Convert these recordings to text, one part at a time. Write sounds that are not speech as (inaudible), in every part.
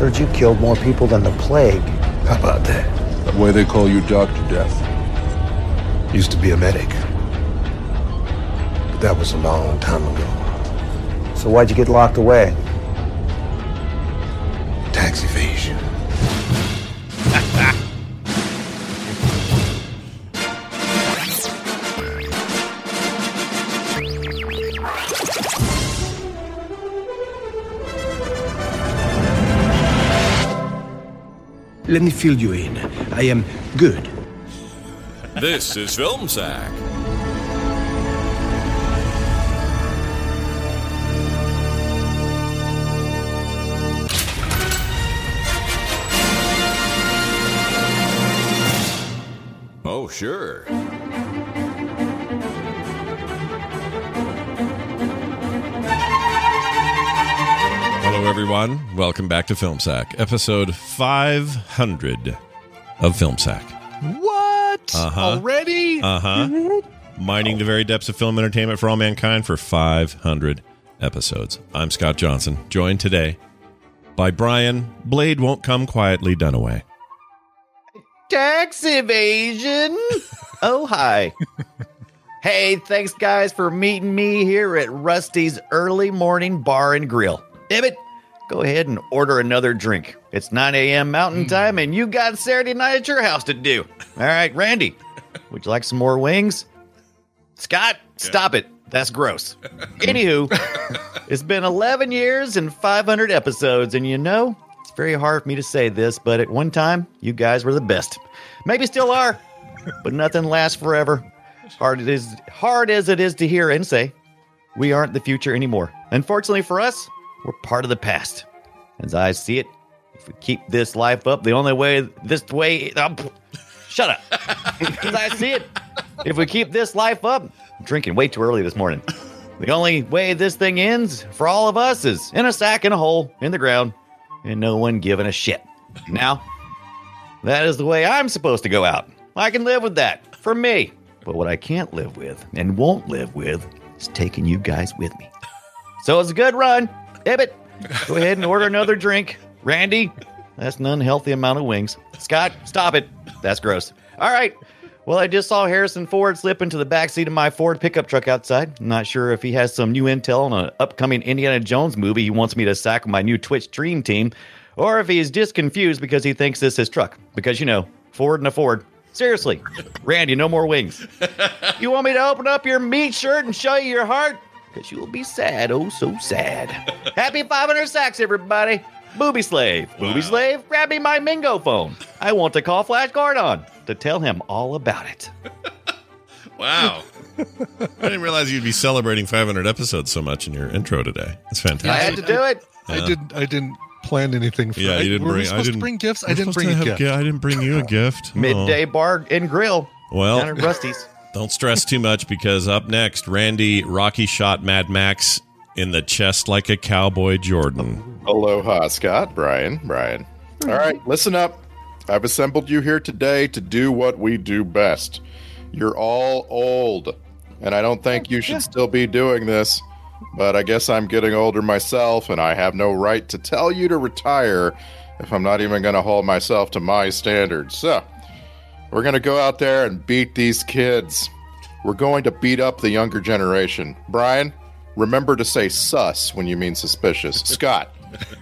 Heard you killed more people than the plague. How about that? That way they call you Dr. Death. Used to be a medic. But that was a long time ago. So why'd you get locked away? Tax evasion. Let me fill you in. I am good. This is Film Sack. Oh, sure. Hello, everyone. Welcome back to Film Sack, episode 500 of Film Sack. What? Uh-huh. Already? Uh huh. Mining the very depths of film entertainment for all mankind for 500 episodes. I'm Scott Johnson, joined today by Brian Blade Won't Come Quietly Dunaway. Tax evasion. oh, hi. hey, thanks, guys, for meeting me here at Rusty's early morning bar and grill. Damn it. Go ahead and order another drink. It's 9 a.m. Mountain Time, and you got Saturday night at your house to do. All right, Randy, would you like some more wings? Scott, stop it. That's gross. Anywho, it's been 11 years and 500 episodes, and you know, it's very hard for me to say this, but at one time, you guys were the best. Maybe still are, but nothing lasts forever. Hard it is, hard as it is to hear and say, we aren't the future anymore. Unfortunately for us, we're part of the past. As I see it, if we keep this life up, the only way this way. um, shut up. As I see it, if we keep this life up, I'm drinking way too early this morning. The only way this thing ends for all of us is in a sack in a hole in the ground and no one giving a shit. Now, that is the way I'm supposed to go out. I can live with that for me. But what I can't live with and won't live with is taking you guys with me. So it's a good run. Ebbett, go ahead and order another drink. Randy, that's an unhealthy amount of wings. Scott, stop it. That's gross. All right. Well, I just saw Harrison Ford slip into the backseat of my Ford pickup truck outside. I'm not sure if he has some new intel on an upcoming Indiana Jones movie he wants me to sack my new Twitch stream team, or if he's just confused because he thinks this is his truck. Because, you know, Ford and a Ford. Seriously, Randy, no more wings. You want me to open up your meat shirt and show you your heart? Because you'll be sad, oh so (laughs) sad. Happy 500 sacks, everybody. Booby Slave. Booby Slave, grab me my Mingo phone. I want to call Flash Gordon to tell him all about it. Wow. I didn't realize you'd be celebrating 500 episodes so much in your intro today. It's I fantastic. had to do (laughs) it. Yeah. I didn't. I didn't plan anything. For, Yeah, I, you didn't were we bring. I supposed didn't to bring gifts. I we're didn't supposed bring to a have gift. gi- I didn't bring you (laughs) a gift. Midday bar and grill Oh. Well, down at Rusty's. Don't stress too much because up next, Randy Rocky shot Mad Max in the chest like a cowboy (laughs) Jordan. Aloha, Scott, Brian, Brian. All right, listen up. I've assembled you here today to do what we do best. You're all old, and I don't think you should still be doing this, but I guess I'm getting older myself, and I have no right to tell you to retire if I'm not even going to hold myself to my standards. So, we're going to go out there and beat these kids. We're going to beat up the younger generation. Brian, Remember to say sus when you mean suspicious. Scott,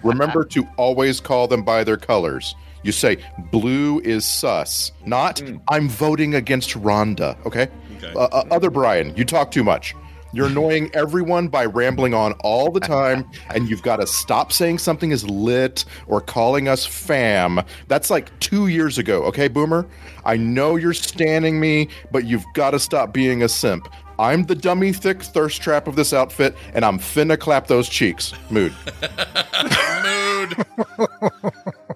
remember to always call them by their colors. You say blue is sus, not I'm voting against Rhonda. Okay. Okay. Uh, uh, other Brian, you talk too much. You're annoying everyone by rambling on all the time, and you've got to stop saying something is lit or calling us fam. That's like two years ago, okay, Boomer? I know you're standing me, but you've got to stop being a simp. I'm the dummy thick thirst trap of this outfit, and I'm finna clap those cheeks. Mood. Mood.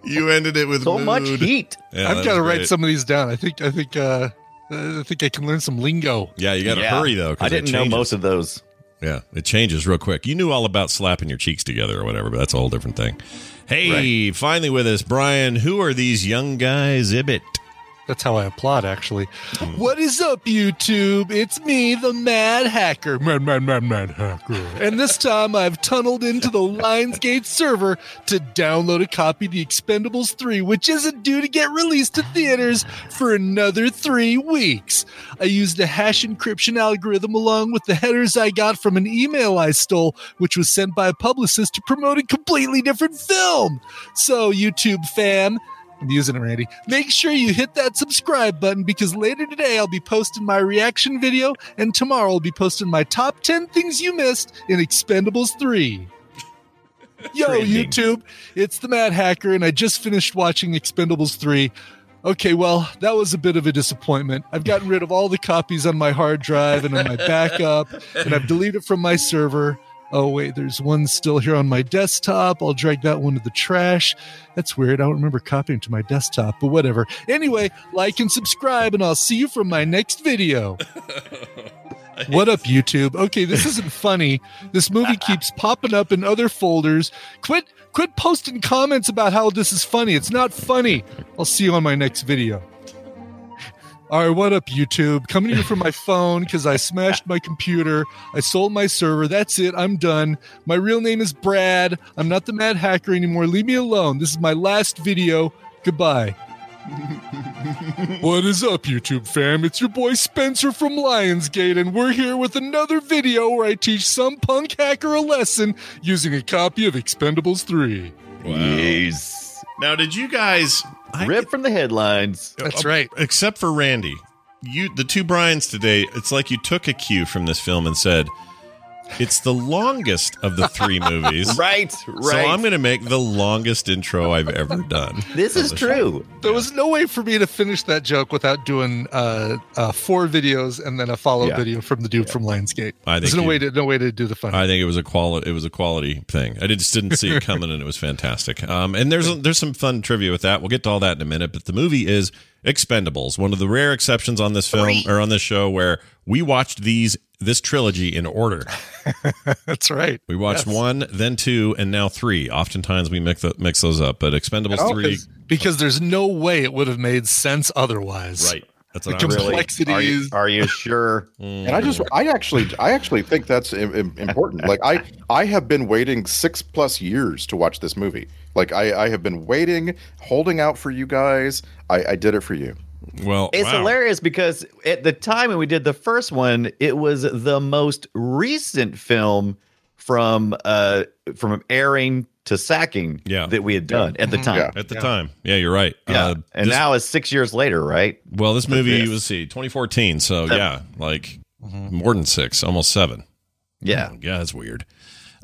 you ended it with (laughs) So mood. much heat. Yeah, that I've got to was write great. some of these down. I think I think uh, uh, I think I can learn some lingo. Yeah, you got to Yeah. hurry though. 'cause I it didn't know changes. most of those. Yeah, it changes real quick. You knew all about slapping your cheeks together or whatever, but that's a whole different thing. Hey, finally with us, Brian. Who are these young guys? Ibit. That's how I applaud, actually. What is up, YouTube? It's me, the Mad Hacker. Mad, mad, mad, mad hacker. And this time I've tunneled into the Lionsgate server to download a copy of The Expendables 3, which isn't due to get released to theaters for another three weeks. I used a hash encryption algorithm along with the headers I got from an email I stole, which was sent by a publicist to promote a completely different film. So, YouTube fam, I'm using it, Randy. Make sure you hit that subscribe button because later today I'll be posting my reaction video, and tomorrow I'll be posting my top 10 things you missed in Expendables 3. (laughs) Yo, Trending. YouTube, it's the Mad Hacker, and I just finished watching Expendables 3. Okay, well, that was a bit of a disappointment. I've gotten rid of all the copies on my hard drive and on my backup, and I've deleted from my server. Oh, wait, there's one still here on my desktop. I'll drag that one to the trash. That's weird. I don't remember copying to my desktop, but whatever. Anyway, like and subscribe, and I'll see you for my next video. (laughs) What up, YouTube? Okay, this isn't funny. This movie keeps popping up in other folders. Quit, quit posting comments about how this is funny. It's not funny. I'll see you on my next video. All right, what up, YouTube? Coming to you from my phone because I smashed my computer. I sold my server. That's it. I'm done. My real name is Brad. I'm not the mad hacker anymore. Leave me alone. This is my last video. Goodbye. What is up, YouTube fam? It's your boy Spencer from Lionsgate, and we're here with another video where I teach some punk hacker a lesson using a copy of Expendables 3. Yes. Now, did you guys? I- Rip from the headlines. That's right. uh, except for Randy. You, the two Brian's today. It's like you took a cue from this film and said, "It's the longest of the (laughs) three movies." Right, So right. I'm going to make the longest intro I've ever done. this is true. There was no way for me to finish that joke without doing uh, uh, four videos and then a follow-up Yeah. video from the dude from Lionsgate. I think There's no you- way to no way to do the fun. I think it was a quality. It was a quality thing. I did, just didn't see it (laughs) coming, and it was fantastic. Um, and there's there's some fun trivia with that. We'll get to all that in a minute. But the movie is Expendables, one of the rare exceptions on this film or on this show where we watched these this trilogy in order. That's right. We watched one, then two, and now three. Oftentimes we mix the, mix those up, but Expendables Oh, three, 'cause- Because there's no way it would have made sense otherwise. right? That's The what I'm really. complexity Are you, is are you sure? And I just, I actually, I actually think that's im- im- important. Like I, I have been waiting six plus years to watch this movie. Like I, I have been waiting, holding out for you guys. I, I did it for you. Well, It's wow. hilarious because at the time when we did the first one, it was the most recent film from uh from airing to sacking Yeah. that we had done at the time. At the time, yeah, you're right. Yeah. Uh, and this- now it's six years later, right? Well, this movie this. Mm-hmm. was see 2014, so yeah, like more than six, almost seven. Mm-hmm. Yeah. Yeah, Oh, that's weird.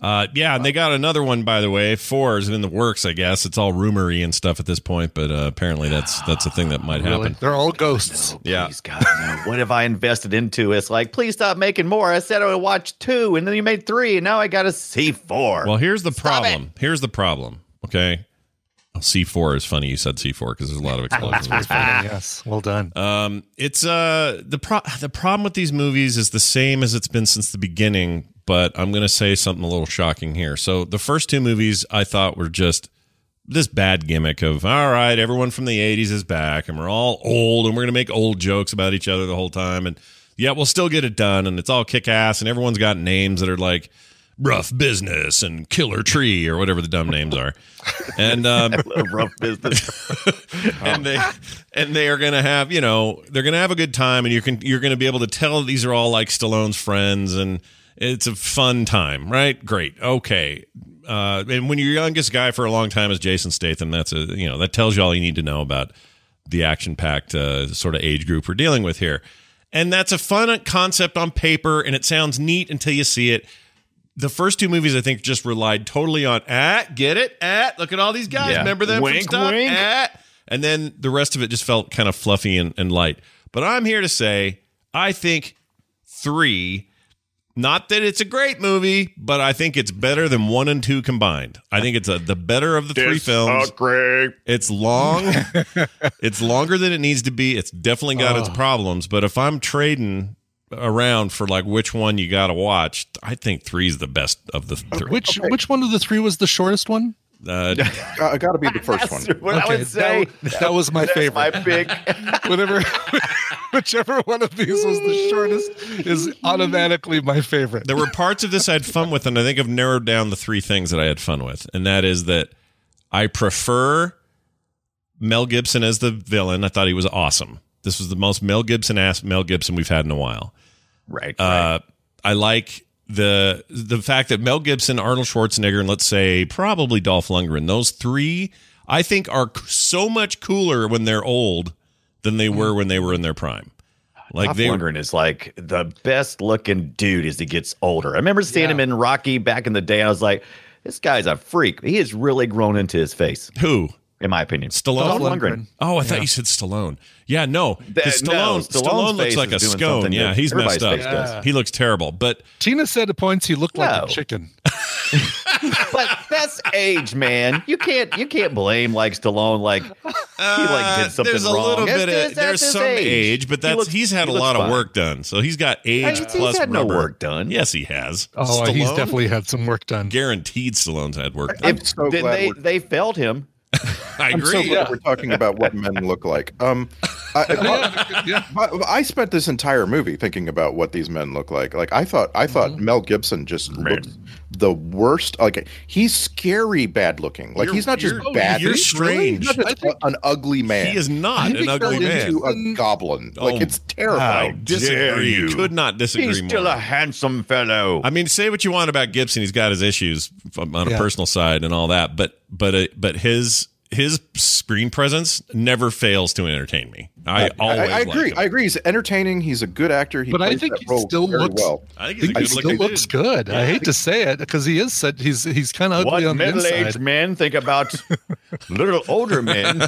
Uh, yeah, and they got another one by the way. Four is in the works, I guess. It's all rumory and stuff at this point, but uh, apparently that's that's a thing that might happen. they're all ghosts. Yeah. Please, God, no. what have I invested into? It's like, please stop making more. I said I would watch two, and then you made three, and now I got to see four. Well, here's the Stop problem. Here's the problem. Okay, Oh, C four is funny. You said C four because there's a (laughs) lot of explosions. yes. Well done. Um, it's uh the pro- the problem with these movies is the same as it's been since the beginning. But I'm gonna say something a little shocking here. So the first two movies I thought were just this bad gimmick of all right, everyone from the '80s is back, and we're all old, and we're gonna make old jokes about each other the whole time, and yeah, we'll still get it done, and it's all kick ass, and everyone's got names that are like rough business and killer tree or whatever the dumb names are, and um, A (laughs) rough business. and they and they are gonna have you know they're gonna have a good time and you can you're gonna be able to tell these are all like Stallone's friends and It's a fun time, right? Great. Okay. Uh, and when your youngest guy for a long time is Jason Statham, that's a you know that tells you all you need to know about the action-packed uh, sort of age group we're dealing with here. And that's a fun concept on paper, and it sounds neat until you see it. The first two movies, I think, just relied totally on at get it at look at all these guys, Yeah. remember them from Wink, stuff wink. at and then the rest of it just felt kind of fluffy and, and light. But I'm here to say, I think three, not that it's a great movie, but I think it's better than one and two combined. I think it's a, the better of the three films. It's long, it's longer than it needs to be. It's definitely got its Oh. problems. But if I'm trading around for like which one you got to watch, I think three's the best of the (laughs) three. Which which one of the three was the shortest one? Uh, I got to be the first one. What I would say. that, wa- that was my favorite. My (laughs) pick. (laughs) Whatever, whichever one of these was the shortest is automatically my favorite. there were parts of this I had fun with, and I think I've narrowed down the three things that I had fun with, and that is that I prefer Mel Gibson as the villain. I thought he was awesome. This was the most Mel Gibson ass Mel Gibson we've had in a while. Right. Uh, I like the the fact that Mel Gibson, Arnold Schwarzenegger, and let's say probably Dolph Lundgren, those three, I think are c- so much cooler when they're old than they were when they were in their prime. Mm-hmm. Like Dolph they Lundgren is like the best looking dude as he gets older. I remember seeing him in Rocky back in the day. I was like, this guy's a freak. He has really grown into his face, who in my opinion. Stallone. Dolph Lundgren. Oh, I thought you said Stallone. Yeah, no, 'cause That- Stallone. no, Stallone's Stallone face looks like is a doing scone. something Yeah, that he's messed everybody's up. face does. He looks terrible. But Tina said at points he looked like No. a chicken. but that's age, man. You can't you can't blame like Stallone. Like he like uh, did something there's a wrong. little That's bit his- of that's there's his some age, but He that's looks- he's had he a looks lot fine. of work done. So he's got age he's- he's plus had no rubber. work done. Yes, he has. Oh, he's Stallone- definitely had some work done. guaranteed Stallone's had (laughs) work done. I'm so Then glad they we're they failed him. I I'm so agree. glad we're talking about what men look like. Um, I, uh, Yeah. I, I spent this entire movie thinking about what these men look like. Like I thought, I thought Mel Gibson just looked the worst. Like he's scary bad looking. Like You're- he's not just you're- bad. you're he's really strange. not just I think- an ugly man. He is not an think ugly Mel man. into a goblin. Like Oh, it's I terrifying. disagree. Could not disagree He's still more. a handsome fellow. I mean, say what you want about Gibson, he's got his issues f- on a Yeah. personal side and all that, but but uh, but his his screen presence never fails to entertain me. I always I, I like agree. him. I agree. He's entertaining. He's a good actor. He But I plays think that he role still very looks- well. I think He he's a good still looking dude. looks good. I hate to say it because he is such, he's he's kind of what ugly on the middle inside. aged men think about little older men?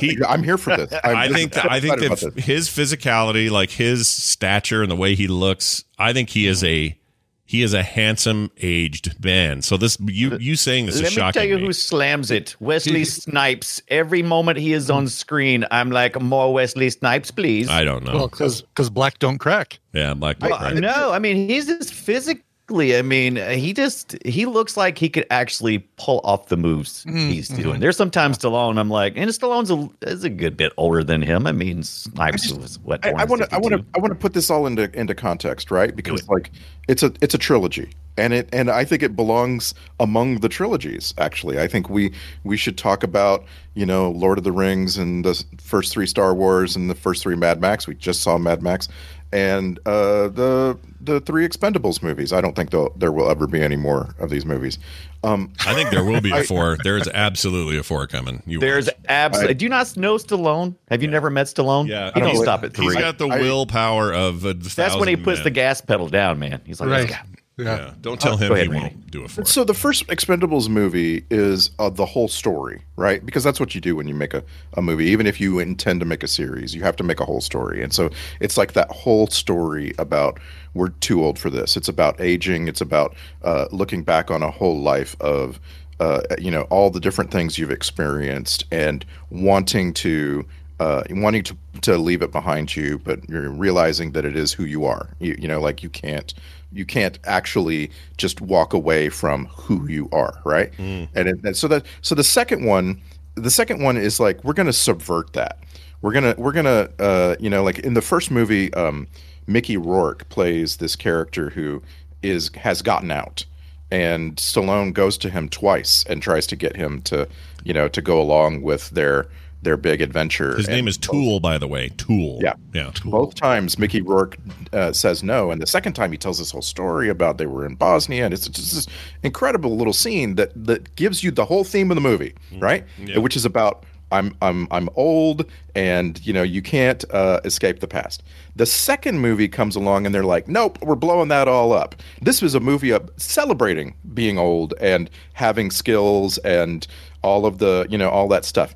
He, I'm here for this. I'm (laughs) I just (laughs) think so that, I think excited that about this. his physicality, like his stature and the way he looks, I think he is a he is a handsome aged man. So this you you saying this is Let me shocking. tell you me. who slams it. Wesley Snipes. Every moment he is on screen, I'm like, more Wesley Snipes, please. I don't know. Well, because black don't crack. yeah, I'm like Well, right. no, I mean he's just physically. I mean he just he looks like he could actually pull off the moves he's doing. There's sometimes Stallone. I'm like, and Stallone's a, is a good bit older than him. I mean Snipes was what? I- I want to. I want to. 152. I want to put this all into into context, right? Because it. like it's a it's a trilogy, and it and I think it belongs among the trilogies. Actually, I think we we should talk about you know Lord of the Rings and the s- first three Star Wars and the first three Mad Max. We just saw Mad Max, and uh, the the three Expendables movies. I don't think there'll- there will ever be any more of these movies. Um, I think there will be a four. There is absolutely a four coming. You There's watch. absolutely. Do you not know Stallone? Have you never met Stallone? he Yeah, I don't don't- stop at He's three. got the I- willpower of a thousand That's when he puts men. the gas pedal down, man. He's like, Right. "Let's go." Yeah. Yeah. Don't tell him go ahead, he Randy. won't do it for. us. So the first Expendables movie is uh, the whole story, right? Because that's what you do when you make a, a movie. Even if you intend to make a series, you have to make a whole story. And so it's like that whole story about we're too old for this. It's about aging. It's about uh, looking back on a whole life of uh, you know all the different things you've experienced and wanting to uh, wanting to, to leave it behind you, but you're realizing that it is who you are. You, you know, like you can't you can't actually just walk away from who you are, right? And, it, and so that so the second one, the second one is like we're going to subvert that. We're gonna we're gonna uh, you know like in the first movie, um, Mickey Rourke plays this character who is has gotten out and Stallone goes to him twice and tries to get him to, you know, to go along with their their big adventure. His And name is Tool, by the way. Tool. Yeah. Yeah. Both times Mickey Rourke uh, says no, and the second time he tells this whole story about they were in Bosnia, and it's just this incredible little scene that that gives you the whole theme of the movie, right? Mm-hmm. Yeah. Which is about I'm I'm I'm old, and you know you can't uh, escape the past. The second movie comes along, and they're like, nope, we're blowing that all up. This was a movie up celebrating being old and having skills and all of the you know all that stuff.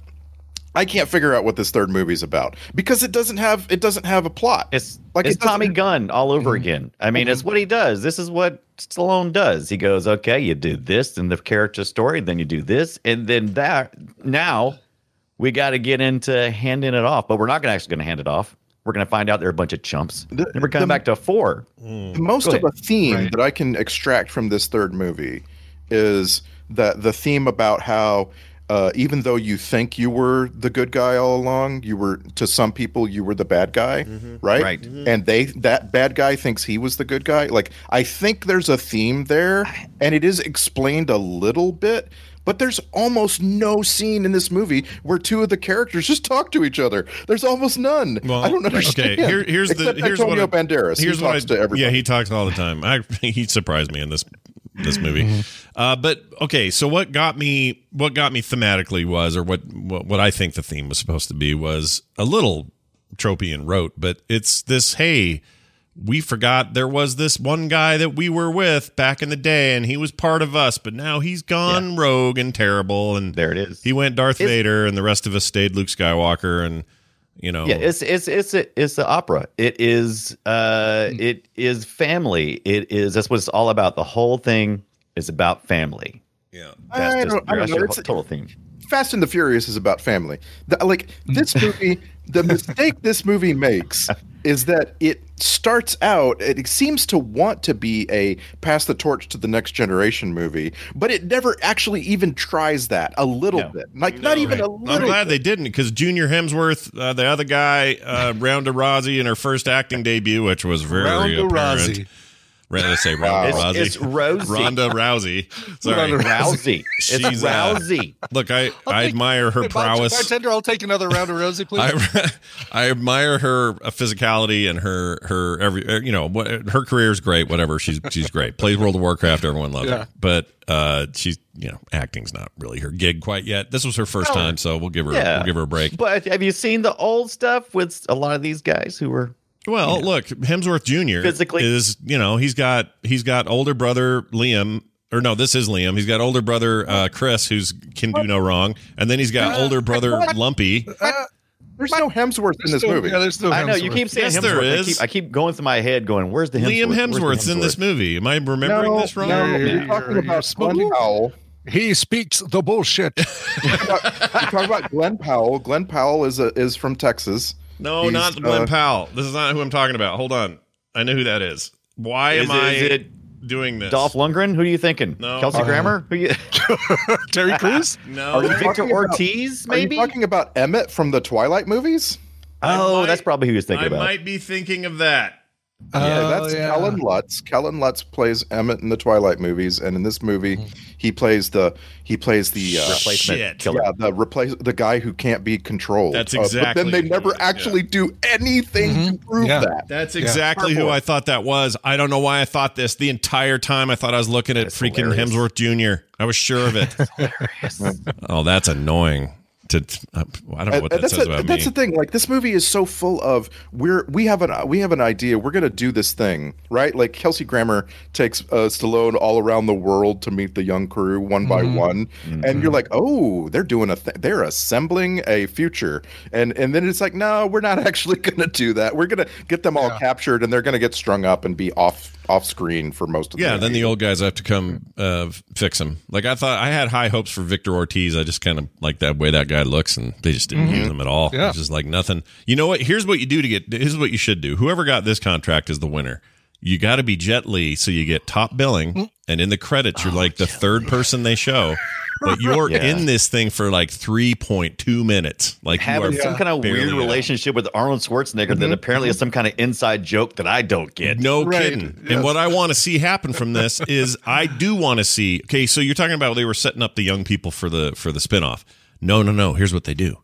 I can't figure out what this third movie's about because it doesn't have it doesn't have a plot. It's Like, like it's it doesn't- Tommy Gunn all over again. I mean, it's what he does. This is what Stallone does. He goes, okay, you do this in the character story, then you do this, and then that. Now we got to get into handing it off, but we're not gonna actually going to hand it off. We're going to find out they're a bunch of chumps. The- and we're coming the- back to four. Mm, Most Go of a ahead. theme Right. that I can extract from this third movie is that the theme about how uh, even though you think you were the good guy all along, you were to some people you were the bad guy, Mm-hmm. right? Right. And they that bad guy thinks he was the good guy. Like I think there's a theme there, and it is explained a little bit. But there's almost no scene in this movie where two of the characters just talk to each other. There's almost none. Well, I don't understand. Okay, here, here's the Except here's Antonio what I- Banderas. Here's he what talks I, to everybody. Yeah, he talks all the time. I, (laughs) he surprised me in this this Mm-hmm. movie. Uh, but okay, so what got me what got me thematically was, or what what, what I think the theme was supposed to be was a little tropey and rote, but it's this hey. We forgot there was this one guy that we were with back in the day, and he was part of us, but now he's gone rogue and terrible. And There it is. He went Darth It's- Vader, and the rest of us stayed Luke Skywalker, and you know, Yeah, it's it's it's a, it's the opera. It is uh it is family. It is that's what it's all about. The whole thing is about family. yeah. That's I just don't, I don't that's know. your It's- whole- total (laughs) theme. Fast and the Furious is about family. The- like this movie, the mistake this movie makes is that it starts out. It seems to want to be a pass the torch to the next generation movie, but it never actually even tries that a little No. bit. Like not even a I'm little. glad they didn't because Junior Hemsworth, uh, the other guy, uh, Ronda Rousey in her first acting debut, which was very Ronda apparent. Rousey. Rather say Ronda It's, Rousey. it's Rosie. Ronda Rousey. Sorry. Ronda Rousey. It's She's, uh, Rousey. Look, I, I take- admire her Hey, bar- prowess. Bartender, I'll take another round of Rosie, please. I, (laughs) I admire her uh, physicality and her her every uh, you know what her career is great whatever she's she's great plays World of Warcraft everyone loves Yeah. her but uh she's you know acting's not really her gig quite yet this was her first time so we'll give her Yeah. we'll give her a break But have you seen the old stuff with a lot of these guys who were Well, look, Hemsworth Jr. Physically- is you know he's got he's got older brother Liam or no this is Liam he's got older brother uh, Chris who's can do no wrong and then he's got older brother Lumpy There's no Hemsworth in this Still- movie. Yeah, there's still I know you Hemsworth. keep saying Yes, Hemsworth. there I, is. keep, I keep going through my head going, where's the Hemsworth? Liam Where's the Hemsworth's in this Hemsworth? movie am I remembering no, this wrong no, You're- you're you're- talking you're about Glenn smoking. Powell. He speaks the bullshit. (laughs) You're talking about Glenn Powell. Glenn Powell is a, is from Texas. no He's, not Glenn uh, Powell this is not who I'm talking about hold on I know who that is why Is am it- I is it doing this Dolph Lundgren? Who are you thinking? No. Kelsey Uh, Grammer? Who you, Terry Crews? (laughs) no Uh-huh. you Victor talking about- Ortiz, maybe? Are you talking about Emmett from the Twilight movies? oh, I that's might- probably who he was thinking I about. might be thinking of that Yeah, Oh, that's yeah. Kellen Lutz. Kellen Lutz plays Emmett in the Twilight movies, and in this movie, Hmm. he plays the he plays the uh, Replacement Shit. killer. yeah, the replace the guy who can't be controlled. Uh, That's but then exactly they who never it is, Mm-hmm. actually do anything to prove Yeah. that. That's exactly who I thought that was. I don't know why I thought this the entire time. I thought I was looking at That's freaking hilarious. Hemsworth Jr. I was sure of it. (laughs) oh, that's annoying. To uh, I don't know what And that says the- about Uh, that's me. the thing. Like this movie is so full of we're we have an we have an idea. We're gonna do this thing, right? Like Kelsey Grammer takes uh, Stallone all around the world to meet the young crew one by Mm-hmm. one, and you're like, oh, they're doing a th- they're assembling a future, and and then it's like, no, we're not (laughs) actually gonna do that. We're gonna get them all captured, and they're gonna get strung up and be off off screen for most of the yeah, movie. then the old guys have to come uh, f- fix him. Like I thought, I had high hopes for Victor Ortiz. I just kind of like that way that guy looks, and they just didn't use him at all. Yeah. It's just like nothing. You know what? Here's what you do to get. Here's what you should do. Whoever got this contract is the winner. You got to be Jet Li, so you get top billing, and in the credits, you're like the third person they show. But you're Yeah. in this thing for like 3.2 minutes. Like you are (laughs) having some kind of barely weird out. relationship with Arnold Schwarzenegger Mm-hmm. that apparently is some kind of inside joke that I don't get. No Right. kidding. And what I want to see happen from this is I do want to see. Okay, so you're talking about they were setting up the young people for the for the spinoff. No, no, no. Here's what they do.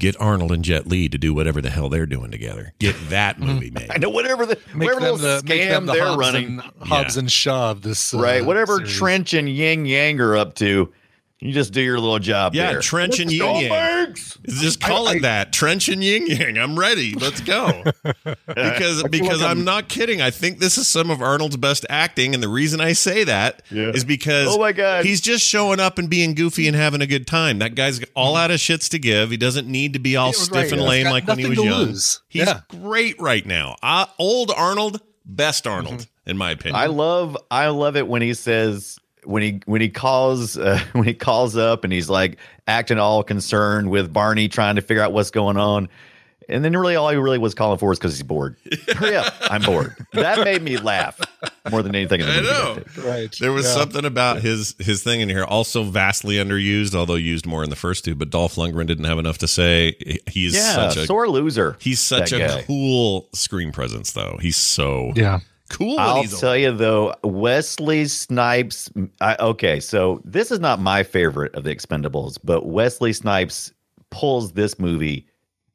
Get Arnold and Jet Li to do whatever the hell they're doing together. Get that movie made. I know whatever the Make whatever them little the, make them scam the they're Hobbs running, and, Hobbs Yeah. and Shaw of this, uh, right? Whatever series. Trench and Yin Yang are up to, you just do your little job. Yeah, there. Trench and Yin Yang. Just call it that. Trench and Yin Yang. I'm ready. (laughs) Let's go. because because I'm, not kidding. I think this is some of Arnold's best acting, and the reason I say that is Yeah. because Oh my God. he's just showing up and being goofy and having a good time. That guy's all out of shits to give. He doesn't need to be all was stiff right. and He's lame got like when he was nothing to young. lose. He's Yeah. great right now. Uh, old Arnold, best Arnold, Mm-hmm. in my opinion. I love I love it when he says when he when he calls (laughs) uh, when he calls up and he's like acting all concerned with Barney trying to figure out what's going on. And then really all he really was calling for is because he's (laughs) bored. Hurry up, I'm bored. That made me laugh more than anything in the I movie. know. Right. There was Yeah. something about his his thing in here, also vastly underused, although used more in the first two. But Dolph Lundgren didn't have enough to say. He- He's Yeah, such a sore loser. he's such that a guy. cool screen presence, though. He's so (laughs) Yeah. cool. when I'll he's tell old. you though, Wesley Snipes. I, okay, so this is not my favorite of the Expendables, but Wesley Snipes pulls this movie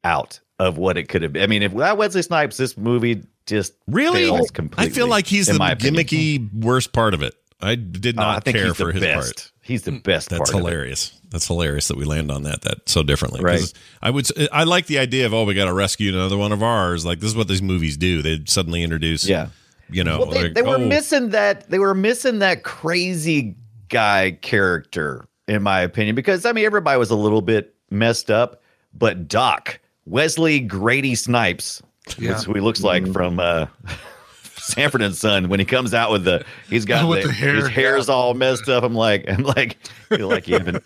out of what it could have been. I mean, if without Wesley Snipes, this movie just really. fails I completely. feel like he's in the my opinion. gimmicky worst part of it. I did Uh, not I think care he's for the his best. part. Hmm. He's the best. part That's of it. hilarious. That's hilarious that we land on that that so differently. Right. 'Cause I would s- I like the idea of oh we got to rescue another one of ours. Like this is what these movies do. They suddenly introduce Yeah. You know, Well, they, like, they were oh, missing that. They were missing that crazy guy character, in my opinion, because I mean everybody was a little bit messed up, but Doc Wesley Grady Snipes, that's who he looks like from uh, (laughs) Sanford and Son when he comes out with the he's got With the, the hair, his hair's all messed up. I'm like I'm like you're like you (laughs) haven't.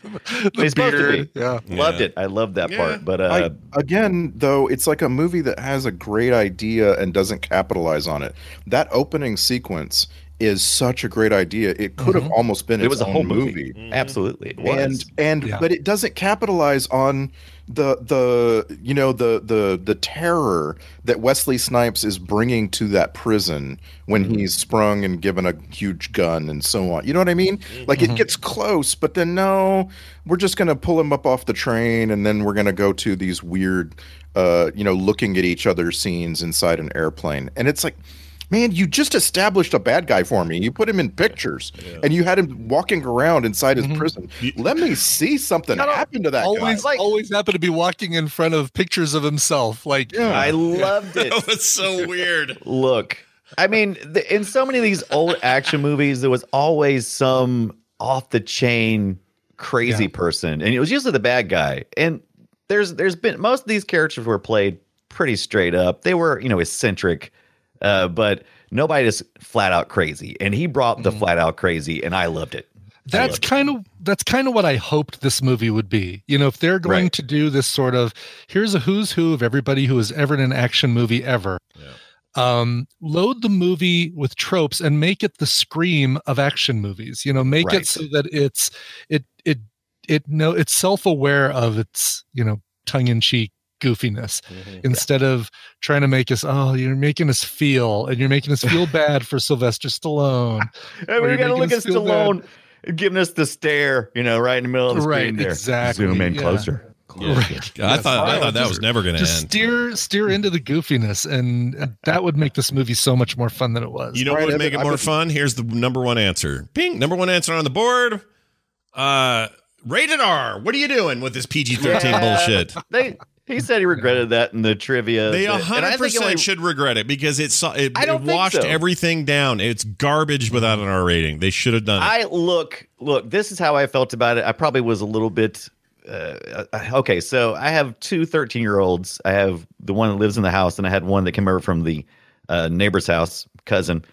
he's supposed to be. Yeah. Loved it. I loved that part, but uh, I, again, though, it's like a movie that has a great idea and doesn't capitalize on it. That opening sequence is such a great idea. It could have almost been Mm-hmm. it its was a own whole movie. Absolutely, it was. and and Yeah. but it doesn't capitalize on the the you know the the the terror that Wesley Snipes is bringing to that prison when Mm-hmm. he's sprung and given a huge gun and so on. You know what I mean? Like Mm-hmm. it gets close, but then no, we're just gonna pull him up off the train and then we're gonna go to these weird, uh, you know, looking at each other scenes inside an airplane, and it's like. Man, you just established a bad guy for me. You put him in pictures, and you had him walking around inside his prison. Let me see something happen to that guy. Always, always happen to be walking in front of pictures of himself. Like, I loved it. (laughs) That was so weird. look i mean the, in so many of these old action movies there was always some off the chain crazy person and it was usually the bad guy and there's there's been most of these characters were played pretty straight up they were you know eccentric uh, but nobody just flat out crazy and he brought Mm-hmm. the flat out crazy and i loved it that's kind of that's kind of what I hoped this movie would be. You know, if they're going Right. to do this sort of here's a who's who of everybody who is ever in an action movie ever. Um, load the movie with tropes and make it the scream of action movies. You know, make Right. it so that it's it it it no it's self aware of its you know tongue in cheek goofiness Mm-hmm. instead of trying to make us oh you're making us feel and you're making us (laughs) feel bad for Sylvester Stallone. Hey, Or we you're gotta making look at us feel bad. stallone giving us the stare you know right in the middle of the Right, screen there exactly, zoom in yeah. closer Right. I thought I fine. thought that was never going to end. just steer steer into the goofiness and that would make this movie so much more fun than it was you know what Right, would I've make it been- more I've been- fun? Here's the number one answer. Bing, number one answer on the board. Uh rated R. What are you doing with this PG-13 Yeah. bullshit? they he said he regretted that in the trivia. They And I think it 100% only- should regret it because it saw it, I it don't think washed so. everything down. It's garbage without an R rating. They should have done it. I look, look. This is how I felt about it. I probably was a little bit. Uh, uh, okay, so I have two 13 year olds. I have the one that lives in the house, and I had one that came over from the uh, neighbor's house, cousin.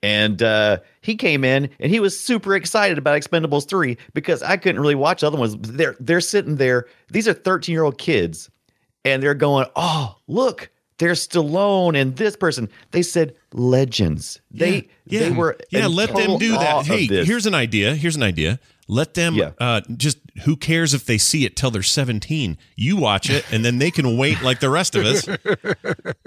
And uh, he came in, and he was super excited about Expendables 3 because I couldn't really watch the other ones. They're they're sitting there. These are 13 year old kids, and they're going, "Oh, look, there's Stallone and this person." They said legends. They yeah. they were yeah in let them total do awe that of hey this. here's an idea here's an idea let them Yeah. uh just who cares if they see it till they're 17? You watch it and then they can wait like the rest of us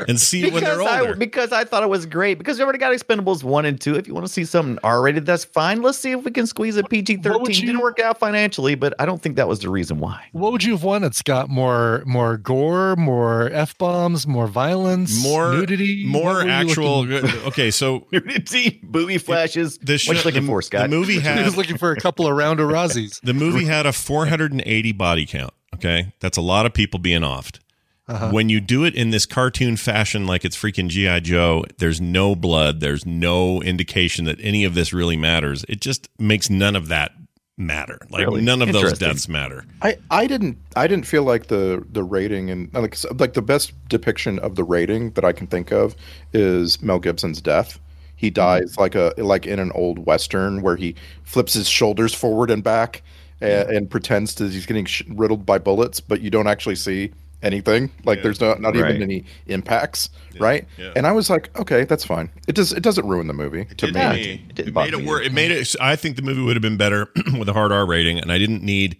and see it when they're I, older. because I thought it was great. Because we already got Expendables one and two. If you want to see something R rated, that's fine. Let's see if we can squeeze a PG What thirteen. would you- Didn't work out financially, but I don't think that was the reason why. (laughs) What would you have wanted, Scott? More, more gore, more f bombs, more violence, more nudity, What were more you actual. looking- Okay, so Nudity, booby flashes. the what show- you looking the- for, Scott? (laughs) the movie What you had- (laughs) He was looking for a couple of (laughs) round of Razzies. The movie had a 480 body count. Okay. That's a lot of people being offed. Uh-huh. When you do it in this cartoon fashion, like it's freaking G.I. Joe, there's no blood. There's no indication that any of this really matters. It just makes none of that matter. Like Really? none of those Interesting. deaths matter. I, I didn't I didn't feel like the the rating and like like the best depiction of the rating that I can think of is Mel Gibson's death. He dies like a like in an old western where he flips his shoulders forward and back and, and pretends that he's getting sh- riddled by bullets, but you don't actually see anything. Like there's no, not Right. even any impacts, right? Yeah. And I was like, okay, that's fine. It does it doesn't ruin the movie to me. didn't. It, It didn't made bother it me work. It made it. I think the movie would have been better (clears throat) with a hard R rating, and I didn't need.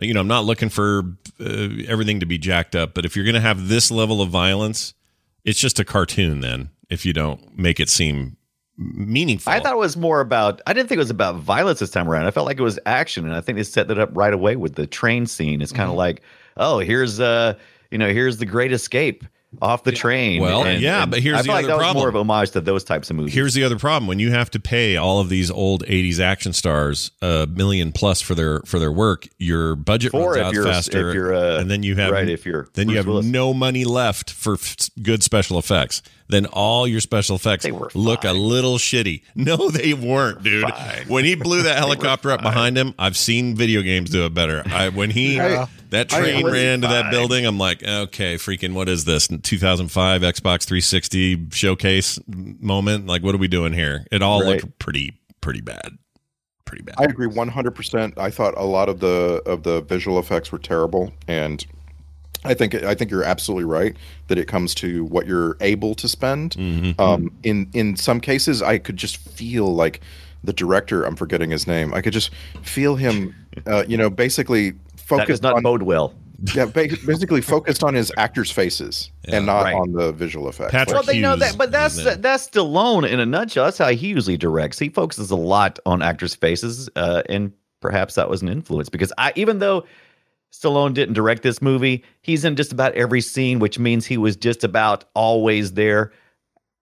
You know, I'm not looking for uh, everything to be jacked up, but if you're going to have this level of violence, it's just a cartoon. Then, if you don't make it seem meaningful, I thought it was more about. I didn't think it was about violence this time around. I felt like it was action, and I think they set that up right away with the train scene. It's kind Mm-hmm. of like, oh, here's uh, you know, here's the Great Escape off the train. Well, yeah, but here's I the felt like other that was problem. more of homage to those types of movies. Here's the other problem: when you have to pay all of these old '80s action stars a million plus for their for their work, your budget Or runs if out you're- faster, if you're, uh, and then you have right, if you're then you Bruce have Willis. no money left for f- good special effects. Then all your special effects They were look a fine. little shitty. (laughs) No, they weren't, dude. When (laughs) he blew that helicopter up behind him, I've seen video games do it better. I, when he (laughs) Yeah. that I train agree. ran into that building, I'm like, okay, freaking, what is this? 2005 Xbox 360 showcase moment? Like, what are we doing here? It all Right. looked pretty, pretty bad, pretty bad. I agree 100%. I thought a lot of the of the visual effects were terrible and I think I think you're absolutely right that it comes to what you're able to spend. Mm-hmm. Mm-hmm. Um, in in some cases I could just feel like the director, I'm forgetting his name. I could just feel him uh, you know basically that does focused not on bode well. yeah, ba- basically focused on his actors' (laughs) faces and not Right. on the visual effects. Patrick Well, they know Hughes that, but that's is in. that's Stallone in a nutshell. That's how he usually directs. He focuses a lot on actors' faces, uh, and perhaps that was an influence because I, even though Stallone didn't direct this movie, he's in just about every scene, which means he was just about always there.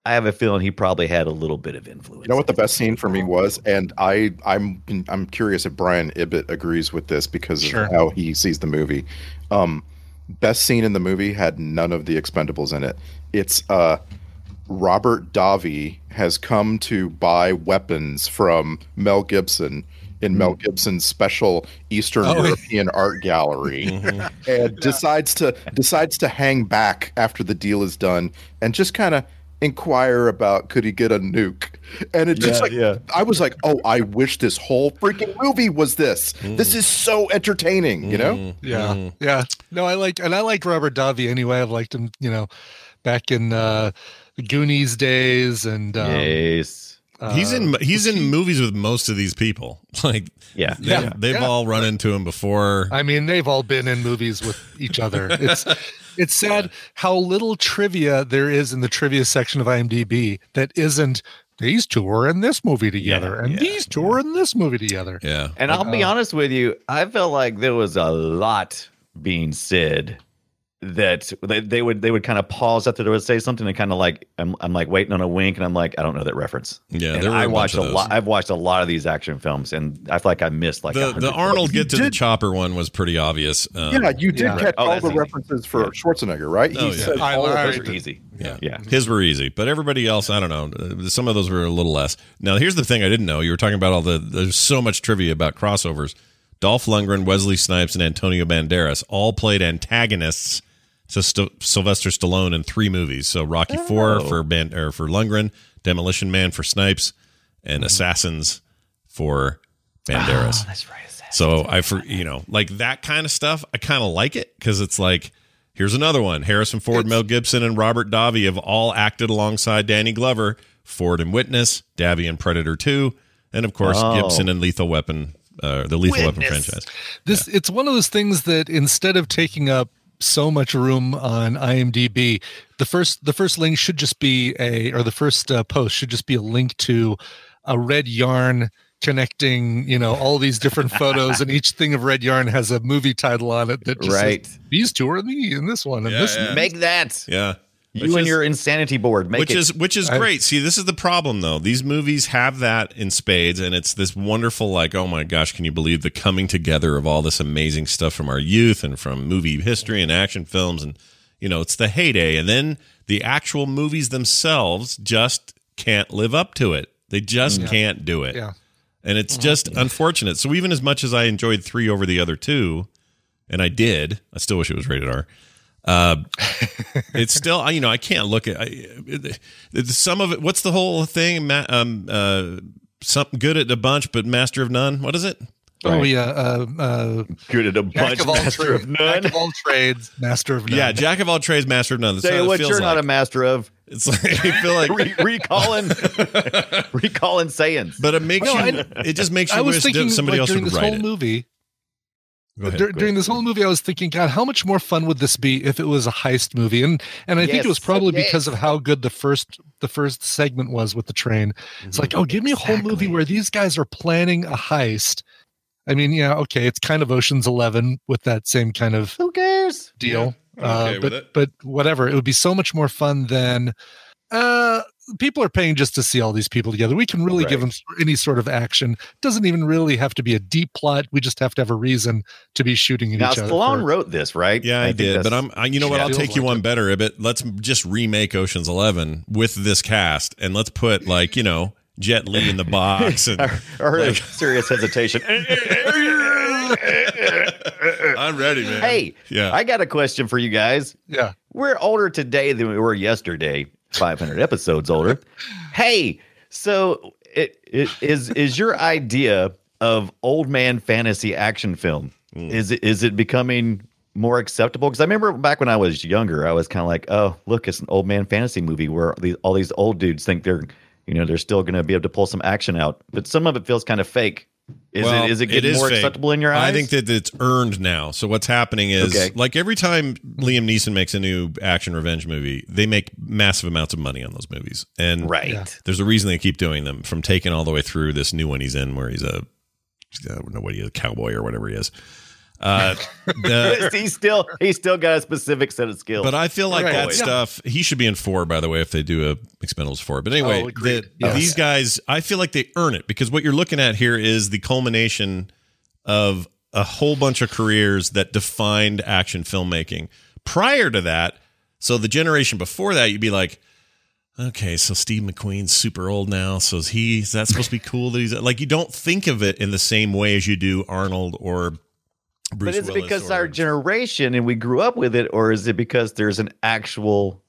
I have a feeling he probably had a little bit of influence. You know what the best scene for me was, and I I'm I'm curious if Brian Ibbett agrees with this because Sure. of how he sees the movie. Um, best scene in the movie had none of the Expendables in it. It's uh, Robert Davi has come to buy weapons from Mel Gibson in Mel Gibson's special Eastern Hmm. Oh, yeah. Mm-hmm. European (laughs) art gallery (laughs) and decides to decides to hang back after the deal is done and just kind of inquire about could he get a nuke and it just like i was like oh i wish this whole freaking movie was this Mm. this is so entertaining you know Yeah, Hmm. yeah. No, I like and I like Robert Davi anyway. I've liked him, you know, back in uh, the Goonies days, and um, Yes. uh, he's in he's in movies with most of these people. (laughs) Like, um, Yeah. they, Yeah. they've Yeah. all run into him before. I mean, they've all been in movies with each (laughs) other. It's it's sad how little trivia there is in the trivia section of IMDb that isn't these two are in this movie together, and yeah, these two are in this movie together. yeah, And I'll be honest with you, I felt like there was a lot being said that they, they would they would kind of pause after they would say something and kind of like I'm, I'm like waiting on a wink and I'm like I don't know that reference. Yeah, and there were a I bunch watched of a those. lot. I've watched a lot of these action films and I feel like I missed like the 100 the Arnold films. get to the chopper one was pretty obvious. Um, yeah you did Yeah. catch Oh, all that's the easy. references for schwarzenegger right Oh, yeah. said I all of lied. Those those. were easy. Yeah. yeah. His were easy, but everybody else, I don't know. uh, Some of those were a little less. Now, here's the thing I didn't know. You were talking about all the, there's so much trivia about crossovers. Dolph Lundgren, Wesley Snipes, and Antonio Banderas all played antagonists to St- Sylvester Stallone in three movies. So Rocky Four Oh. for Ban- or for Lundgren, Demolition Man for Snipes, and Mm-hmm. Assassins for Banderas. Oh, That's right. So I for you know like that kind of stuff. I kind of like it because it's like here's another one: Harrison Ford, Mel Gibson, and Robert Davi have all acted alongside Danny Glover, Ford in Witness, Davi in Predator Two, and of course Oh. Gibson in Lethal Weapon uh, the Lethal Weapon Witness. franchise. This it's one of those things that instead of taking up so much room on IMDb, the first the first link should just be a or the first uh, post should just be a link to a red yarn connecting you know all these (laughs) different photos and each thing of red yarn has a movie title on it that just says, Right. these two are in the in this one and Yeah, this yeah. Make that. Yeah. You Which and is- your insanity board. Make which it. is which is I- great. See, this is the problem though. These movies have that in spades, and it's this wonderful, like, oh my gosh, can you believe the coming together of all this amazing stuff from our youth and from movie history and action films, and you know, it's the heyday, and then the actual movies themselves just can't live up to it. They just can't do it. Yeah. And it's just Mm-hmm. unfortunate. So even as much as I enjoyed three over the other two, and I did, I still wish it was rated R. Uh, it's still, I- you know, I can't look at I, it, it- some of it. What's the whole thing? Ma, um, uh, something good at a bunch, but master of none. What is it? oh yeah uh, uh, good at a jack bunch, of all master trades of none. jack of all trades master of none Yeah, jack of all trades, master of none. That's Say what it what feels you're like. not a master of. it's like (laughs) I feel like, Re- (laughs) recalling, recalling sayings. (laughs) but it makes No, you. it just makes you I was wish thinking that somebody like, else during would this write whole it. movie Go ahead, Dur- go during ahead. this whole movie, I was thinking, God, how much more fun would this be if it was a heist movie? And and I think Yes, it was probably yes. because of how good the first the first segment was with the train. It's Mm-hmm. like, oh, give me a whole movie where these guys are planning a heist. I mean, yeah, okay, it's kind of Ocean's Eleven with that same kind of Who cares? deal. I'm okay uh, with but it. but whatever, it would be so much more fun than uh, people are paying just to see all these people together. We can really give them any sort of action. Doesn't even really have to be a deep plot. We just have to have a reason to be shooting at Now each other. Stallone for- wrote this, right? Yeah, I, think did. But that's- I'm, I, you know what? Yeah, I'll feels take you like one better. But let's just remake Ocean's Eleven with this cast, and let's put like you know Jet Li in the (laughs) box. (laughs) And I heard (laughs) a serious hesitation. I'm ready, man. hey, yeah, I got a question for you guys. Yeah. We're older today than we were yesterday. 500 episodes (laughs) older. Hey, so it, it is is your idea of old man fantasy action film Hmm. is it is it becoming more acceptable? Because I remember back when I was younger, I was kind of like, oh, look, it's an old man fantasy movie where these, all these old dudes think they're you know they're still going to be able to pull some action out, but some of it feels kind of fake. Is Well, it is it getting is more fake. acceptable in your eyes? I think that it's earned now. So what's happening is Okay. like every time Liam Neeson makes a new action revenge movie, they make massive amounts of money on those movies, and right. there's a reason they keep doing them from taken all the way through this new one he's in where he's a I don't know what he is, a cowboy or whatever he is. (laughs) Uh, the, he's still he's still got a specific set of skills. But I feel like Right. that Always. stuff. He should be in four, by the way, if they do a Expendables four. But anyway, Oh, agreed. the, Yes. these guys, I feel like they earn it because what you're looking at here is the culmination of a whole bunch of careers that defined action filmmaking. Prior to that, so the generation before that, you'd be like, okay, so Steve McQueen's super old now, so is he? Is that supposed to be cool? That he's like, you don't think of it in the same way as you do Arnold or. Bruce but is it Willis because or- our generation and we grew up with it, or is it because there's an actual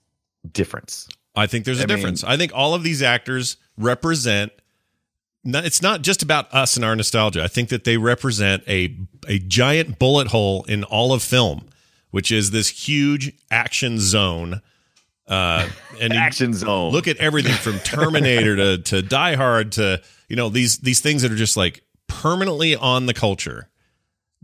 difference? I think there's a I mean- difference. I think all of these actors represent. Not, it's not just about us and our nostalgia. I think that they represent a a giant bullet hole in all of film, which is this huge action zone. Uh, (laughs) and you Action zone. look at everything from Terminator to to Die Hard to you know these these things that are just like permanently on the culture.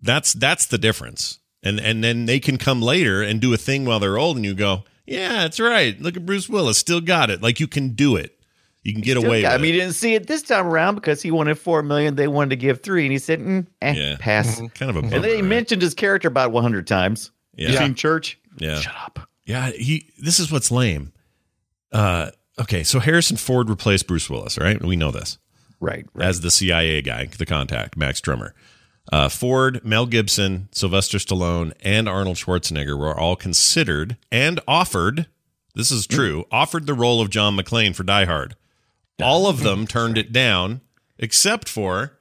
That's that's the difference. And and then they can come later and do a thing while they're old, and you go, yeah, that's right. Look at Bruce Willis, still got it. Like you can do it. You can get Still away. got- I with mean, it. you didn't see it this time around because he wanted four million. They wanted to give three, and he said, mm, eh, Yeah. "Pass." kind of a And bummer, they right? mentioned his character about 100 times. yeah. You seen Church? Yeah. Shut up. Yeah, he. This is what's lame. Uh, okay, so Harrison Ford replaced Bruce Willis, right? We know this Right. right. as the CIA guy, the contact, Max Drummer. Uh, Ford, Mel Gibson, Sylvester Stallone, and Arnold Schwarzenegger were all considered and offered. This is true. Offered the role of John McClane for Die Hard. All of them turned it down, except for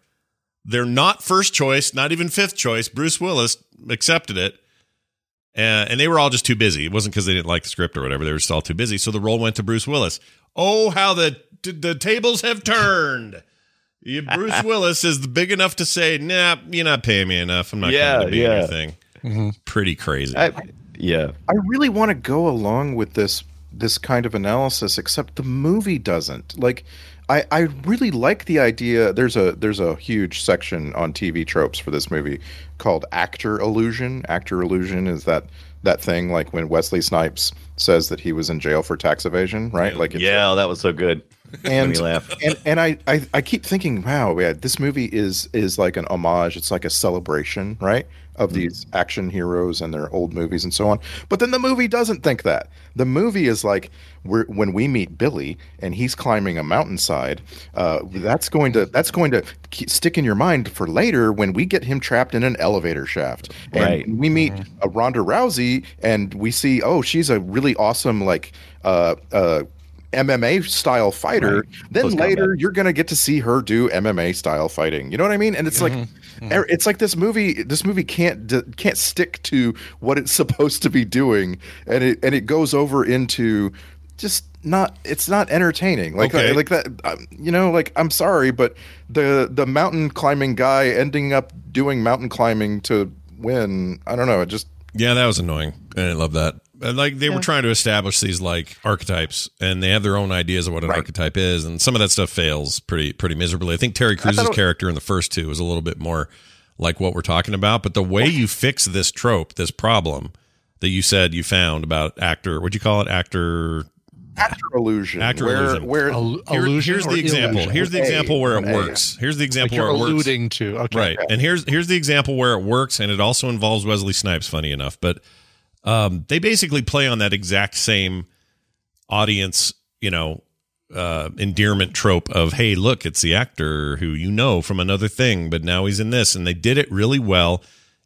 their not first choice, not even fifth choice. Bruce Willis accepted it. Uh, and they were all just too busy. It wasn't because they didn't like the script or whatever. They were just all too busy. So the role went to Bruce Willis. Oh, how the the tables have turned. You- (laughs) Bruce Willis is big enough to say, "Nah, you're not paying me enough. I'm not Yeah, going to be yeah. anything." Pretty crazy. I- yeah. I really want to go along with this this kind of analysis, except the movie doesn't. Like, I, I really like the idea. There's a there's a huge section on TV tropes for this movie called actor illusion. Actor illusion is that that thing like when Wesley Snipes says that he was in jail for tax evasion, right? Like yeah, that was so good. (laughs) and Made me laugh. (laughs) and and I, I I keep thinking, wow, yeah, this movie is is like an homage. It's like a celebration, right, of Mm-hmm. these action heroes and their old movies and so on. But then the movie doesn't think that. The movie is like we're, when we meet Billy and he's climbing a mountainside. Uh, that's going to that's going to ke- stick in your mind for later when we get him trapped in an elevator shaft. And Right. we meet a Ronda Rousey and we see, oh, she's a really awesome like. Uh, uh, MMA style fighter, then Close later combat. you're gonna get to see her do MMA style fighting. You know what I mean? And it's like, er- it's like this movie. This movie can't d- can't stick to what it's (laughs) supposed to be doing, and it and it goes over into just not. It's not entertaining. Like Okay. like that. um, You know, like I'm sorry, but the the mountain climbing guy ending up doing mountain climbing to win. I don't know. It just Yeah, that was annoying. I didn't love that. And, Like they were trying to establish these like archetypes, and they have their own ideas of what an archetype is, and some of that stuff fails pretty pretty miserably. I think Terry Crews' character in the first two was a little bit more like what we're talking about, but the way you fix this trope, this problem that you said you found about actor, what'd you call it, actor actor illusion. Actor where, illusion. Where Al- Here- illusion here's or the example. illusion? Here's the A, example where it an A. works. Here's the like example you're where it works. alluding to. Okay. Right. And here's here's the example where it works, and it also involves Wesley Snipes. Funny enough, but um, they basically play on that exact same audience, you know, uh, endearment trope of hey, look, it's the actor who you know from another thing, but now he's in this, and they did it really well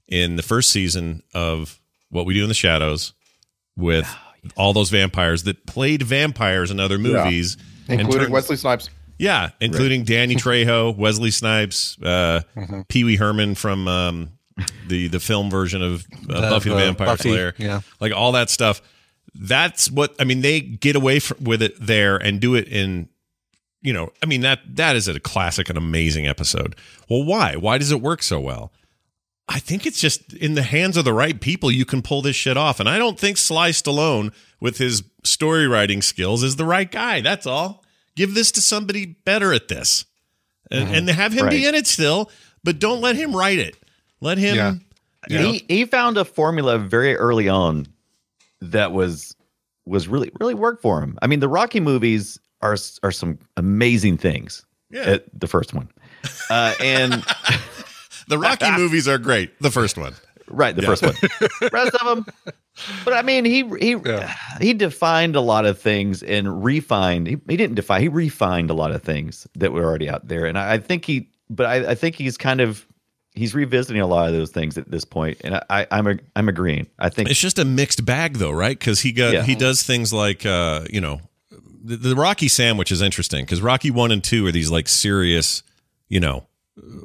in the first season of What We Do in the Shadows with all those vampires that played vampires in other movies, and including turned- Wesley Snipes. yeah, including (laughs) Danny Trejo, Wesley Snipes, uh, Mm-hmm. Pee Wee Herman from um, the the film version of uh, Of, Buffy the uh, Vampire Buffy, Slayer. yeah. like all that stuff. That's what I mean. They get away fr with it there and do it in, you know. I mean that that is a classic and amazing episode. Well, why? Why does it work so well? I think it's just in the hands of the right people you can pull this shit off. And I don't think Sly Stallone, with his story writing skills, is the right guy. That's all. Give this to somebody better at this, and, and have him be Right. in it still, but don't let him write it. Let him. Yeah. you know, He he found a formula very early on that was was really really worked for him. I mean, the Rocky movies are s- are some amazing things. Yeah. Uh, the first one, uh, and (laughs) the Rocky movies are great. The first one. right, the Yeah. first one, rest of them. But I mean, he he Yeah. he defined a lot of things and refined. He, he didn't define. He refined a lot of things that were already out there, and I, I think he. But I, I think he's kind of he's revisiting a lot of those things at this point, and I, I I'm ag- I'm agreeing. I think It's just a mixed bag, though, right? Because he got Yeah. he does things like uh, you know, the, the Rocky sandwich is interesting because Rocky one and two are these like serious, you know,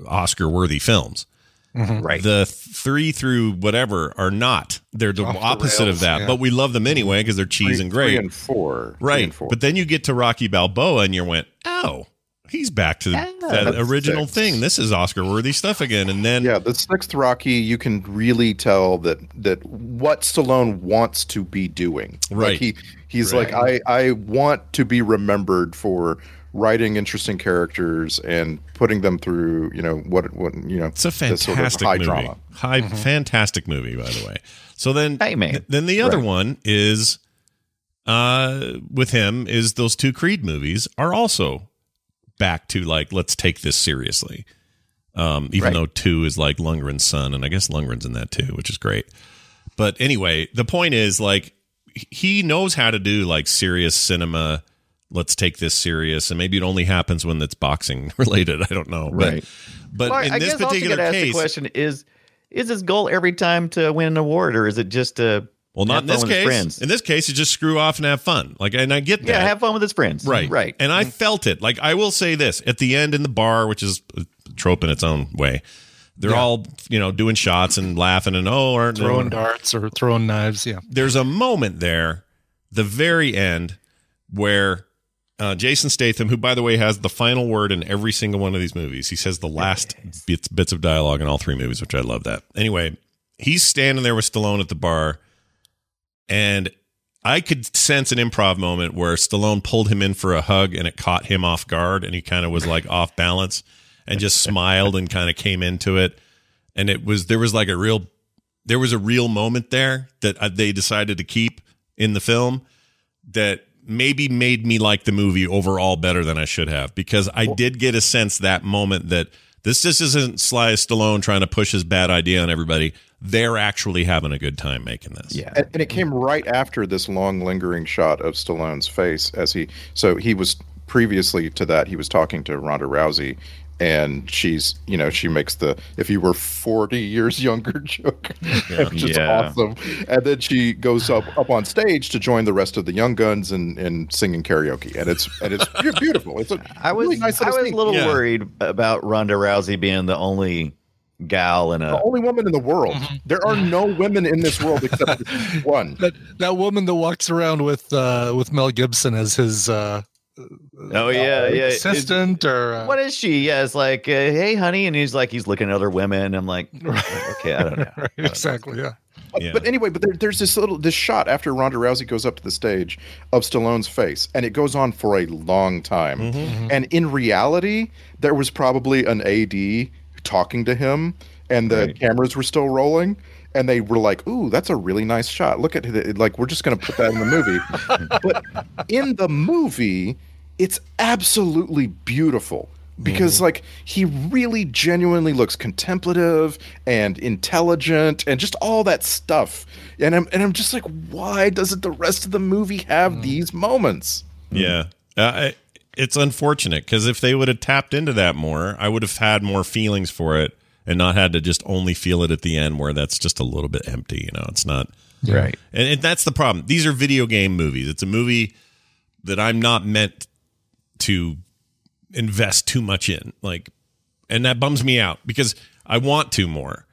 Oscar worthy films. Mm-hmm. right. The three through whatever are not. They're the Off the opposite of rails, that, yeah. but we love them anyway because they're cheese Three- and gravy. Three and four. Three right. and four. But then you get to Rocky Balboa and you went, oh, he's back to the, that that's original six. thing. This is Oscar worthy stuff again. And then yeah, the sixth Rocky, you can really tell that that what Stallone wants to be doing. Right. Like he he's like I I want to be remembered for writing interesting characters and putting them through you know what what you know It's a this sort of fantastic high movie. drama. Mm-hmm. High, fantastic movie, by the way. So then, Hey, man. th- then the other one is, uh, with him is those two Creed movies are also back to like let's take this seriously. Um, even Right. though two is like Lundgren's son, and I guess Lundgren's in that too, which is great. But anyway, the point is like h- he knows how to do like serious cinema. Let's take this serious, and maybe it only happens when it's boxing (laughs) related. I don't know, but Right. but Well, in I this guess also particular gotta ask the case, question is: Is his goal every time to win an award, or is it just to Well, not have in fun this with his case. friends? In this case, you just screw off and have fun. Like, and I get that. yeah, have fun with his friends. right, right. Mm. And I felt it. Like, I will say this at the end in the bar, which is a trope in its own way. They're all you know doing shots and laughing and oh, aren't they- Throwing darts or throwing knives. Yeah. There's a moment there, the very end, where uh, Jason Statham, who by the way has the final word in every single one of these movies, he says the last bits, bits of dialogue in all three movies, which I love that. Anyway, he's standing there with Stallone at the bar, and I could sense an improv moment where Stallone pulled him in for a hug and it caught him off guard and he kind of was like off balance and just smiled and kind of came into it. And it was, there was like a real, there was a real moment there that I- they decided to keep in the film that maybe made me like the movie overall better than I should have because I did get a sense that moment that this just isn't Sly Stallone trying to push his bad idea on everybody. They're actually having a good time making this. Yeah. And, and it came right after this long lingering shot of Stallone's face as he so he was previously to that he was talking to Ronda Rousey and she's you know she makes the if you were 40 years younger (laughs) joke which is Yeah. awesome and then she goes up up on stage to join the rest of the young guns and and singing karaoke and it's and it's be- beautiful it's a I was really nice I little was scene. a little Yeah. worried about Ronda Rousey being the only gal in a the only woman in the world Mm-hmm. there are no women in this world (laughs) except this one That that woman that walks around with uh, with Mel Gibson as his uh, Oh yeah, yeah. It's- assistant or uh, (laughs) what is she? Yeah, it's like, uh, hey, honey, and he's like, he's looking at other women. (laughs) I'm like, okay, I don't know. right, exactly. Yeah. Yeah. But anyway, but there, there's this little this shot after Ronda Rousey goes up to the stage of Stallone's face, and it goes on for a long time. And in reality, there was probably an AD talking to him, and the cameras were still rolling, and they were like, "Ooh, that's a really nice shot. Look at it. Like we're just gonna put that in the movie." but in the movie, it's absolutely beautiful because Mm-hmm. like he really genuinely looks contemplative and intelligent and just all that stuff and i'm and i'm just like why doesn't the rest of the movie have Mm-hmm. these moments Yeah. Uh, I, it's unfortunate because if they would have tapped into that more, I would have had more feelings for it and not had to just only feel it at the end where that's just a little bit empty. You know, it's not. Right. And, and that's the problem. These are video game movies. It's a movie that I'm not meant to invest too much in. Like, and that bums me out because I want to more.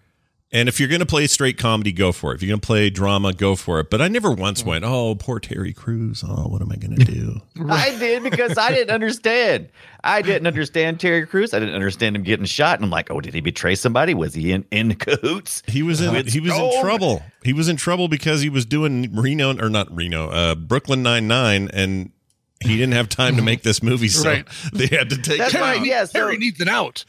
And if you're going to play straight comedy, go for it. If you're going to play drama, go for it. But I never once went, oh, poor Terry Crews. Oh, what am I going to do? I did because I didn't understand. I didn't understand Terry Crews. I didn't understand him getting shot. And I'm like, oh, did he betray somebody? Was he in, in cahoots? He was in he was in trouble. He was in trouble because he was doing Reno or not Reno, uh, Brooklyn Nine Nine, and he didn't have time to make this movie, so Right. (laughs) they had to take That's him right. out. Yeah. So Harry needs an out.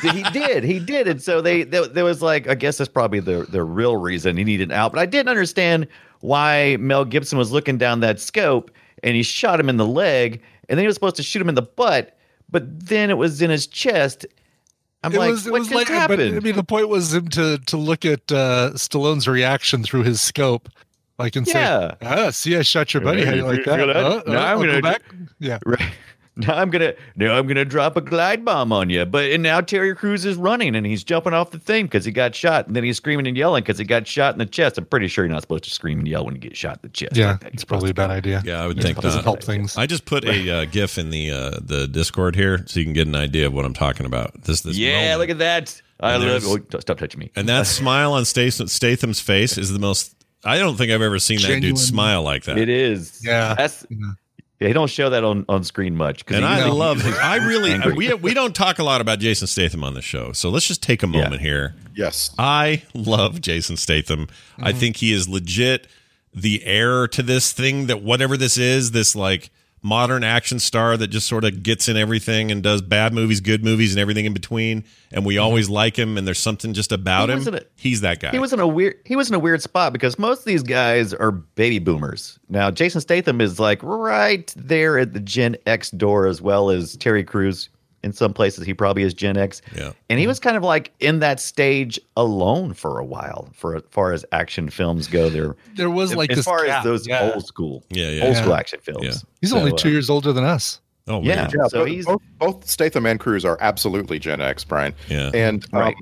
he did. He did. And so they, there there was like, I guess that's probably the, the real reason he needed out. But I didn't understand why Mel Gibson was looking down that scope and he shot him in the leg and then he was supposed to shoot him in the butt, but then it was in his chest. I'm like, what just but, happened? I mean, the point was him to to look at uh, Stallone's reaction through his scope, like and Yeah. say, "Ah, see, I shot your buddy. How do you like You're that? gonna- Uh, uh, now I'm I'll go gonna- back." Yeah, Right. (laughs) Now I'm gonna now I'm gonna drop a glide bomb on you. But and now Terry Crews is running and he's jumping off the thing because he got shot, and then he's screaming and yelling because he got shot in the chest. I'm pretty sure you're not supposed to scream and yell when you get shot in the chest. yeah, Like that. it's probably a bad idea. Yeah, I would It think doesn't not. help things. I just put a uh, GIF in the uh, the Discord here, so you can get an idea of what I'm talking about. This this yeah. moment. Look at that. I And love. there's- Oh, t- stop touching me. (laughs) and that smile on Statham, Statham's face is the most. I don't think I've ever seen that Genuine. dude smile like that. It is. Yeah. That's. Yeah. They don't show that on on screen much. 'cause And he I usually- (laughs) love his. I really. Angry. We we don't talk a lot about Jason Statham on the show, so let's just take a Yeah. moment here. yes Uh, I love Jason Statham. I think he is legit the heir to this thing that whatever this is, this like modern action star that just sort of gets in everything and does bad movies, good movies, and everything in between. And we always like him, and there's something just about He him. wasn't a- He's that guy. He was in a weird he was in a weird spot because most of these guys are baby boomers. Now Jason Statham is like right there at the Gen X door as well as Terry Crews. In some places he probably is Gen X. Yeah. And he was kind of like in that stage alone for a while for as far as action films go there. There was like as this far gap, as those yeah. old school yeah, yeah. old yeah. school action films. Yeah. He's only So, two uh, years older than us. Oh, Yeah. weird. so both, he's- both, both Statham and Cruz are absolutely Gen X, Brian. Yeah. and um, Right.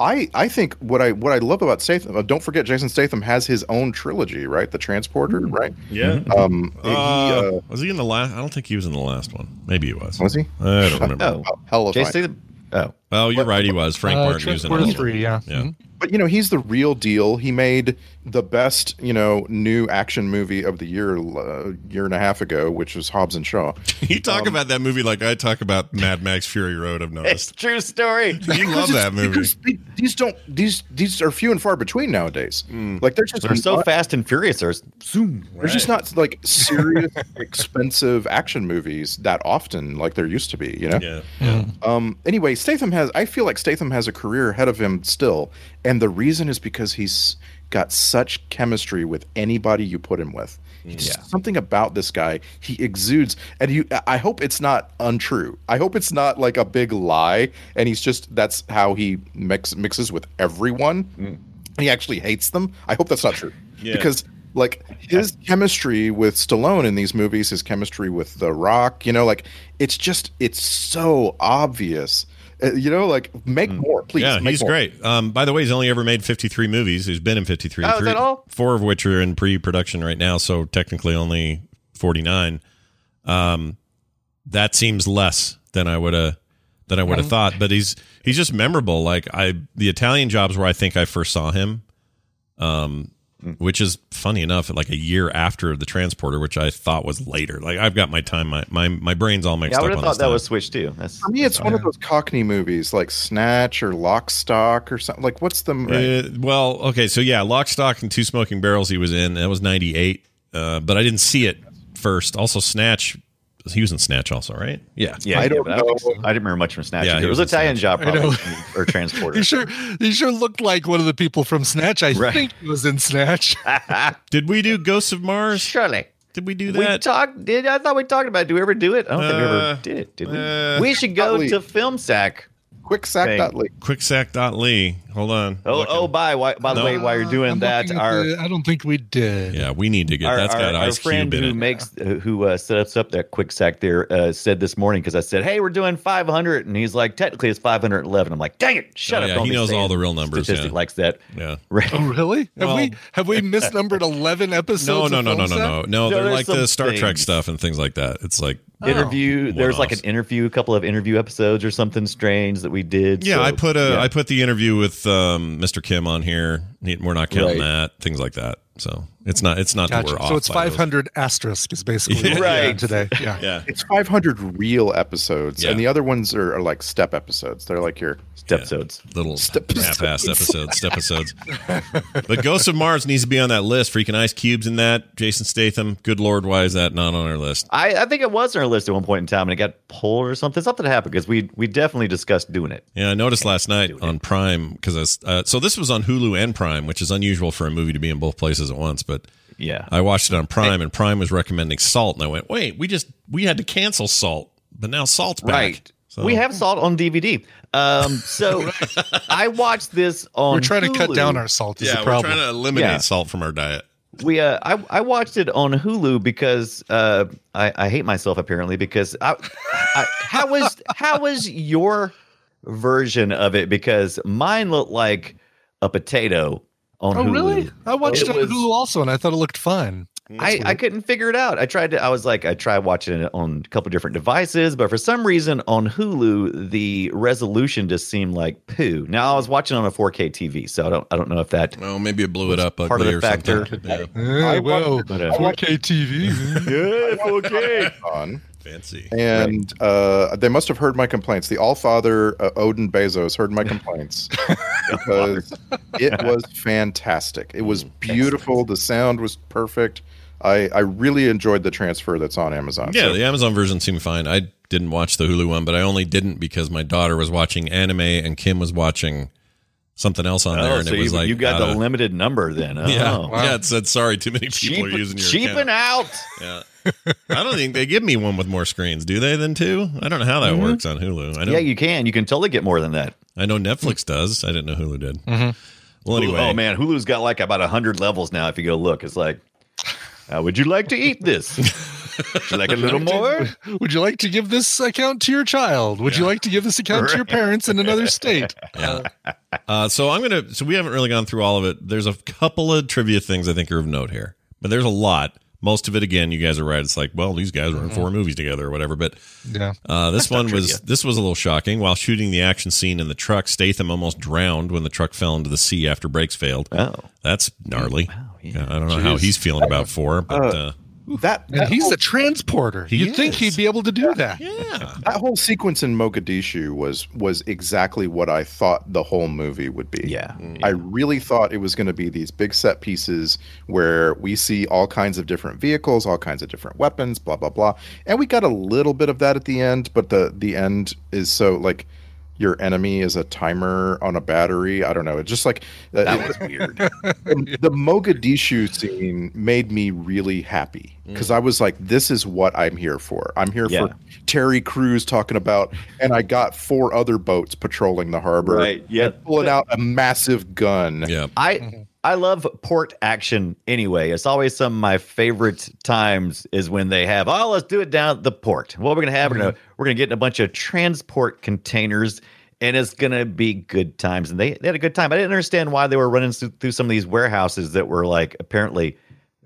I I think what I what I love about Statham. uh, Don't forget, Jason Statham has his own trilogy, right? The Transporter, Mm-hmm. right? Yeah. Um, he, Mm-hmm. Uh, uh, was he in the last? I don't think he was in the last one. Maybe he was. was he? I don't remember. Oh, Hell of a Jason Statham. Oh, Well, you're right. He was Frank Uh, Martin. he was in all of Transporter them. three, yeah. Yeah. Mhm. But you know, he's the real deal. He made the best, you know, new action movie of the year uh, year and a half ago, which was Hobbs and Shaw. (laughs) You talk about that movie like I talk about Mad Max Fury Road. I've (laughs) It's noticed. true story. (laughs) You love that movie. Because they- these don't these these are few and far between nowadays. Hmm. Like they're just They're so not- fast and furious. There's zoom. They're just not like serious, (laughs) expensive action movies that often, like there used to be. You know. Yeah. Um, anyway, Statham has. I feel like Statham has a career ahead of him still, and the reason is because he's got such chemistry with anybody you put him with. He just- Something about this guy, he exudes, and you. I hope it's not untrue. I hope it's not like a big lie, and he's just that's how he mix, mixes with everyone. He actually hates them. I hope that's not true Yeah. because like his chemistry with Stallone in these movies, his chemistry with The Rock, you know, like it's just it's so obvious. Uh, you know, like make more, please. Mm. yeah, make he's more. great. Um, by the way, he's only ever made 53 movies. He's been in 53. Oh, is three- that all? Four of which are in pre-production right now, so technically only 49. Um, that seems less than I would have than I would Mm. have thought. But he's he's just memorable. Like I, the Italian Job's where I think I first saw him, um, Mm. which is funny enough, like a year after the Transporter, which I thought was later. Like I've got my time, my my, my brain's all mixed Yeah, I up. would on have thought this that time. was Switch too. That's For me, it's one of those Cockney movies like Snatch or Lock Stock or something. Like, what's the Uh, well, okay, so yeah, Lock, Stock, and Two Smoking Barrels. He was in that was '98, uh, but I didn't see it first. Also, Snatch. He was in Snatch, also, right? Yeah, yeah, I yeah, don't but I, don't know. think so. I didn't remember much from Snatch. Yeah, either. he it was, was in Italian job I know. probably (laughs) or transporter. (laughs) He sure, he sure looked like one of the people from Snatch. I Right. think he was in (laughs) Snatch. Did we do Ghosts of Mars? Surely. Did we do We that? talked. Did I thought we talked about? It. Do we ever do it? I don't think we Uh, ever did it. Did we? uh, we should go probably. to film sack. quick sack thing. dot leak? Quicksack.lee. Hold on. Oh, Looking. oh, by why, by the No. way, while you're doing I'm that, looking at our the- I don't think we did. yeah, we need to get our, that's our, got our Ice friend Cube in who it. makes who uh, sets up that quick sack there uh, said this morning because I said, "Hey, we're doing 500," and he's like, "Technically, it's 511." I'm like, "Dang it, shut Oh, up!" yeah, don't he be knows saying all the real numbers, Statistic yeah. like that. (laughs) yeah. Right. Oh, really? Have Well- we have we misnumbered eleven episodes? No, no, of no, no, Film no, Sack? no, no. There They're are like the some Star Trek things. stuff and things like that. It's like interview. There's like an One-offs. interview, a couple of interview episodes or something strange that we did. Yeah, so- I put a I yeah. put the interview with um, Mr. Kim on here. He- We're not counting Right. that. Things like that. So it's not it's not that we're Gotcha. off. So it's by those. five hundred asterisk is basically Yeah. what we're doing Right. today. Yeah. Yeah. It's 500 real episodes, Yeah. and the other ones are, are like step episodes. They're like your stepsodes. Little Step- (laughs) half-assed episodes, step episodes. but Ghost of Mars needs to be on that list. Freaking Ice Cube's in that. Jason Statham. Good Lord, why is that not on our list? I, I think it was on our list at one point in time, and it got pulled or something. Something happened because we we definitely discussed doing it. Yeah, I noticed last night on Prime because I was, uh, so this was on Hulu and Prime, which is unusual for a movie to be in both places at once. But Yeah. I watched it on Prime, and Prime was recommending Salt, and I went, "Wait, we just we had to cancel Salt, but now Salt's back." (laughs) Right. So- We have salt on DVD. Um, (laughs) so I watched this on. We're trying to cut Hulu. down our salt. Is Yeah, the we're problem. trying to eliminate Yeah. salt from our diet. We uh, I I watched it on Hulu because uh, I I hate myself apparently because I, I how was how was your version of it because mine looked like a potato on Oh Hulu. really? I watched It it on was- Hulu also, and I thought it looked fun. I, I couldn't figure it out. I tried to. I was like, I tried watching it on a couple different devices, but for some reason on Hulu, the resolution just seemed like poo. Now I was watching on a 4K TV, so I don't. I don't know if that. Well, maybe it blew it up Part of ugly the or factor. (laughs) something. Yeah. Yeah, well, but, uh, 4K (laughs) TV. (laughs) Yeah, okay. on. Fancy. and uh, they must have heard my complaints. The All Father uh, Odin Bezos heard my (laughs) complaints because it was fantastic. It Mm, was beautiful. The sound was perfect. I, I really enjoyed the transfer that's on Amazon. Yeah, So- the Amazon version seemed fine. I didn't watch the Hulu one, but I only didn't because my daughter was watching anime and Kim was watching something else on there, Oh, and so it was you, like you got out the of- limited number then. Oh. (laughs) Yeah, wow. yeah. It said sorry, too many people Cheap, are using your cheaping account. out. Yeah. I don't think they give me one with more screens, do they? Then two? I don't know how that works on Hulu. I know. Mm-hmm. Yeah, you can. You can totally get more than that. I know Netflix does. I didn't know Hulu did. Well, anyway, Mm-hmm. oh man, Hulu's got like about hundred levels now. If you go look, it's like, uh, would you like to eat (laughs) this? would you like a little more? Would you like to give this account to your child? Would you like to give this account to your parents in another (laughs) state? Yeah. Uh, so I'm gonna. So we haven't really gone through all of it. There's a couple of trivia things I think are of note here, but there's a lot. Most of it, again, you guys are right. It's like, well, these guys were in four movies together or whatever. But Yeah. uh, this not one true, was yeah. this was a little shocking. While shooting the action scene in the truck, Statham almost drowned when the truck fell into the sea after brakes failed. Oh. That's gnarly. yeah. I don't know how Jeez. he's feeling about four, but uh, That, And that, he's whole, a transporter. He You'd think is. he'd be able to do that. yeah, that whole sequence in Mogadishu was was exactly what I thought the whole movie would be. Yeah. I really thought it was going to be these big set pieces where we see all kinds of different vehicles, all kinds of different weapons, blah blah blah. And we got a little bit of that at the end, but the the end is so like your enemy is a timer on a battery. I don't know. It's just like uh, That it- was weird. (laughs) the, the Mogadishu scene made me really happy because I was like, this is what I'm here for. I'm here Mm. Yeah. for Terry Crews talking about, and I got four other boats patrolling the harbor, Right, yeah. and pulling out a massive gun. yeah. Mm-hmm. I I love port action anyway. It's always some of my favorite times is when they have, oh, let's do it down at the port. What we're gonna have, we're gonna Mm-hmm. we're gonna get in a bunch of transport containers and it's gonna be good times. And they, they had a good time. I didn't understand why they were running through, through some of these warehouses that were like apparently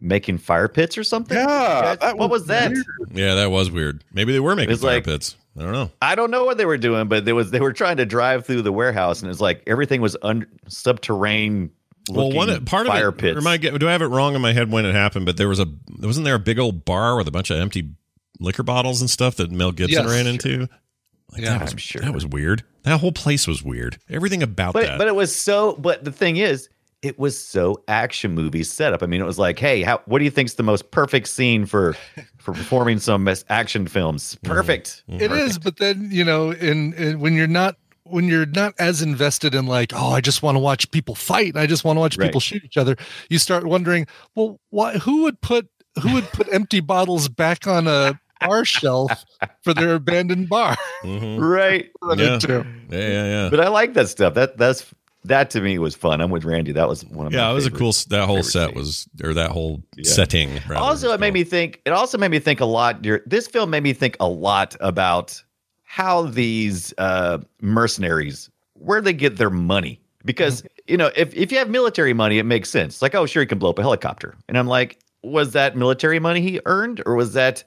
making fire pits or something. Yeah, that what was was, that? weird. Yeah, that was weird. Maybe they were making It's fire like- pits. I don't know. I don't know what they were doing, but they was they were trying to drive through the warehouse and it's like everything was un- subterranean. Well, looking one part fire of it. pits. Or am I get- do I have it wrong in my head when it happened? But there was a wasn't there a big old bar with a bunch of empty liquor bottles and stuff that Mel Gibson Yes, ran sure. into? Like, Yeah, that was, I'm sure. that was weird. That whole place was weird. Everything about but that. but it was so but the thing is it was so action movie setup i mean it was like hey how what do you think's the most perfect scene for for performing some as- action films Mm-hmm. perfect It is, but then you know, in, in when you're not when you're not as invested in like, oh, I just want to watch people fight, and I just want to watch Right. people shoot each other, you start wondering, well, why? Who would put who would put empty bottles back on a bar shelf for their abandoned (laughs) bar? Mhm. right Yeah. To- yeah, yeah, yeah. but i like that stuff that that's that to me was fun i'm with randy that was one of my yeah, it was a favorite. cool. s- That whole favorite set scene. was, or that whole Yeah. setting. rather, also was it made me think it also made me think a lot dear- this film made me think a lot about how these uh mercenaries where they get their money because you know if, if you have military money it makes sense It's like oh sure he can blow up a helicopter and i'm like was that military money he earned or was that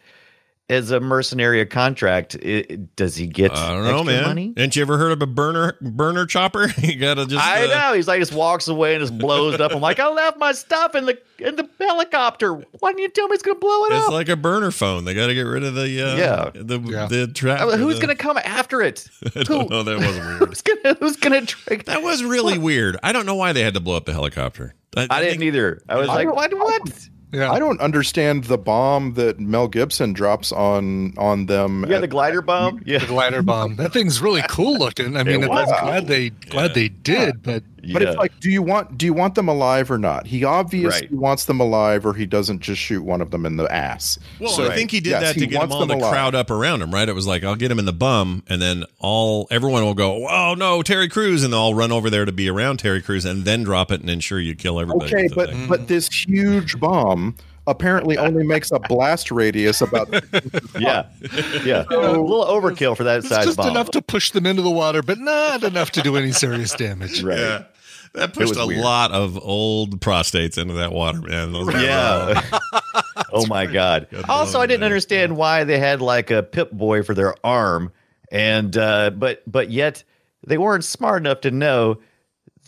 as a mercenary a contract i does he get I don't know, extra man. money Ain't you ever heard of a burner burner chopper? (laughs) you gotta just. I uh, know. He's like just walks away and just blows it up. I'm like, I left my stuff in the in the helicopter. Why didn't you tell me it's gonna blow it It's up? like a burner phone. They got to get rid of the uh, Yeah. the Yeah. the trap. I mean, who's the- gonna come after it? (laughs) I don't know. That was weird. Who's gonna who's gonna drink That was really weird. I don't know why they had to blow up the helicopter. I didn't think- either. I was I like, don't- what? What? yeah, I don't understand the bomb that Mel Gibson drops on on them. Yeah, at- the glider bomb. Yeah, the glider bomb. That thing's really cool looking. I mean, I'm It was glad they glad they did, but but it's like, do you want do you want them alive or not? He obviously Right. wants them alive, or he doesn't just shoot one of them in the ass. Well, e-, So- I think he did Yes, that to he get them wants all to alive. crowd up around him, right? It was like, I'll get him in the bum, and then all everyone will go, "Oh no, Terry Crews!" and they'll all run over there to be around Terry Crews, and then drop it and ensure you kill everybody. Okay, with the but thing. but this huge bomb apparently only makes a blast radius (laughs) about. yeah, (laughs) yeah. a little overkill for that it's size just (laughs) bomb. enough to push them into the water, but not enough to do any serious damage. right. yeah, that pushed was a weird. lot of old prostates into that water, man. Those guys were Yeah. (laughs) oh my God. Also, I didn't man. understand why they had like a Pip Boy for their arm, and uh, but but yet they weren't smart enough to know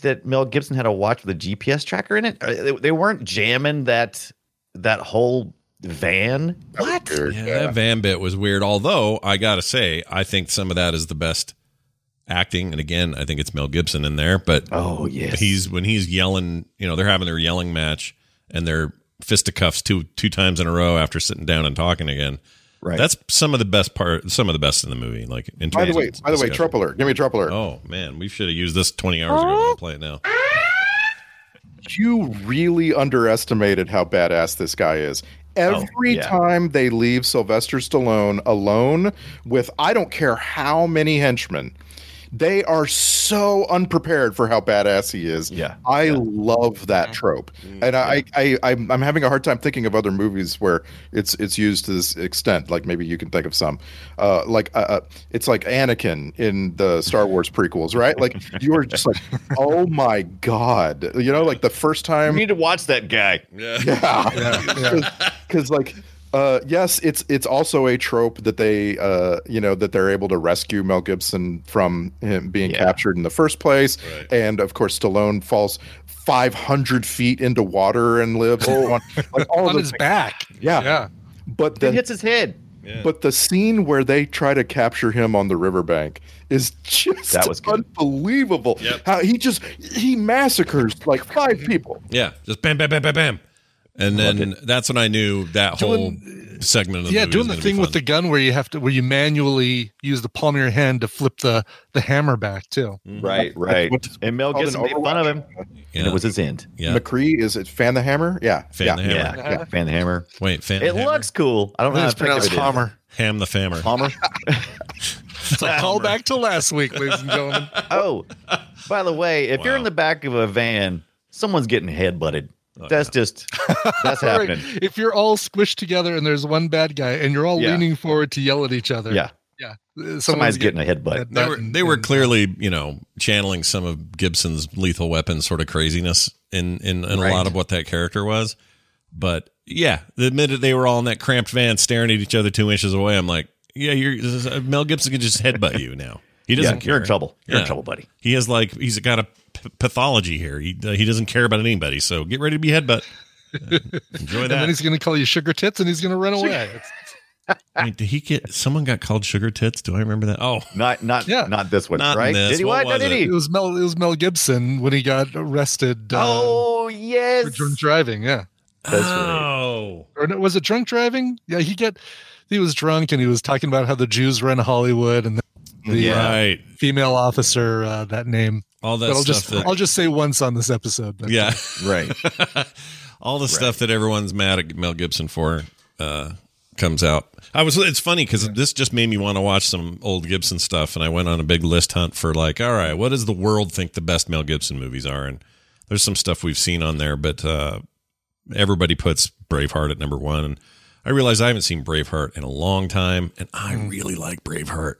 that Mel Gibson had a watch with a GPS tracker in it. Uh, They, they weren't jamming that that whole van. What? all- yeah, that van bit was weird. Although I gotta say, I think some of that is the best acting, and again, I think it's Mel Gibson in there, but Oh yes. he's when he's yelling, you know, they're having their yelling match and their fisticuffs two two times in a row after sitting down and talking again. right. That's some of the best part, some of the best in the movie. Like in By the terms way, of by the way, discussion. triple alert. Give me triple alert. Oh man, we should have used this twenty hours ago. We'll play it now. you really underestimated how badass this guy is. Oh, Every yeah. time they leave Sylvester Stallone alone with I don't care how many henchmen, they are so unprepared for how badass he is. Yeah. I love that trope, and I, I, I I'm, I'm having a hard time thinking of other movies where it's it's used to this extent. Like maybe you can think of some, uh, like uh, uh, it's like Anakin in the Star Wars prequels, right? Like you were just like, oh my god, you know, like the first You time. need to watch that guy. Yeah. (laughs) Yeah, yeah. because like uh yes it's it's also a trope that they uh you know that they're able to rescue mel gibson from him being captured in the first place and of course stallone falls 500 feet into water and lives on, like, (laughs) all Oh. on the his things. back. yeah Yeah. but It the hits his head. but the scene where they try to capture him on the riverbank is just That was good. unbelievable. Yep. How he just he massacres like five people. Yeah, just bam, bam, bam, bam, bam, and then that's when I knew that whole segment. Of the yeah, doing movie the was gonna thing be with the fun. gun where you have to where you manually use the palm of your hand to flip the the hammer back too. (laughs) Right, right. what's And Mel called Gibson an made fun of him, yeah. and it was his end. yeah. McCree is it Fan the Hammer? Yeah, Fan yeah, the Hammer. Yeah, yeah. fan the hammer. Wait, fan it hammer? looks cool. Ah, I don't know how It's effective pronounced it is. (laughs) Palmer. ham the fammer. (laughs) Palmer. It's a call back to last week, ladies and gentlemen. Oh, by the way, if you're Wow. in the back of a van, someone's getting headbutted. Oh, that's just (laughs) that's Sorry, happening. If you're all squished together and there's one bad guy and you're all Yeah. leaning forward to yell at each other, Yeah, yeah, someone's, somebody's getting a headbutt. that They nut were and- they were and- uh, clearly you know channeling some of Gibson's Lethal Weapon sort of craziness in in, in a lot of what that character was, but yeah, the minute they were all in that cramped van staring at each other two inches away, I'm like, yeah, you're this is- uh, Mel Gibson can just headbutt you now. He Yeah, doesn't care. you're in trouble. You're Yeah. in trouble, buddy. He has like he's got a p- pathology here. He uh, he doesn't care about anybody. So get ready to (laughs) be headbutt. Enjoy And then that. he's going to call you sugar tits and he's going to run away. It's- I mean, did he get? Someone got called sugar tits. Do I remember that? Oh, Not not Yeah. not this one, Not in right? this. Did he? What? What No, was did it? he? It was Mel. It was Mel Gibson when he got arrested. uh, oh yes. for drunk driving. Yeah, oh, or no, was it drunk driving? Yeah, he get he was drunk and he was talking about how the Jews run Hollywood and the, the Yeah. right. uh, female officer uh, that name. All that But I'll stuff. just that, I'll just say once on this episode. But (laughs) yeah. Right. (laughs) all the stuff that everyone's mad at Mel Gibson for uh, comes out. I was. It's funny because this just made me want to watch some old Gibson stuff, and I went on a big list hunt for like, all right, what does the world think the best Mel Gibson movies are? And there's some stuff we've seen on there, but uh, everybody puts Braveheart at number one. And I realize I haven't seen Braveheart in a long time, and I really like Braveheart.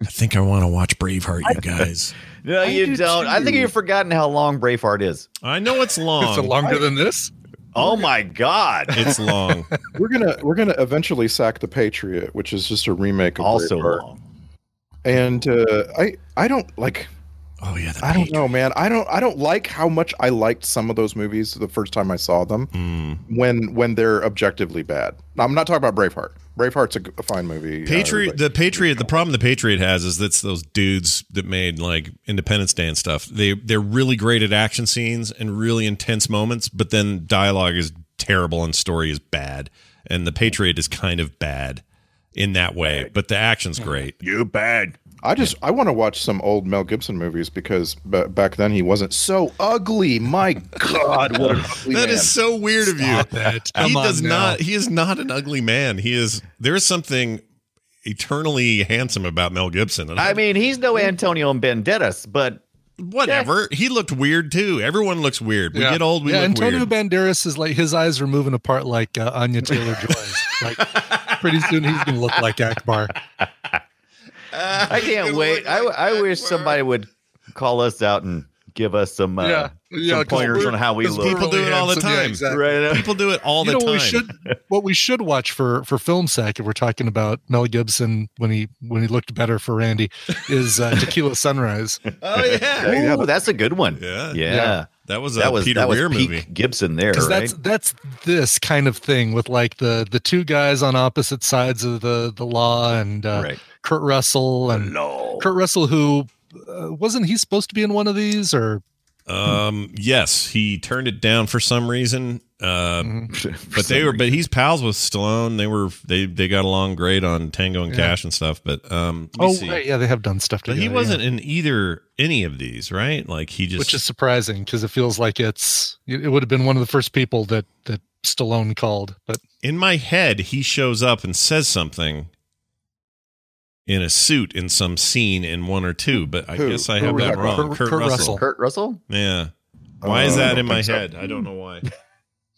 I think I want to watch Braveheart, you guys. No, you do don't. I think too. you've forgotten how long Braveheart is. (laughs) I know it's long. It's longer than this. Oh my god. It's (laughs) long. We're gonna we're gonna eventually sack the Patriot, which is just a remake of (laughs) Also Braveheart. long. And uh, I I don't like Oh yeah, the I don't page. know, man. I don't I don't like how much I liked some of those movies the first time I saw them Mm. when when they're objectively bad. Now, I'm not talking about Braveheart. Braveheart's a, g- a fine movie. uh, Patriot, but- the Patriot, the problem the Patriot has is that's those dudes that made like Independence Day and stuff. They they're really great at action scenes and really intense moments, but then dialogue is terrible and story is bad. And the Patriot is kind of bad in that way, but the action's great. I just I want to watch some old Mel Gibson movies because b- back then he wasn't so ugly. My God, what an (laughs) ugly That man! is so weird of you. Stop it. (laughs) he Come on does now. not. He is not an ugly man. He is. There is something eternally handsome about Mel Gibson. And I mean, he's no Antonio Banderas, but whatever. He looked weird too. Everyone looks weird. We Yeah. get old. We yeah, look Antonio weird. Banderas is like his eyes are moving apart like uh, Anya Taylor (laughs) Joy's. like pretty soon he's gonna look like Akbar. (laughs) I can't wait. I, I wish somebody would call us out and give us some uh, some 'cause pointers we're- on how we 'cause look. we're People do it all the handsome. Yeah, time. exactly. Right. People do it all you the know what we time. should (laughs) what we should watch for for film sack if we're talking about Mel Gibson when he when he looked better for Randy is uh, Tequila (laughs) Sunrise. Oh yeah, Ooh, that's a good one. Yeah. yeah. Yeah. that was a That was Peter that was Weir peak movie. Gibson there, Because right? that's that's this kind of thing with like the the two guys on opposite sides of the the law and uh, right. Kurt Russell and No. Kurt Russell who uh, wasn't he supposed to be in one of these or Um, yes, he turned it down for some reason. Uh, Mm-hmm. but they were, but he's pals with Stallone. They were, they they got along great on Tango and Yeah. Cash and stuff. But um, let me oh see. right, yeah they have done stuff but together. he yeah. wasn't in either any of these, right? Like he just, which is surprising because it feels like it's it it would have been one of the first people that that Stallone called, but (laughs) in my head, he shows up and says something in a suit in some scene in one or two. But I Who? guess I Who have was that that? wrong. Kurt- Kurt, Kurt Russell. Russell. Kurt Russell? Yeah. Why is Uh, I that don't in my think so. head? I don't (laughs) know why.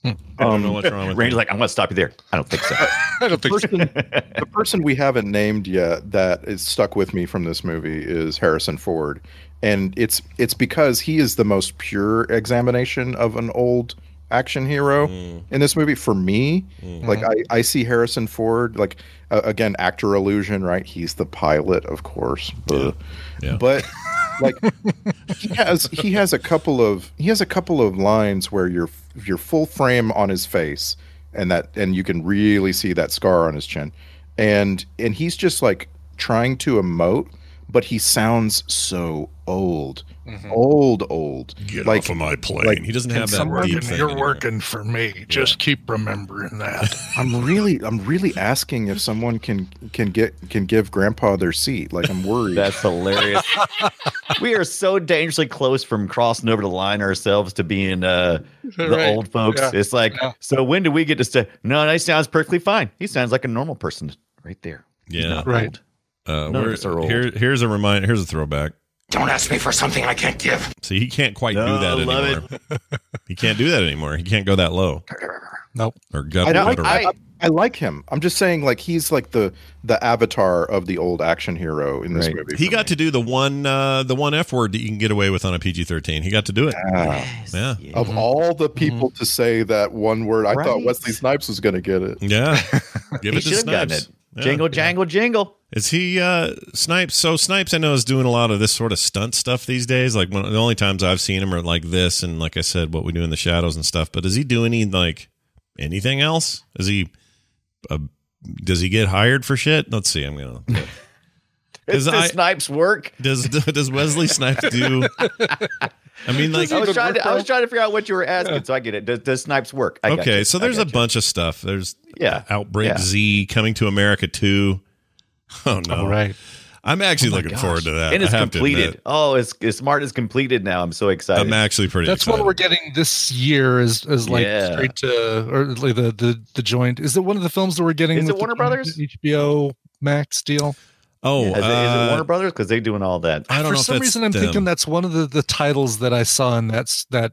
I don't Um, know what's wrong with Randy's me. like, I'm gonna stop you there. I don't think (laughs) so. I don't think person, the person we haven't named yet that is stuck with me from this movie is Harrison Ford, and it's it's because he is the most pure examination of an old action hero Mm. in this movie for me. Mm-hmm. Like I, I see Harrison Ford, like uh, again, actor illusion, right? He's the pilot, of course. Ugh. Yeah. But like he has he has a couple of he has a couple of lines where you're you're full frame on his face and that and you can really see that scar on his chin. And and he's just like trying to emote, but he sounds so old. Old, old. Mm-hmm. Get like off of my plane. like, he doesn't can have that someone- deep Working, thing. you're anymore. working for me. Just keep remembering (laughs) that. I'm really I'm really asking if someone can can get can give grandpa their seat. Like I'm worried. (laughs) (laughs) That's hilarious. we are so dangerously close from crossing over the line ourselves to being uh, the Right. old folks. Yeah. It's like, Yeah. so when do we get to say, no, that sounds perfectly fine. He sounds like a normal person right there. He's Yeah. not Right. old. Uh, None of we're- us are old. here, here's a reminder. Here's a throwback. Don't ask me for something I can't give. See, he can't quite do No, that Oh, love anymore. (laughs) he can't do that anymore. He can't go that low. Nope. Or gut I, water. don't- I, I, I like him. I'm just saying like he's like the the avatar of the old action hero in this Right. movie. he for got me. to do the one uh, the one F word that you can get away with on a PG thirteen. He got to do it. Ah. Yeah. of all Mm-hmm. the people to say that one word, I thought Right. Wesley Snipes was going to get (laughs) it. Yeah. Give He it should to have gotten it. Snipes. Yeah. Jingle, jangle, jingle. Is he uh Snipes? So Snipes I know is doing a lot of this sort of stunt stuff these days. Like one the only times I've seen him are like this and like I said, what we do in the shadows and stuff. But does he do any like anything else? Is he uh, does he get hired for shit? Let's see. I'm gonna It's Because the I- Snipes work. does (laughs) does Wesley Snipes do? I mean, like I was, even trying work, to, I was though? trying to figure out what you were asking, so I get it. Does, does Snipes work? (laughs) I okay, gotcha. so I there's a gotcha. bunch of stuff. There's Yeah. Outbreak Yeah. Z coming to America too. (laughs) Oh no! All right. I'm actually Oh my looking gosh. forward to that. And I it's have to admit. completed. Oh, it's, it's smart is completed now. I'm so excited. I'm actually pretty. That's what excited. we're getting this year is is like Yeah. straight to or like the, the the joint. Is it one of the films that we're getting? Is it with the Warner Brothers? HBO Max deal? Oh, Is it, is it uh, Warner Brothers? Because they're doing all (laughs) that. (laughs) I don't For know if some that's reason, I'm them. thinking that's one of the the titles that I saw in that's that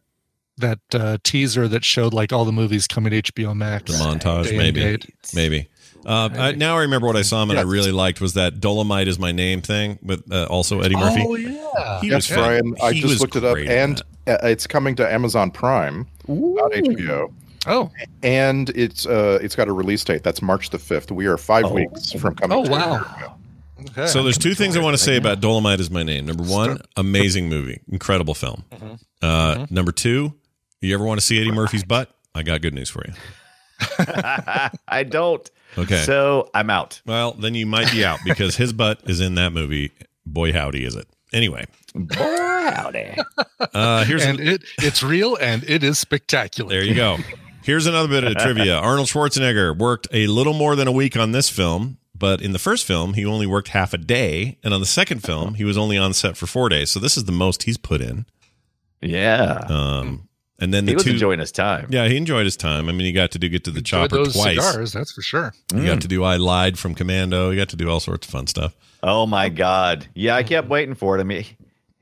that uh, teaser that showed like all the movies coming to HBO Max. the montage, Day and maybe, date. maybe. Uh, I, now I remember what I saw him and I Yes. really liked was that Dolomite is my name thing with uh, also Eddie Murphy. Oh yeah. He Yes, was Brian. I he just was looked it up, great in and that. uh, it's coming to Amazon Prime, not HBO. Oh. And it's uh, it's got a release date. That's March the fifth. We are five Oh. weeks from coming. Oh to wow. Okay. So there's two things I want to say right about Dolomite is my name. Number one, amazing movie, incredible film. Mm-hmm. Uh, Number two, you ever want to see Eddie Murphy's butt? I got good news for you. I don't. Okay. So I'm out. well, then you might be out because his butt is in that movie. Boy, howdy is it. Anyway, Boy, howdy. uh, here's and it it's real and it is spectacular. There you go. Here's another bit (laughs) of trivia. Arnold Schwarzenegger worked a little more than a week on this film, but in the first film, he only worked half a day. And on the second film, he was only on set for four days. So this is the most he's put in. Yeah. Um, and then the he was two. enjoying his time. yeah, he enjoyed his time. I mean, he got to do get to the Enjoy chopper those twice. cigars, Mm. that's for sure. He got to do I Lied from Commando. He got to do all sorts of fun stuff. Oh my God. Yeah, I kept waiting for it. I mean,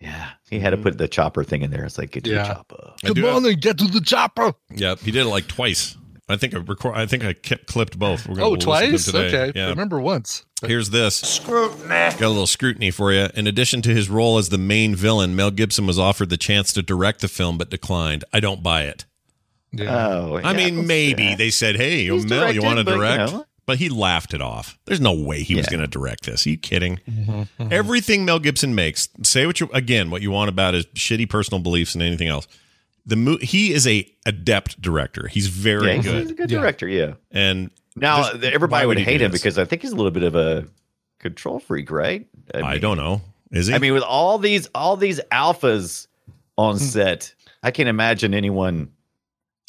yeah, he Mm-hmm. had to put the chopper thing in there. It's like, get to Yeah. the chopper. I do Oh, Come on and get to the chopper. Yep, he did it like twice. I think I record. I think I kept clipped both. We're gonna Oh, listen to them twice? today. Okay. I Yeah. remember once. Here's this scrutiny. Got a little scrutiny for you. In addition to his role as the main villain, Mel Gibson was offered the chance to direct the film but declined. I don't buy it. Yeah. Oh, I yeah, mean, let's maybe do that. they said, "Hey, He's Mel, you directed, want to but, you direct?" know. But he laughed it off. There's no way he was Yeah. Mm-hmm. going to direct this. Are you kidding? mm-hmm. Everything Mel Gibson makes, say what you again, what you want about his shitty personal beliefs and anything else. The mo- he is a adept director. He's very Yeah, he's, good. he's a good Yeah. director. Yeah. And Now, There's- why everybody would would he do hate him this? because I think he's a little bit of a control freak, right? I, mean- don't know. Is he? I mean, with all these all these alphas on Hmm. set, I can't imagine anyone.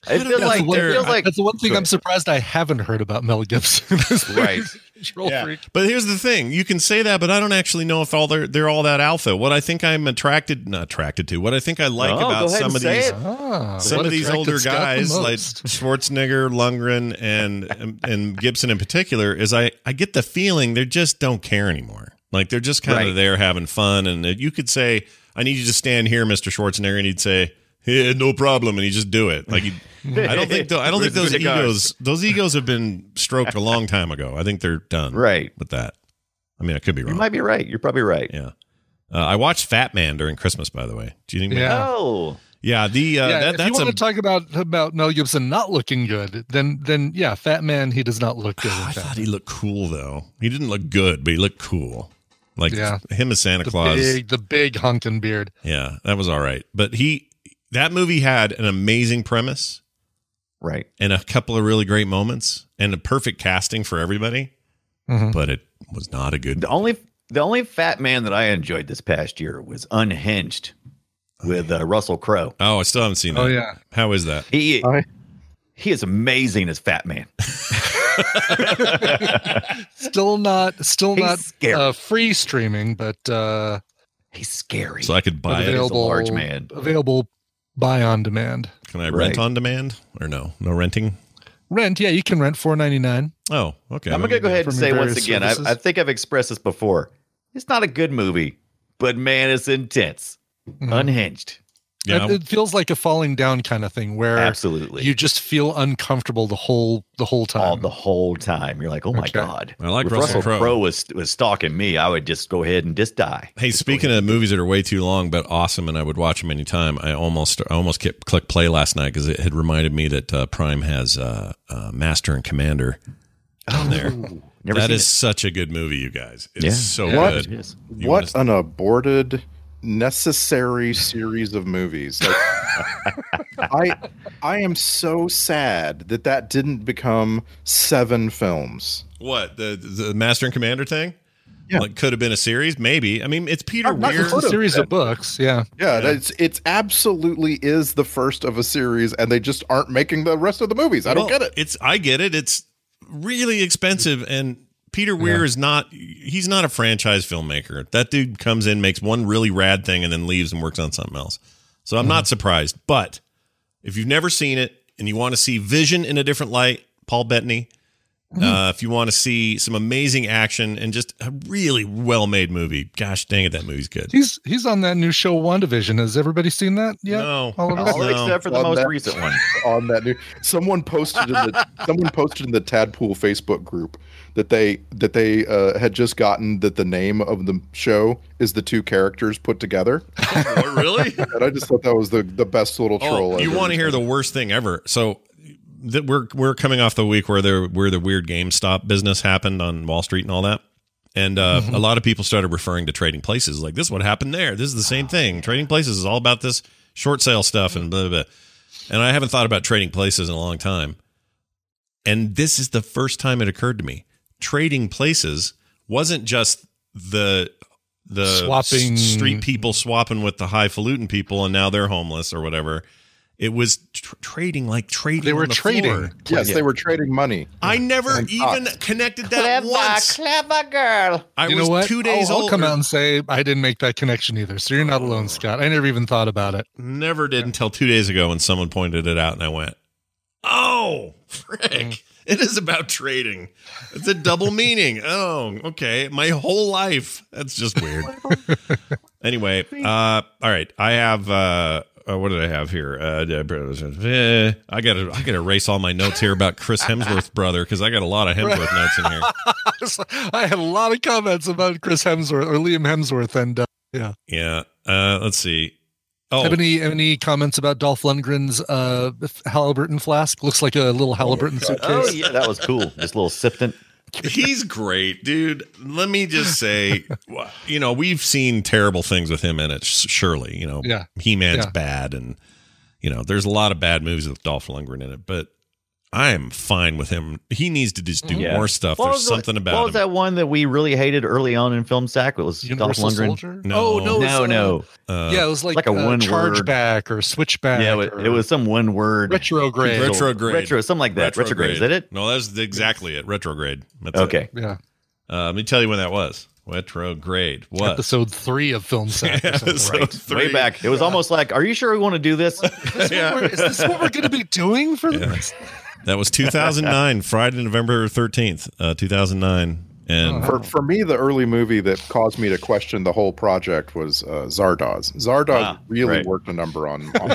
I It don't feels know. like it That's the feels one- like that's the one thing Go I'm ahead. surprised I haven't heard about Mel (laughs) Gibson. Right. Control Yeah. freak. But here's the thing: you can say that, but I don't actually know if all they're they're all that alpha. What I think I'm attracted, not attracted to, what I think I like Oh, go about ahead some and of say these it. Ah, some what of these attracted older Scott the guys, like most? Schwarzenegger, Lundgren, and and Gibson in particular, is I I get the feeling they just don't care anymore. Like they're just kind Right. of there having fun, and you could say, "I need you to stand here, Mister Schwarzenegger," and he'd say. Yeah, no problem, and he just do it. Like he'd- I (laughs) don't think tho- I don't think Where's those the cigar? egos those egos have been stroked a long time ago. I think they're done right. with that. I mean, I could be You wrong. might be right. You're probably right. yeah. Uh, I watched Fat Man during Christmas, by the way. Do you think? Yeah. Oh, Yeah, the uh, that, if that's you a want to talk about about Mel Gibson not looking good, then then yeah, Fat Man he does not look good. in Ah, I Fat thought he looked cool though. He didn't look good, but he looked cool. Like Yeah. him as Santa the Claus. big the big honkin' beard. Yeah, that was all right. But he that movie had an amazing premise. Right. And a couple of really great moments and a perfect casting for everybody. Mhm. But it was not a good The only the only Fat Man that I enjoyed this past year was Unhinged with uh, Russell Crowe. Oh, I still haven't seen that. Oh, yeah. How is that? He he is amazing as Fat Man. Still not still He's not scary. uh, free streaming, but uh, He's scary. So I could but buy it. available large man. available buy on demand. Can I Right. rent on demand or no? No renting? Rent, yeah, you can rent four ninety nine. Oh, okay. I'm gonna go ahead and From say your once various again, I, services? I think I've expressed this before. It's not a good movie, but man, it's intense, unhinged. Yeah, Mm-hmm. It, it feels like a falling down kind of thing where Absolutely, you just feel uncomfortable the whole the whole time. all the whole time. You're like, oh my Okay. god. I like If Russell Crowe. Crowe was was stalking me, I would just go ahead and just die. Hey, speaking of movies that are way too long but awesome, and I would watch them anytime. I almost I almost kept click play last night because it had reminded me that uh, Prime has uh, uh, Master and Commander on there. Oh. Never that seen is such a good movie, you guys. It's Yeah. so Yeah, What? it. good. It is. You what wanna- an aborted necessary series of movies Like, i i am so sad that that didn't become seven films What the the Master and Commander thing? Yeah. like could have been a series, maybe. I mean, it's Peter Not- not Weir. it's a could've series been. of books, yeah. yeah, that's it's absolutely is the first of a series and they just aren't making the rest of the movies i don't Well, get it It's I get it. It's really expensive, and Peter Weir is not. He's not a franchise filmmaker. That dude comes in, makes one really rad thing, and then leaves and works on something else. So I'm Mm-hmm. not surprised. But if you've never seen it and you want to see Vision in a different light, Paul Bettany. Mm-hmm. Uh, if you want to see some amazing action and just a really well made movie, gosh dang it, that movie's good. He's he's on that new show WandaVision. Has everybody seen that yet? No. All of us? All No. except for the Love most that. (laughs) recent one. on that new someone posted in the someone posted in the tadpool facebook group that they that they uh, had just gotten that the name of the show is the two characters put together Oh, (laughs) really? and i just thought that was the the best little troll Oh, you want to hear the worst thing ever? So that we're we're coming off the week where the where the weird GameStop business happened on Wall Street and all that, and uh, a lot of people started referring to trading places like this. is What happened there? This is the same thing. Trading places is all about this short sale stuff and blah blah. blah. And I haven't thought about trading places in a long time, and this is the first time it occurred to me. Trading places wasn't just the the Swapping- s- street people swapping with the highfalutin people, and now they're homeless or whatever. It was tr- trading like trading. They were on the trading. floor. yes they were trading money I never And even cocks. connected that Clever, once. clever girl. I you was know what? two days I'll, I'll old. come or- out and say I didn't make that connection either. So you're not alone, Scott. I never even thought about it. (laughs) Never did until two days ago when someone pointed it out, and I went, "Oh, frick! Mm. It is about trading. It's a (laughs) double meaning. Oh, okay. My whole life. That's (laughs) just weird." anyway, uh, all right. I have. Uh, uh, what did I have here? Uh, eh, I gotta, I gotta erase all my notes here about Chris Hemsworth brother because I got a lot of Hemsworth notes in here. I had a lot of comments about Chris Hemsworth or Liam Hemsworth, and uh, yeah. Yeah. Uh, let's see. Oh, Have any have any comments about Dolph Lundgren's uh, Halliburton flask? Looks like a little Halliburton suitcase. Oh yeah, that was cool. This little siftant. He's great, dude. Let me (laughs) just say, you know, we've seen terrible things with him in it, s- surely. You know, Yeah. He Man's Yeah. bad, and, you know, there's a lot of bad movies with Dolph Lundgren in it, but I'm fine with him. He needs to just do Mm-hmm. Yeah. more stuff. What there's was the- something What about was him. that one that we really hated early on in film sack? It was Universal Dolph Lundgren. Soldier? No. Oh no, it was, No, uh, no. Uh, yeah, it was like, like a a one word. chargeback or switchback. yeah, it, or it was some one word. retrograde. Retro- Retrograde. Retro- something like that. Retrograde, is that it? No, that's exactly it. Retrograde. That's it. Okay. yeah, Uh, let me tell you when that was. Retrograde. What? episode three of (laughs) film sack. or something, Episode right? three. Way back. It was almost like, are you sure we want to do this? Is this what we're- is this what we're going to be doing for Yeah. this? That (laughs) was 2009, Friday, November 13th, uh, 2009. And Oh. for, for me the early movie that caused me to question the whole project was uh, zardoz zardoz Ah, really right. worked a number on, on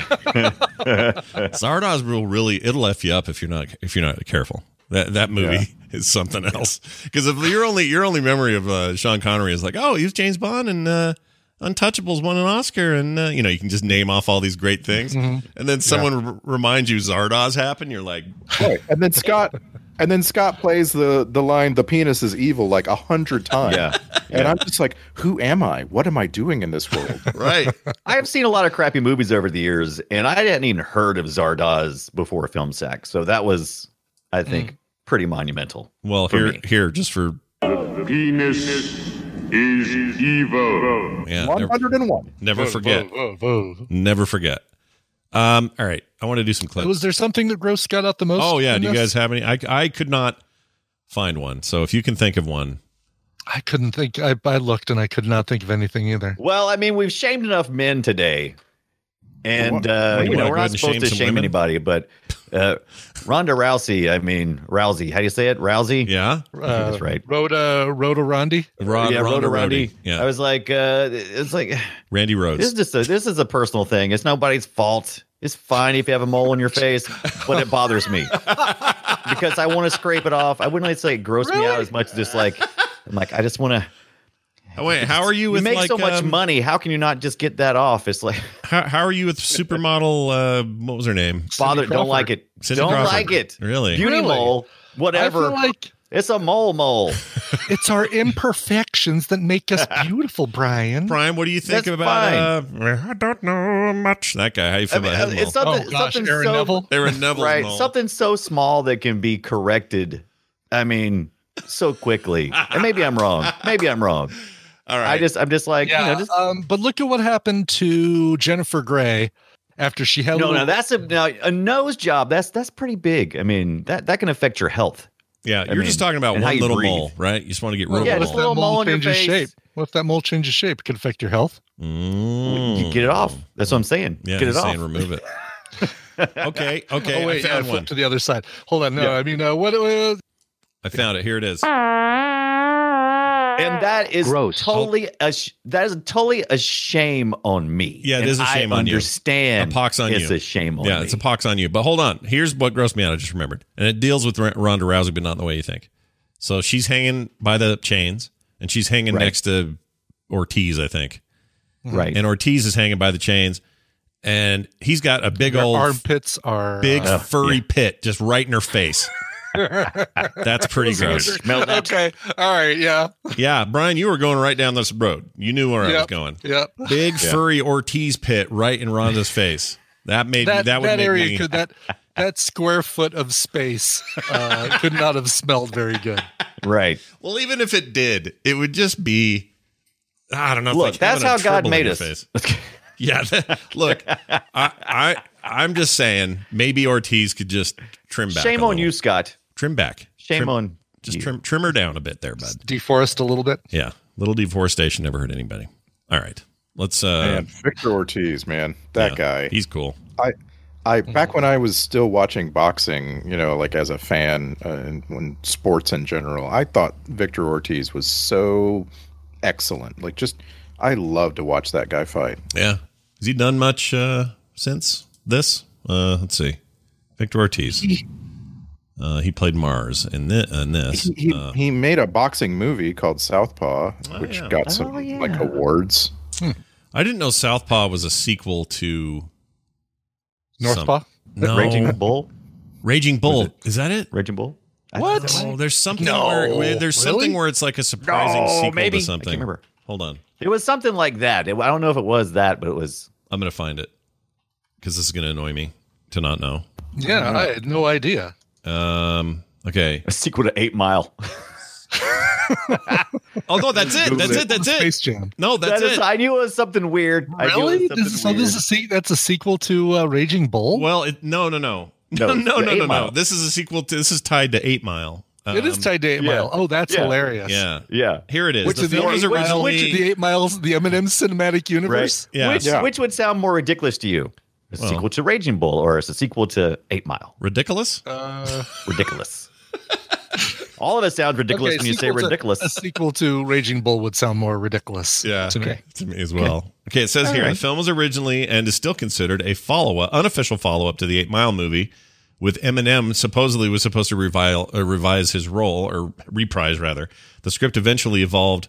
Zardoz will really it'll f you up if you're not if you're not careful. That that movie (laughs) is something else. Because if your only your only memory of uh, Sean Connery is like, oh, he was James Bond and uh, Untouchables won an Oscar, and uh, you know you can just name off all these great things, Mhm. Mm-hmm. and then someone r- reminds you Zardoz happened. You're like, Right. And then Scott, and then Scott plays the the line "the penis is evil" like a hundred times. Yeah. And I'm just like, who am I? What am I doing in this (laughs) world? right. I have seen a lot of crappy movies over the years, and I hadn't even heard of Zardoz before Film Sack. So that was, I think, pretty monumental. well, For here, me. here, just for The penis is evil. yeah, One never- hundred and one. Never forget. Never forget. Um, all right, I want to do some clips. Was there something that grossed Scott out the most? oh yeah, in do you this? guys have any? I I could not find one. So if you can think of one, I couldn't think. I, I looked and I could not think of anything either. Well, I mean, we've shamed enough men today, and uh, Well, you you know wanna go we're not ahead and supposed shame to some shame women? anybody, but uh, Ronda Rousey. I mean, Rousey. How do you say it? Rousey. Yeah, that's right. Uh, Rhoda Rhoda Rondi. yeah, Ronda Rousey. Yeah. I was like, uh, it's like Randy Rhodes. this is just a, this is a personal thing. It's nobody's fault. It's fine if you have a mole on your face, but it bothers me because I want to scrape it off. I wouldn't like say it grossed me out as much. as Just like I'm like I just want to. Oh, Wait, how are you You with make like, so much um, money. How can you not just get that off? It's like how, how are you with supermodel? Uh, what was her name? bother. Don't like it. Cindy don't Crawford. like it. Really? Beauty mole. Whatever. I feel like it's a mole (laughs) mole. it's our imperfections that make (laughs) us beautiful, Brian. Brian, what do you think That's about? Uh, I don't know much. That guy. How you feel I mean, about him? it's something, something so Oh, Aaron Neville. right? Mole. Something so small that can be corrected. I mean, so quickly. and maybe I'm wrong. Maybe I'm wrong. All right. I just, I'm just like, yeah, you know, just um, but look at what happened to Jennifer Grey after she had. no, no. That's a now a nose job. That's that's pretty big. I mean, that that can affect your health. yeah, I you're just mean, talking about and how one you little breathe. mole, right? You just want to get rid Yeah, of just the a little mole. mole in your changes shape. face. What if that mole changes shape? It could affect your health. Mm. You get it off. That's what I'm saying. Hmm. Yeah, get it he's off. saying (laughs) remove it. okay, okay. oh wait, I yeah, I found flipped one. to the other side. Hold on. No, Yeah. I mean, uh, what? Uh, I found it. Here it is. And that is totally a sh- that is totally a shame on me. Yeah, it and is a shame I on you. understand A pox on it's you. a shame on yeah, me. it's a pox on you. But hold on. Here's what grossed me out. I just remembered. And it deals with R- Ronda Rousey, but not in the way you think. So she's hanging by the chains and she's hanging Right. next to Ortiz, I think. Right. And Ortiz is hanging by the chains and he's got a big old armpits are big uh, furry pit just right in her face. That's pretty (laughs) gross. okay. All right. Yeah. Yeah, Brian, you were going right down this road. You knew where I was Yep. going. Yep. Big furry Ortiz pit right in Ronda's face. That made that that, that, would make area me, could (laughs) that that square foot of space uh, could not have smelled very good. Right. Well, even if it did, it would just be. I don't know. if Look, I'd that's have how a God tribble in made your us. face. (laughs) Yeah. that- look, I, I, I'm just saying. Maybe Ortiz could just trim back. Shame a on little. you, Scott. Trim back. Shame Trim- on Just you. trim, trim her down a bit there, bud. Deforest a little bit. Yeah. Little deforestation never hurt anybody. All right. Let's. uh Man, Victor Ortiz, man, that guy. He's cool. I, I back when I was still watching boxing, you know, like as a fan uh, and when sports in general, I thought Victor Ortiz was so excellent. Like, just I love to watch that guy fight. Yeah. Has he done much uh since this? Uh Let's see. Victor Ortiz. Uh, he played Mars in, thi- in this. He he, Uh, he made a boxing movie called Southpaw, which yeah. got some Oh, yeah. like awards. I didn't know Southpaw was a sequel to Northpaw? No, Raging Raging, Bull. Bull. Is that it? Raging Bull. I- What? is that Oh, there's something No, where where- there's really? something where it's like a surprising No, sequel maybe. I can't to something. remember. Hold on, It was something like that. It- I don't know if it was that, but it was. I'm gonna find it because this is gonna annoy me to not know. Yeah, I had no idea. Um. Okay. A sequel to Eight Mile. Oh no, that's it. That's it. That's it. Space Jam. No, that's That is- it. I knew it was something weird. I knew it Really? was something This, so this weird. is a se- that's a sequel to uh, Raging Bull. Well, it, no, no, no, No, (laughs) no, it's no, the no, Eight no, no. Mile. This is a sequel to. This is tied to Eight Mile. it is Um, tied to Eight yeah. Mile. Oh, that's Yeah. hilarious. Yeah. yeah. Here it is. Which the of the, film eight, was which, which of originally. the eight miles, the Eminem (laughs) cinematic universe? Yeah. Which, Yeah. which would sound more ridiculous to you? A Well. sequel to Raging Bull or it's a sequel to Eight Mile? ridiculous. Uh, (laughs) Ridiculous. All of it sounds ridiculous okay, when you say sequel to- ridiculous. a sequel to Raging Bull would sound more ridiculous. Yeah, to me. to me as well. Okay, it says here the film was originally and is still considered a follow-up, unofficial follow-up to the Eight Mile movie, with Eminem supposedly was supposed to revile, uh, revise his role or reprise rather. The script eventually evolved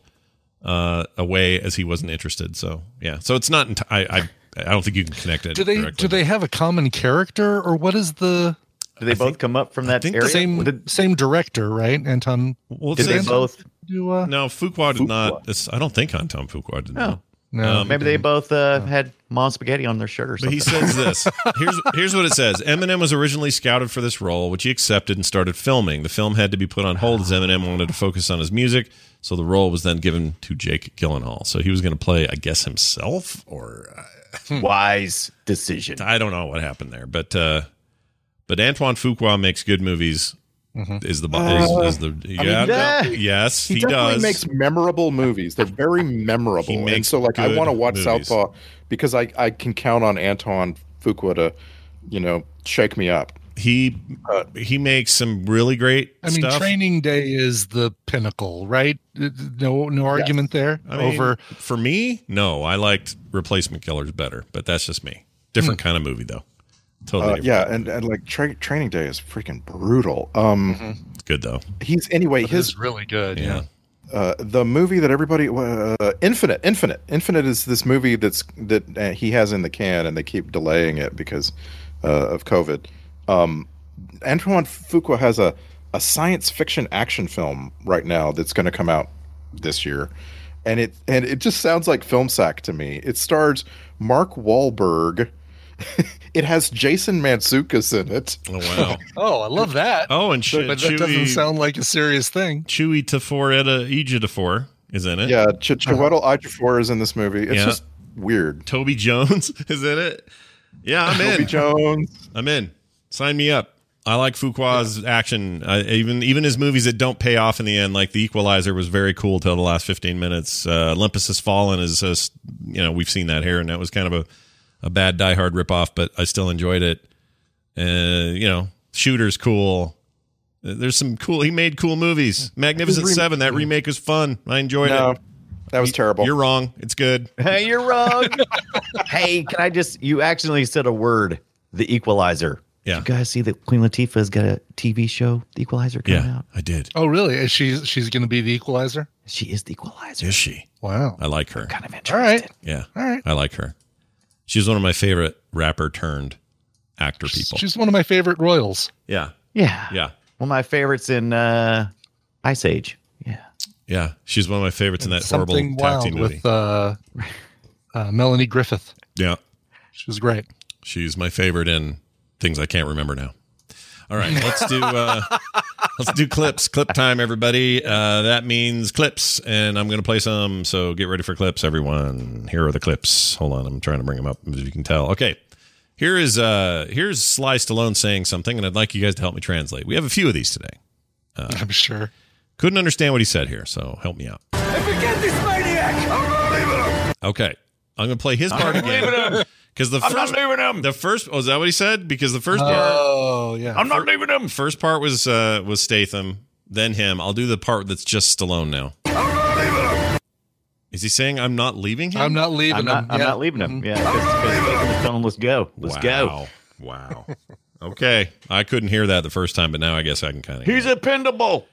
uh, away as he wasn't interested. So yeah, so it's not. Enti- I, I I don't think you can connect it. Do they directly. do they have a common character or what is the? Do they both come up from that think the area? Same same director, right? Anton. Well, Did they Anton both? do, uh, no, Fuqua did not. It's, I don't think Anton Fuqua did. No. not. No, Um, maybe they both uh, had mom spaghetti on their shirt or But something. he says this. Here's here's what it says. Eminem was originally scouted for this role, which he accepted and started filming. The film had to be put on hold as Eminem wanted to focus on his music, so the role was then given to Jake Gyllenhaal. So he was going to play, I guess, himself or uh, Hmm. wise decision. I don't know what happened there, but uh, but Antoine Fuqua makes good movies. Is the Uh, is, is I the mean, yeah, yeah. no, yes He, he, definitely does makes memorable movies. They're very memorable. (laughs) He and makes so like I good want to watch movies. Southpaw because I, I can count on Anton Fuqua to, you know, shake me up. he he makes some really great I mean, stuff. Training Day is the pinnacle, right? Uh, No, no argument there. I mean, Over for me, no, I liked Replacement Killers better, but that's just me. Different kind of movie though. Totally. Uh, different. yeah, and, and like tra- Training Day is freaking brutal. Um, It's good though. he's anyway But it his is really good. Yeah. uh, the movie that everybody uh, infinite infinite infinite is this movie that's that uh, he has in the can and they keep delaying it because uh, of covid um, antoine fuqua has a, a science fiction action film right now that's going to come out this year and it and it just sounds like film sack to me it stars mark Wahlberg. (laughs) it has jason mansukas in it Oh wow. (laughs) Oh, I love that. oh, and But Ch- that Chewy doesn't sound like a serious thing. Chewy Taforetta Ejiofor is in it. yeah Ch- chiwetel ejiofor is in this movie it's Yeah. just weird Toby Jones (laughs) is in it. Yeah, I'm in. Toby Jones. I'm in. Sign me up. I like Fuqua's action. I, even even his movies that don't pay off in the end, like The Equalizer, was very cool till the last 15 minutes. Uh, Olympus Has Fallen is just you know we've seen that here, and that was kind of a a bad Die Hard ripoff, but I still enjoyed it. Uh, you know, Shooter's cool. Uh, There's some cool. He made cool movies. Magnificent His rem- Seven. That remake was fun. I enjoyed No, it. that was terrible. You're wrong. It's good. hey, you're wrong. (laughs) hey, can I just? You accidentally said a word. The Equalizer. Yeah. You guys see that Queen Latifah's got a TV show, The Equalizer, coming Yeah, out. I did. Oh, really? Is she she's going to be the equalizer? She is the Equalizer. Is she? Wow. I like her. Kind of interesting. All right. Yeah. All right. I like her. She's one of my favorite rapper turned actor people. She's one of my favorite royals. yeah. Yeah. Yeah. One of my favorites in uh, Ice Age. Yeah. Yeah. She's one of my favorites in that horrible Something tag wild team movie. with uh, uh, Melanie Griffith. yeah. She was great. (laughs) She's my favorite in things I can't remember now. All right, let's do uh (laughs) let's do clips. Clip time everybody. Uh that means clips and I'm going to play some. So get ready for clips everyone. Here are the clips. Hold on, I'm trying to bring them up as you can tell. Okay. Here is uh here's Sly Stallone saying something and I'd like you guys to help me translate. We have a few of these today. I'm sure. Couldn't understand what he said here, so help me out. Forget this maniac! I'm not leaving him! Okay. I'm gonna play his part again. Because the I'm not first leaving him! the first oh, is that what he said? Because the first part Oh yeah. I'm not leaving him! first part was uh was Statham, then him. I'll do the part that's just Stallone now. I'm not leaving him! Is he saying I'm not leaving him? I'm not leaving I'm not, him. I'm Yeah. not leaving him. Yeah. Because telling him, let's go. Let's go. Wow. Wow. (laughs) okay. I couldn't hear that the first time, but now I guess I can kind of He's appendable!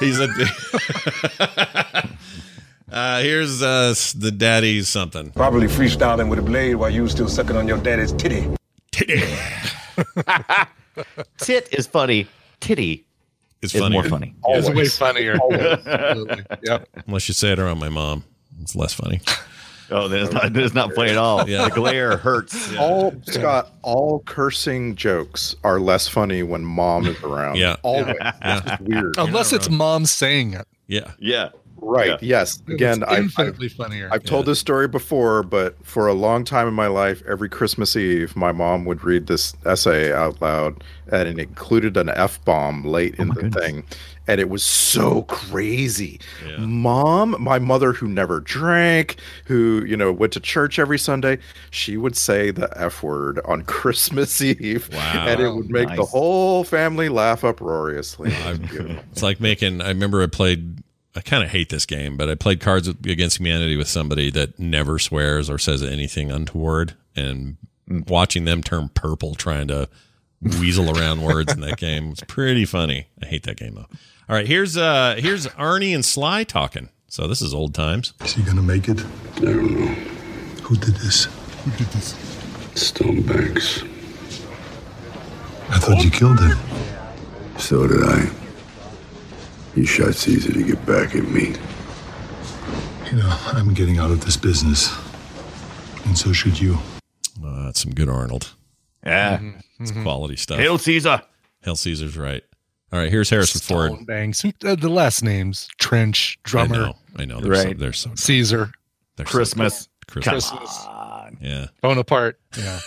He's a (laughs) Uh, here's uh, s- the daddy's something. Probably freestyling with a blade while you was still sucking on your daddy's titty. Tit is funny. Titty It's is funny. more funny. It's way (laughs) funnier. Always. Absolutely. Yep. Unless you say it around my mom, it's less funny. Oh, that is not, that is not funny at all. Yeah. The glare hurts. all Scott, all cursing jokes are less funny when mom is around. Yeah. always. It's just weird. Unless it's mom saying it. Yeah. (laughs) Yeah. Right? Yeah. Yes. Again, it's I, I've, infinitely funnier. I've told this story before, but for a long time in my life, every Christmas Eve, my mom would read this essay out loud, and it included an f bomb late in the thing, and it was so crazy. Yeah. mom my mother who never drank who you know went to church every sunday she would say the f word on (laughs) christmas eve Wow. and it would make the Nice. whole family laugh uproariously It was (laughs) beautiful. It's like making. I remember I played. I kind of hate this game, but I played Cards Against Humanity with somebody that never swears or says anything untoward, and watching them turn purple trying to weasel around (laughs) words in that game was pretty funny. I hate that game though. All right, here's uh here's Arnie and Sly talking. So this is old times. Is he gonna make it? I don't know. Who did this? Who did this? Stone Banks. I thought you killed him. So did I. He shots easy to get back at me. You know, I'm getting out of this business. And so should you. Uh, that's some good Arnold. Yeah. Mm-hmm. It's Mm-hmm. quality stuff. Hail Caesar. Hail Caesar's right. All right, here's Harrison Ford. Banks. Who, uh, the last names Trench, Drummer. I know. I know. They're, so, Right. they're so dumb. Caesar. They're so Christmas. Come dumb. Christmas. Yeah. Bonaparte. Yeah.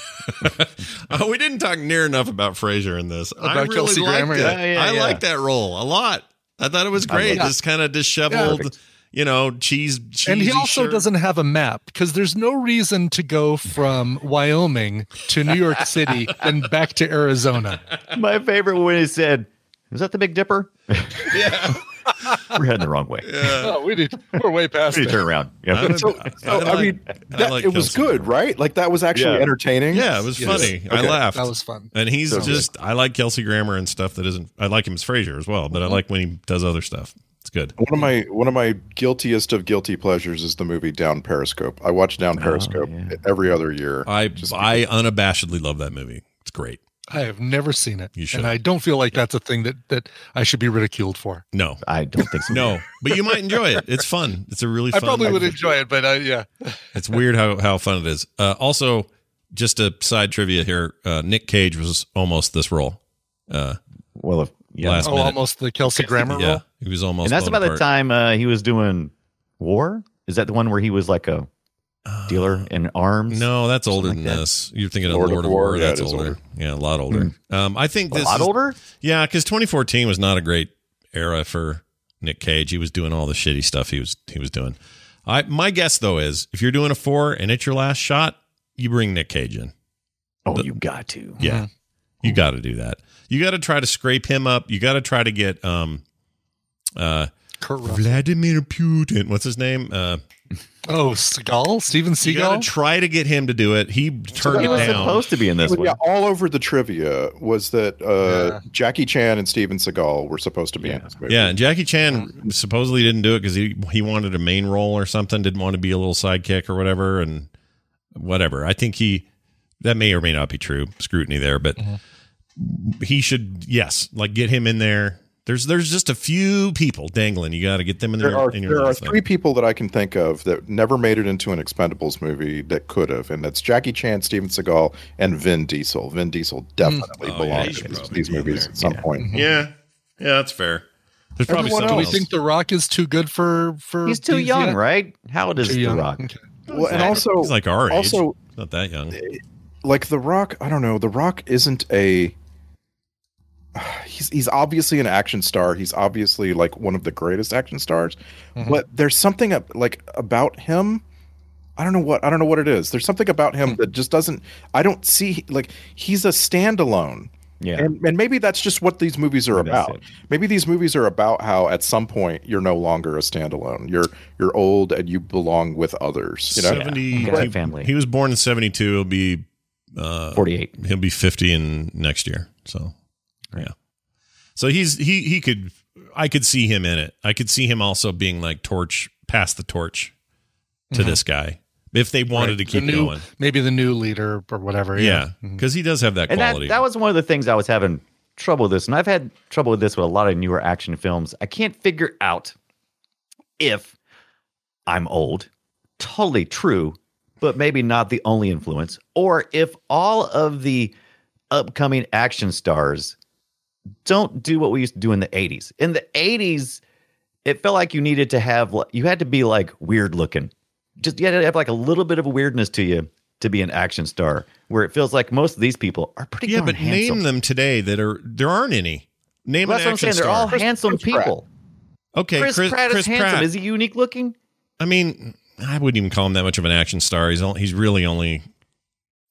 (laughs) oh, we didn't talk near enough about Frasier in this. I About really Kelsey liked Grammer, it. yeah. Yeah, yeah, I yeah. liked that role a lot. I thought it was I love great. it. This kind of disheveled, you know, cheese. Cheesy and he also shirt. doesn't have a map because there's no reason to go from Wyoming to New York (laughs) City and back to Arizona. (laughs) My favorite when he said, "Is that the Big Dipper?" (laughs) Yeah. (laughs) We're heading the wrong way. Uh, No, Oh, we did, we're way past We it. turn around. Yeah. So, so, I, mean, that, it was good, right? Like that was actually Yeah. entertaining. Yeah, it was Yes. funny. I Okay. laughed. That was fun. And he's So good. just I like Kelsey Grammer and stuff that isn't I like him as Frasier as well, but Mm-hmm. I like when he does other stuff. It's good. One of my one of my guiltiest of guilty pleasures is the movie Down Periscope. I watch Down Oh, Periscope every other year. I I unabashedly love that movie. It's great. I have never seen it. You should. and I don't feel like that's a thing that, that I should be ridiculed for. (laughs) No. I don't think so. No. But you might enjoy it. It's fun. It's a really I fun probably would enjoy it, but I, yeah. It's weird how, how fun it is. Uh, also, just a side trivia here. Uh, Nick Cage was almost this role. Uh, well, if, last oh, minute. almost the Kelsey Grammer yeah, role. he was almost. and that's about the Bonaparte. time uh, he was doing war. Is that the one where he was like a dealer in arms? Uh, No, that's older Something than like that. this. You're thinking of Lord, Lord of of War, War. yeah, that's it is older. older. Yeah, a lot older. Hmm. Um, I think A this lot is- older? Yeah, because 2014 was not a great era for Nick Cage. He was doing all the shitty stuff he was he was doing. I my guess though is if you're doing a four and it's your last shot, you bring Nick Cage in. Oh, you got to. Yeah, you got to do that. You got to try to scrape him up. You got to try to get um uh Kurt Russell. Vladimir Putin. What's his name? Uh, Oh, Seagal? Steven you got Seagal? to try to get him to do it. He turned he it was down. supposed to be in this Well, one. yeah, all over the trivia was that uh, Jackie Chan and Steven Seagal were supposed to be in this movie. Yeah, and Jackie Chan supposedly didn't do it because he he wanted a main role or something, didn't want to be a little sidekick or whatever, and whatever. I think he that may or may not be true scrutiny there, but he should yes, like get him in there. There's there's just a few people dangling. You got to get them in There there. are in there are last three thing. people that I can think of that never made it into an Expendables movie that could have, and that's Jackie Chan, Steven Seagal, and Vin Diesel. Vin Diesel definitely Oh, yeah, he belongs should in these, probably these be in movies there. at some Yeah. point. Yeah, yeah, that's fair. There's probably Everyone someone else. else. Do you think The Rock is too good for. for He's too these young, yet? right? How old is Too The young. Rock? Okay. Mm-hmm. Well, and also, he's like our age. also not that young. like The Rock, I don't know. The Rock isn't a. He's he's obviously an action star. He's obviously like one of the greatest action stars, but there's something ab- like about him. I don't know what I don't know what it is. There's something about him that just doesn't. I don't see like he's a standalone. Yeah. And, and maybe that's just what these movies are about. Maybe these movies are about how at some point you're no longer a standalone. You're you're old and you belong with others. You know? 70 Yeah, got a he- family. He was born in 72. He'll be uh, 48. He'll be 50 in next year. So, yeah. So he's he he could I could see him in it. I could see him also being like torch pass the torch to Mm-hmm. Mhm. this guy if they wanted Right. to keep the new, going. Maybe the new leader or whatever. Yeah, Mhm. because he does have that Mm-hmm. and that, quality. that was one of the things I was having trouble with this, and I've had trouble with this with a lot of newer action films. I can't figure out if I'm old, totally true, but maybe not the only influence, or if all of the upcoming action stars don't do what we used to do in the 80s. In the 80s, it felt like you needed to have li- you had to be like weird looking just you had to have like a little bit of a weirdness to you to be an action star where it feels like most of these people are pretty yeah, darn but handsome. name them today that are there aren't any. Name Well, that's what an I'm action saying. They're star. all handsome people. okay, Chris, Pratt is handsome. Is he unique looking? I mean, I wouldn't even call him that much of an action star. He's only, he's really only.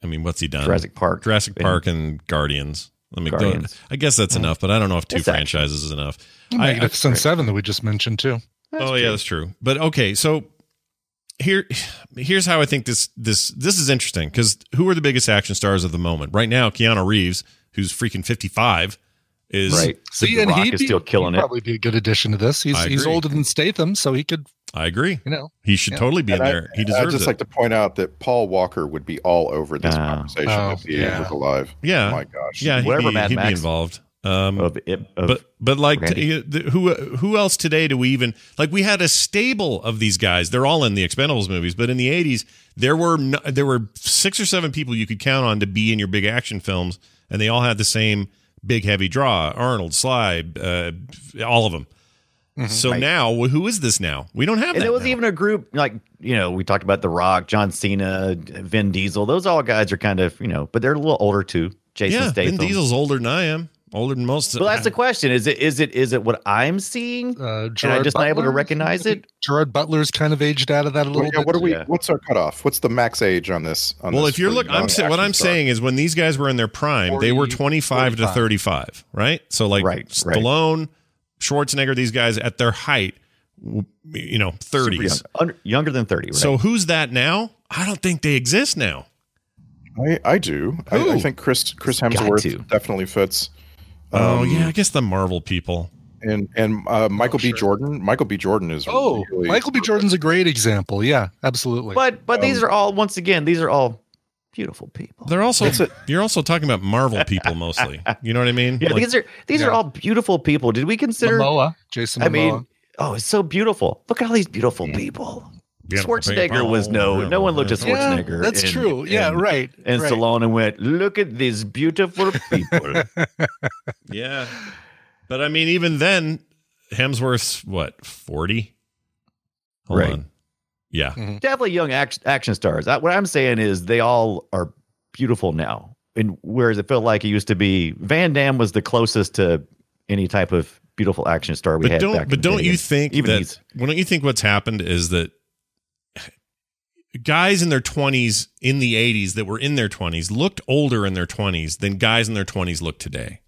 I mean, what's he done? Jurassic Park. Uh, Jurassic And- Park, and Guardians. Let me Guardians. go. I guess that's Mm-hmm. enough, but I don't know if two It's action. franchises is enough. I- I- Magnificent Seven that we just mentioned too. oh yeah, that's true. But okay, so here, here's how I think this this this is interesting because who are the biggest action stars of the moment right now? Keanu Reeves, who's freaking 55, is Right. The Rock he'd is still he'd killing it. Probably be a good addition to this. He's I he's agree. older than Statham, so he could I agree. You know, he should Yeah. totally be in And I- there. he I'd deserves just it. like to point out that Paul Walker would be all over this Ah. conversation Oh, if he yeah. was alive. Yeah. Oh my gosh. Yeah. He'd Whatever, be, Mad he'd be Max. involved. Um, of but but like Randy. uh, the- who who else today do we even like? We had a stable of these guys. They're all in the Expendables movies. But in the eighties, there were no, there were six or seven people you could count on to be in your big action films, and they all had the same big heavy draw: Arnold, Sly, uh, all of them. So Mm-hmm. Right. now, wh- who is this now? We don't have and that. there was now. even a group like you know we talked about The Rock, John Cena, Vin Diesel. Those all guys are kind of you know, but they're a little older too. Jason yeah, Statham. Vin Diesel's older than I am, older than most. Well, that's the question. Is it is it is it what I'm Uh, seeing? and I'm Gerard just not able to Butler? recognize it. Gerard Butler's kind of aged out of that a little Well, yeah, bit. what are we? What's our cutoff? What's the max age on this? On well, this if you're for look, I'm young saying what action I'm star? saying is when these guys were in their prime, they were 40, 25 to 45. 35, right? So like Stallone, Schwarzenegger, these guys at their height, w- you know, 30s. young. Under- younger than 30. Right? So who's that now? I don't think they exist now. I, I do. I, I Who? think Chris Chris Got Hemsworth definitely fits. oh Um, yeah, I guess the Marvel people. and and uh, Michael B. Jordan. Michael B. Jordan is. Oh, really- Michael B. Jordan's a great example. Yeah, absolutely. But but these Um, are all once again these are all beautiful people. They're also It's a- you're also talking about Marvel people mostly. You know what I mean? Yeah, Like- these are these are all beautiful people. Did we consider Momoa, Jason? I mean, Momoa. oh, it's so beautiful. Look at all these beautiful people. Beautiful Schwarzenegger people, was no no one looked at beautiful Yeah, Schwarzenegger. that's and- true. Yeah, and- right, And right. Stallone and went, look at these beautiful people. Yeah. But I mean, even then, Hemsworth's what, 40? Hold Right. on. Yeah. Definitely young action, action stars. I, what I'm saying is they all are beautiful now. And whereas it felt like it used to be, Van Damme was the closest to any type of beautiful action star we But had. don't back but in the don't day. you And think even that he's- well, don't you think what's happened is that guys in their 20s in the 80s that were in their 20s looked older in their 20s than guys in their 20s look today?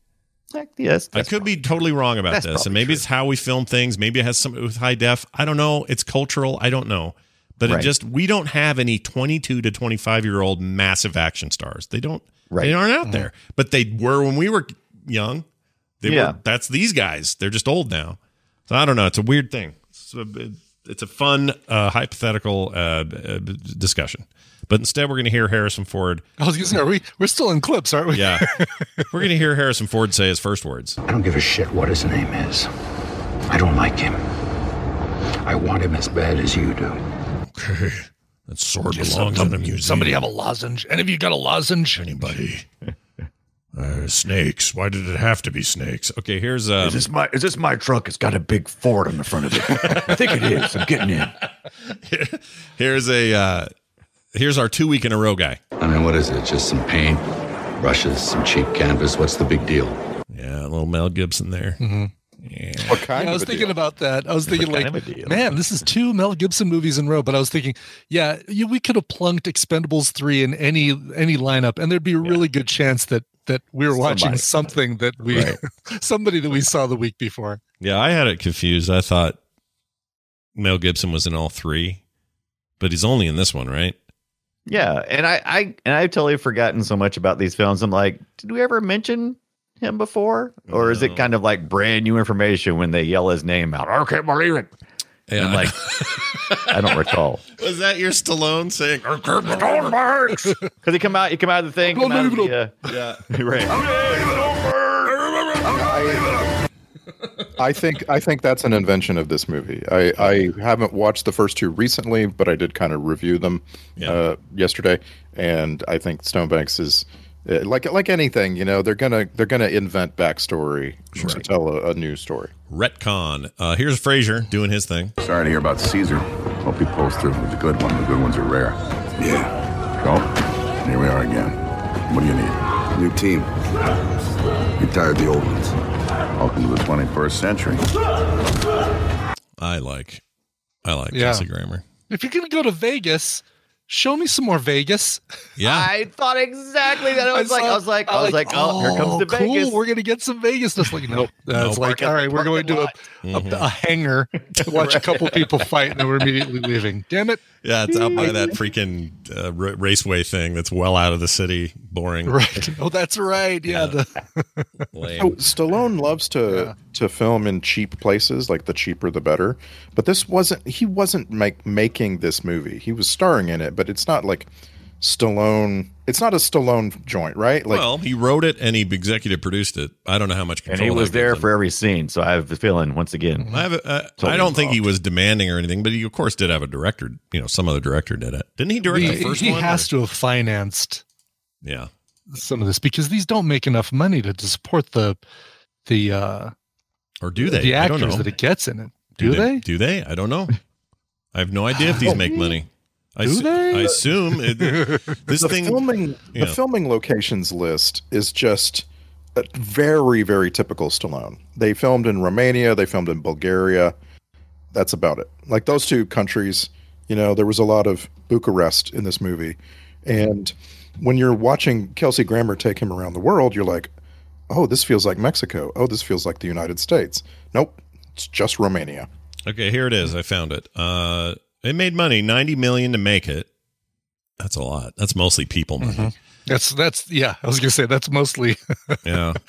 yes, I could be totally wrong about That's this, and probably maybe it's how we film things. Maybe it has something with high def. I don't know. It's cultural. I don't know. But it Right. just we don't have any 22 to 25 year old massive action stars. They don't. They aren't Mm-hmm. out there. But they were when we were young. They Yeah. were. That's these guys. They're just old now. So I don't know. It's a weird thing. It's a, it's a fun uh, hypothetical uh, uh, discussion. But instead, we're going to hear Harrison Ford. I was gonna say, are we we're still in clips, aren't we? (laughs) Yeah, we're going to hear Harrison Ford say his first words. I don't give a shit what his name is. I don't like him. I want him as bad as you do. Okay. That sword Just belongs some- in a museum. Somebody have a lozenge? Any of you got a lozenge? Anybody? Uh, snakes. Why did it have to be snakes? Okay, here's um, Is this my is this my truck? It's got a big Ford on the front of it. (laughs) I think it is. I'm getting in. (laughs) here's a uh, here's our two week in a row guy. I mean, what is it? Just some paint, brushes, some cheap canvas. What's the big deal? Yeah, a little Mel Gibson there. What Yeah, kind I of was a deal? thinking about that. I was thinking kind like, of a deal. man, this is two Mel Gibson movies in a row. But I was thinking, yeah, you, we could have plunked Expendables three in any any lineup, and there'd be a really good chance that that we were watching Somebody. something that we (laughs) somebody that we saw the week before. Yeah, I had it confused. I thought Mel Gibson was in all three, but he's only in this one, right? Yeah, and I, I and I've totally forgotten so much about these films. I'm like, did we ever mention him before, or is it kind of like brand new information when they yell his name out? I can't believe it. Yeah. And like, I don't recall (laughs) Was that your Stallone saying? because he come out, he come out of the thing, come out of the, yeah, uh, (laughs) right. I think I think that's an invention of this movie. I, I haven't watched the first two recently, but I did kind of review them uh, yesterday, and I think Stonebanks is uh, like like anything, you know, they're gonna they're gonna invent backstory to tell a, a new story. Retcon. Uh, here's Frazier doing his thing. Sorry to hear about Caesar. Hope he pulls through with the good one. The good ones are rare. Yeah. So, here we are again. What do you need? New team. Retired the old ones. Welcome to the 21st century. I like, I like Yeah. Kelsey Grammer. If you're gonna go to Vegas, show me some more Vegas. Yeah. I thought exactly that. I was like, I was like, I was like, oh, here comes the cool, Vegas. We're gonna get some Vegas. That's like, nope. Nope. That's like, Parking- all right, we're going to a, a, Mhm. a (laughs) hangar to watch a couple people fight, and then we're immediately leaving. Damn it! (laughs) Yeah, it's out by that freaking uh, ra- raceway thing that's well out of the city. Boring. (laughs) Right. Oh, that's right. Yeah. the- So Stallone loves to to film in cheap places, like the cheaper the better. But this wasn't he wasn't make, making this movie. He was starring in it, but it's not like Stallone. It's not a Stallone joint, right? Like well, he wrote it and he executive produced it. I don't know how much And control he that was gives there him. for every scene. So I have a feeling once again. I, have a, uh, Totally I don't think he was demanding or anything, but he of course did have a director. You know, some other director did it. Didn't he direct he, the first he one? has to have financed yeah. some of this because these don't make enough money to, to support the the uh Or do they? the I don't actors know. that it gets in it. Do, they? Oh. Do they? I (laughs) don't know. I have no idea if these make money. I Do assu- they? I assume (laughs) it, this the thing. filming the Yeah. filming locations list is just uh, very very typical Stallone. They filmed in Romania, they filmed in Bulgaria. That's about it. Like those two countries, you know, there was a lot of Bucharest in this movie, and when you're watching Kelsey Grammer take him around the world, you're like, oh, this feels like Mexico. Oh, this feels like the United States. Nope, it's just Romania. Okay, here it is. I found it. Uh, it made money, ninety million to make it. That's a lot. That's mostly people money. Mm-hmm. That's that's yeah. I was gonna say that's mostly yeah. (laughs)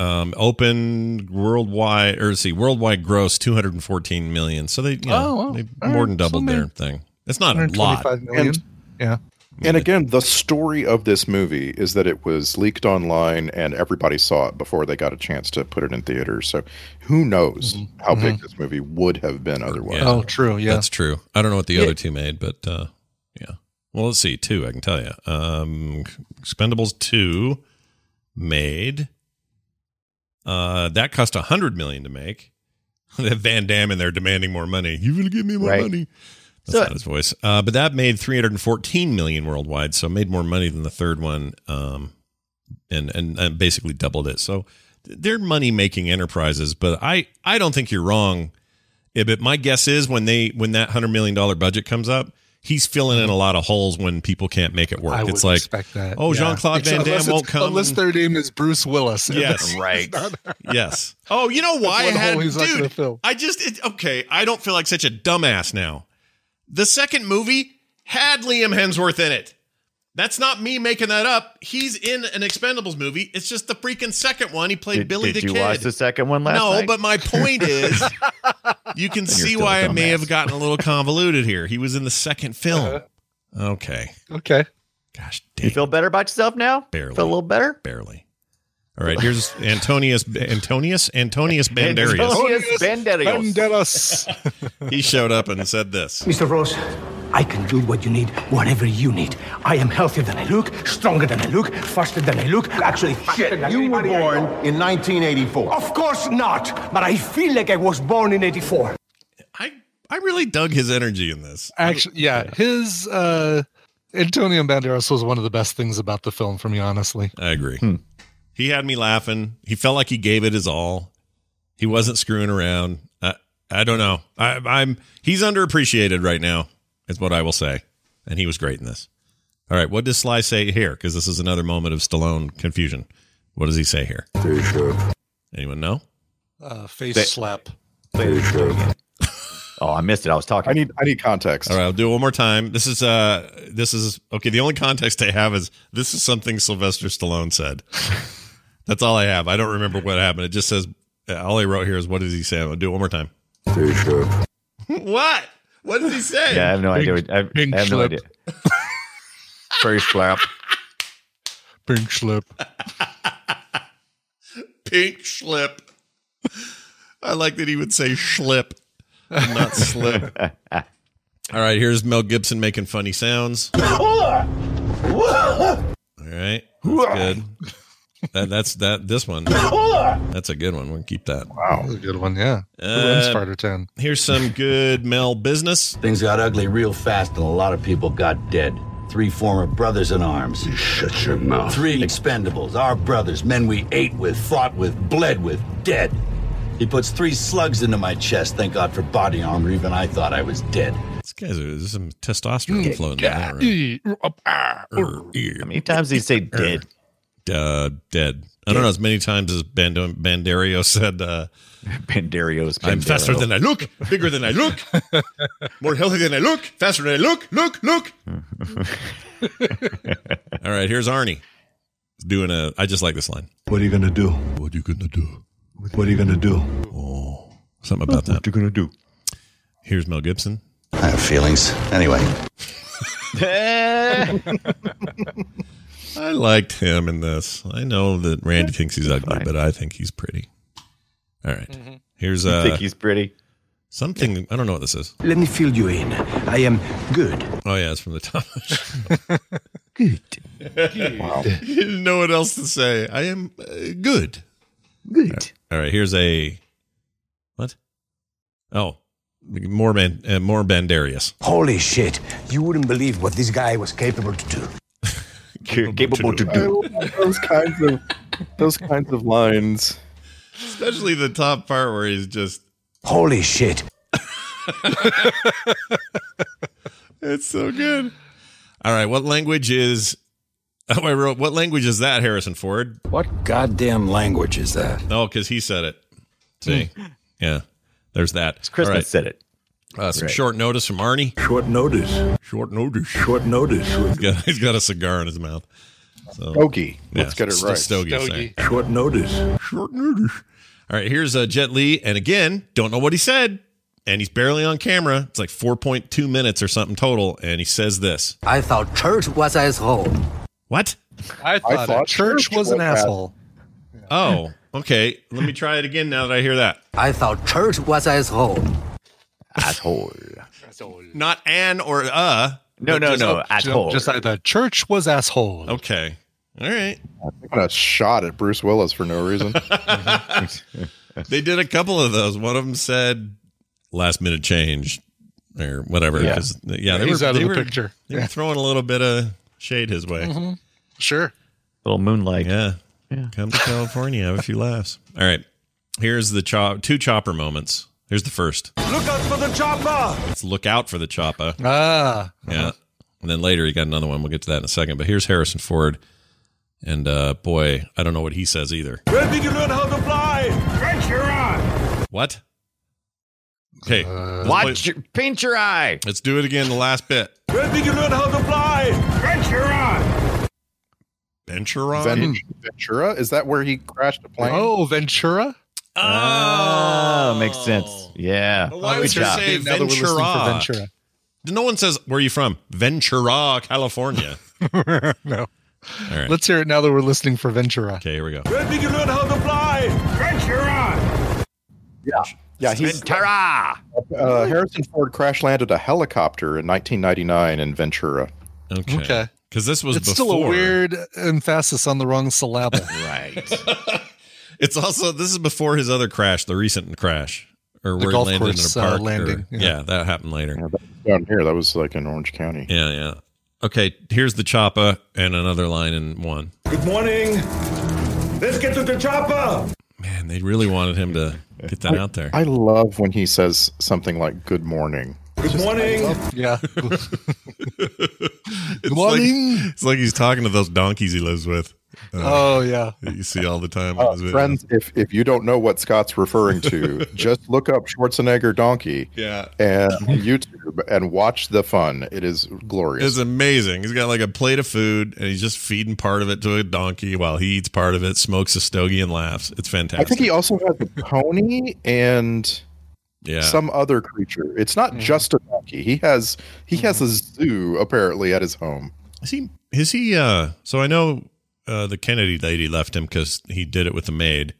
Um, open worldwide, or let's see, worldwide gross two hundred and fourteen million. So they, you know, Oh, wow. they All more right, than so doubled they- their thing. It's not a (laughs) lot. 125 million. And- yeah. And again, the story of this movie is that it was leaked online and everybody saw it before they got a chance to put it in theaters. So who knows how big this movie would have been otherwise. Mm-hmm. Yeah. Oh, true. Yeah. That's true. I don't know what the Yeah. other two made, but uh, yeah. Well, let's see. Two, I can tell you. Um, Expendables two made. Uh, that cost a hundred million to make. (laughs) Van Damme in there demanding more money. You will give me more Right. money. That's So- not his voice. Uh, but that made 314 million worldwide, so it made more money than the third one, um, and, and and basically doubled it. So th- they're money making enterprises. But I I don't think you're wrong, Ibit. My guess is when they when that hundred million dollar budget comes up, he's filling in a lot of holes when people can't make it work. I it's would like expect that. oh yeah. Jean Claude Van Except Damme unless it's- won't come unless their name is Bruce Willis. (laughs) Yes. (laughs) (laughs) Right. yes. Oh, you know why I one had hole he's not gonna dude? fill. I just it, okay. I don't feel like such a dumbass now. The second movie had Liam Hemsworth in it. That's not me making that up. He's in an Expendables movie. It's just the freaking second one. He played Did, Billy did the you Kid. watch the second one last no, night? but my (laughs) point is, you can Then you're see still a why I may dumbass. have gotten a little convoluted here. He was in the second film. Okay, Okay. gosh, Uh-huh. you feel better about yourself now? Barely. Feel a little better? barely. All right, here's Antonius Antonius (laughs) Antonius Banderius. Antonius Banderas. Banderas. He showed up and said this. (laughs) Mr. Ross, I can do what you need whenever you need. I am healthier than I look, stronger than I look, faster than I look, actually faster than You were anybody I born know. in 1984. Of course not, but I feel like I was born in 84. I I really dug his energy in this. Actually, yeah, his uh Antonio Banderas was one of the best things about the film for me, honestly. I agree. He had me laughing. He felt like he gave it his all. He wasn't screwing around. I I don't know. I, I'm he's underappreciated right now. Is what I will say. And he was great in this. All right, what does Sly say here? Because this is another moment of Stallone confusion. What does he say here? Stay sharp. Anyone know? Uh face They- slap. Stay sharp. Oh, I missed it. I was talking. I need I need context. All right, I'll do it one more time. This is uh this is okay, the only context I have is this is something Sylvester Stallone said. (laughs) That's all I have. I don't remember what happened. It just says all I wrote here is what does he say? I'll do it one more time. Stay sharp. what? What does he say? Yeah, I have no Big- idea. what- I, big I have no slip. idea. First slap. Pink slip. Pink slip. I like that he would say schlip, and not slip. (laughs) All right, here's Mel Gibson making funny sounds. All right, that's good. That, that's that. This one, that's a good one. We'll keep that. Wow. That was a good one, yeah. Uh, Who wins Fighter 10? Here's some good Mel business. Things got ugly real fast, and a lot of people got dead. Three former brothers in arms. Shut your mouth. Three expendables, our brothers, men we ate with, fought with, bled with, dead. He puts three slugs into my chest. Thank God for body armor. Even I thought I was dead. It's Guys, there's some testosterone floating in that room. How many times did (laughs) he say dead? Uh, dead. I don't know as many times as Bando- Banderio said. Uh, Banderio's. I'm faster than I look, bigger than I look, more healthy than I look, faster than I look, look, look. All right, here's Arnie doing a. I just like this line. What are you gonna do? What are you gonna do? Oh, What are you gonna do? Something about that. What you gonna do? Here's Mel Gibson. I have feelings. Anyway. (laughs) I liked him in this. I know that Randy thinks he's ugly, but I think he's pretty. All right. Here's You uh think he's pretty? something I don't know what this is. Let me fill you in. I am good. Oh yeah, it's from the top. (laughs) Good. wow. (laughs) He didn't know what else to say. I am uh, good. Good. All right, here's a what? Oh, more man, uh, more Bandarius. Holy shit. You wouldn't believe what this guy was capable to do. You're capable to I do. love those kinds of those kinds of lines. Especially the top part where he's just Holy shit. It's so good. All right, what language is (laughs) Oh, I wrote what language is that, Harrison Ford? What goddamn language is that? Oh, because he said it. See, yeah, there's that. It's Hmm. Christmas said it. Uh, some Right. short notice from Arnie. Short notice. Short notice. Short notice. He's got, (laughs) he's got a cigar in his mouth. So, Stogie. Let's get it s- right. Stogie. Stogie. sorry. Short notice. Short notice. All right, here's uh, Jet Li, and again, don't know what he said, and he's barely on camera. It's like 4.2 minutes or something total, and he says this. I thought church was asshole. What? I thought, a church, was an asshole. Oh, okay. Let me try it again now that I hear that. I thought church was asshole. (laughs) Asshole. Not an or uh. No, but no, just- no. oh, Asshole. Just like the church was asshole. Okay. All right. What a shot at Bruce Willis for no (laughs) reason. they did a couple of those. One of them said last minute change or whatever. Yeah. 'cause- yeah, they He's were, out of they the were- picture. They were Yeah. throwing a little bit of shade his way. Mhm. Sure. little moonlight. Yeah. Come to California, have a few laughs. All right. Here's the chop two chopper moments. Here's the first. Look out for the chopper! It's look out for the chopper. Ah. Yeah. And then later he got another one. We'll get to that in a second. But here's Harrison Ford. And uh boy, I don't know what he says either. Where did you learn how to fly? Right here on! What? Okay. Uh, let's play- Watch your pinch your eye. Let's do it again. The last bit. Where did you learn how to fly? Right here on! Ventura. Ven- Ventura? Is that where he crashed a plane? Oh, Ventura? Uh, Oh, makes sense. Yeah. But why would you say Now that we're listening Ventura? for (laughs) Ventura. No one says where are you from? (laughs) Ventura, California. no. All right. Let's hear it now that we're listening for Ventura. okay, here we go. Where did you learn how to fly? Right here on! Yeah. Yeah, he's Ventura. uh, Harrison Ford crash landed a helicopter in 1999 in Ventura. Okay. Okay. Because this was it's before. still a weird emphasis on the wrong (laughs) syllable. Right. (laughs) It's also this is before his other crash, the recent crash, or The where golf he landed course, in uh, a park. landing, or- yeah. yeah. that happened later. Yeah, that was down here, that was like in Orange County. Yeah, yeah. Okay, here's the choppa and another line in one. Good morning! Let's get to the chopper! Man, they really wanted him to get that out there. I love when he says something like "Good morning." Good morning! Yeah. It's Morning. Like, it's like he's talking to those donkeys he lives with. Uh, oh yeah. that you see all the time. Uh, on his videos. friends, if if you don't know what Scott's referring (laughs) to, just look up Schwarzenegger donkey Yeah. (laughs) and YouTube and watch the fun. It is glorious. It's amazing. He's got like a plate of food and he's just feeding part of it to a donkey while he eats part of it, smokes a stogie and laughs. It's I fantastic. think he also has a pony and yeah. some other creature. It's not just a donkey. He has he has a zoo apparently at his home. is he is he uh so I know uh the Kennedy lady left him cuz he did it with (laughs) the maid.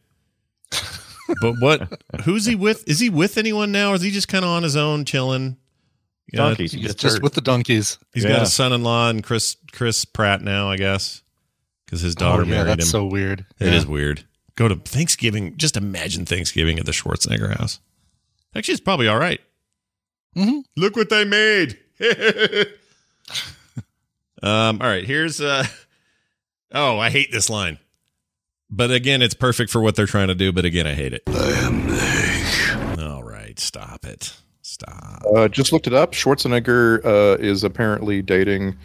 but what who's he with? Is he with anyone now or is he just kind of on his own chilling? (laughs) You know, Donkeys. He's just with the donkeys. He's Yeah. got a son-in-law and Chris Chris Pratt now, I guess, cuz his daughter oh, yeah, married that's him. so weird. It is weird. Go to Thanksgiving. Just imagine Thanksgiving at the Schwarzenegger house. Actually, it's probably all right. Mhm. Look what they made. (laughs) um, all right, here's. Uh, oh, I hate this line. But again, it's perfect for what they're trying to do. But again, I hate it. I am All right, stop it. Stop. Uh, just looked it up. Schwarzenegger uh, is apparently dating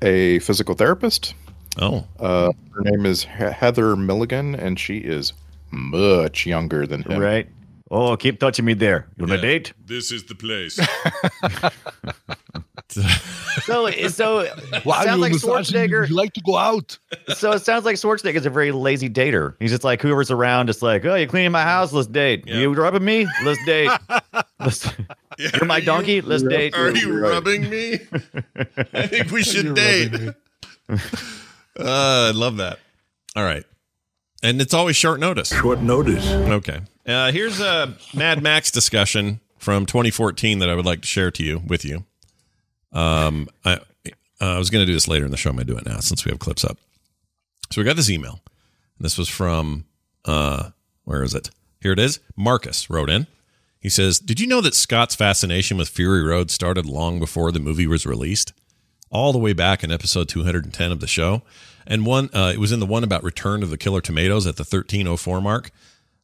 a physical therapist. Oh. Uh, her name is He- Heather Milligan, and she is much younger than him. Right. Oh, keep touching me there. You want to date? This is the place. So, (laughs) so it Wow, sounds you like massage- Schwarzenegger. You like to go out. (laughs) So it sounds like Schwarzenegger's a very lazy dater. He's just like whoever's around, just like, oh, you're cleaning my house, let's date. You rubbing me, let's date. Let's- (laughs) you're my donkey, let's date. Are you rubbing me? I think we should (laughs) date. Uh, I love that. All right. And it's always short notice. Short notice. Okay. Uh, here's a Mad Max discussion from 2014 that I would like to share to you with you. Um, I I was going to do this later in the show. I'm going to do it now since we have clips up. So we got this email. This was from uh, where is it? Here it is. Marcus wrote in. He says, "Did you know that Scott's fascination with Fury Road started long before the movie was released?" all the way back in episode 210 of the show. And one, uh, it was in the one about Return of the Killer Tomatoes at the 1304 mark.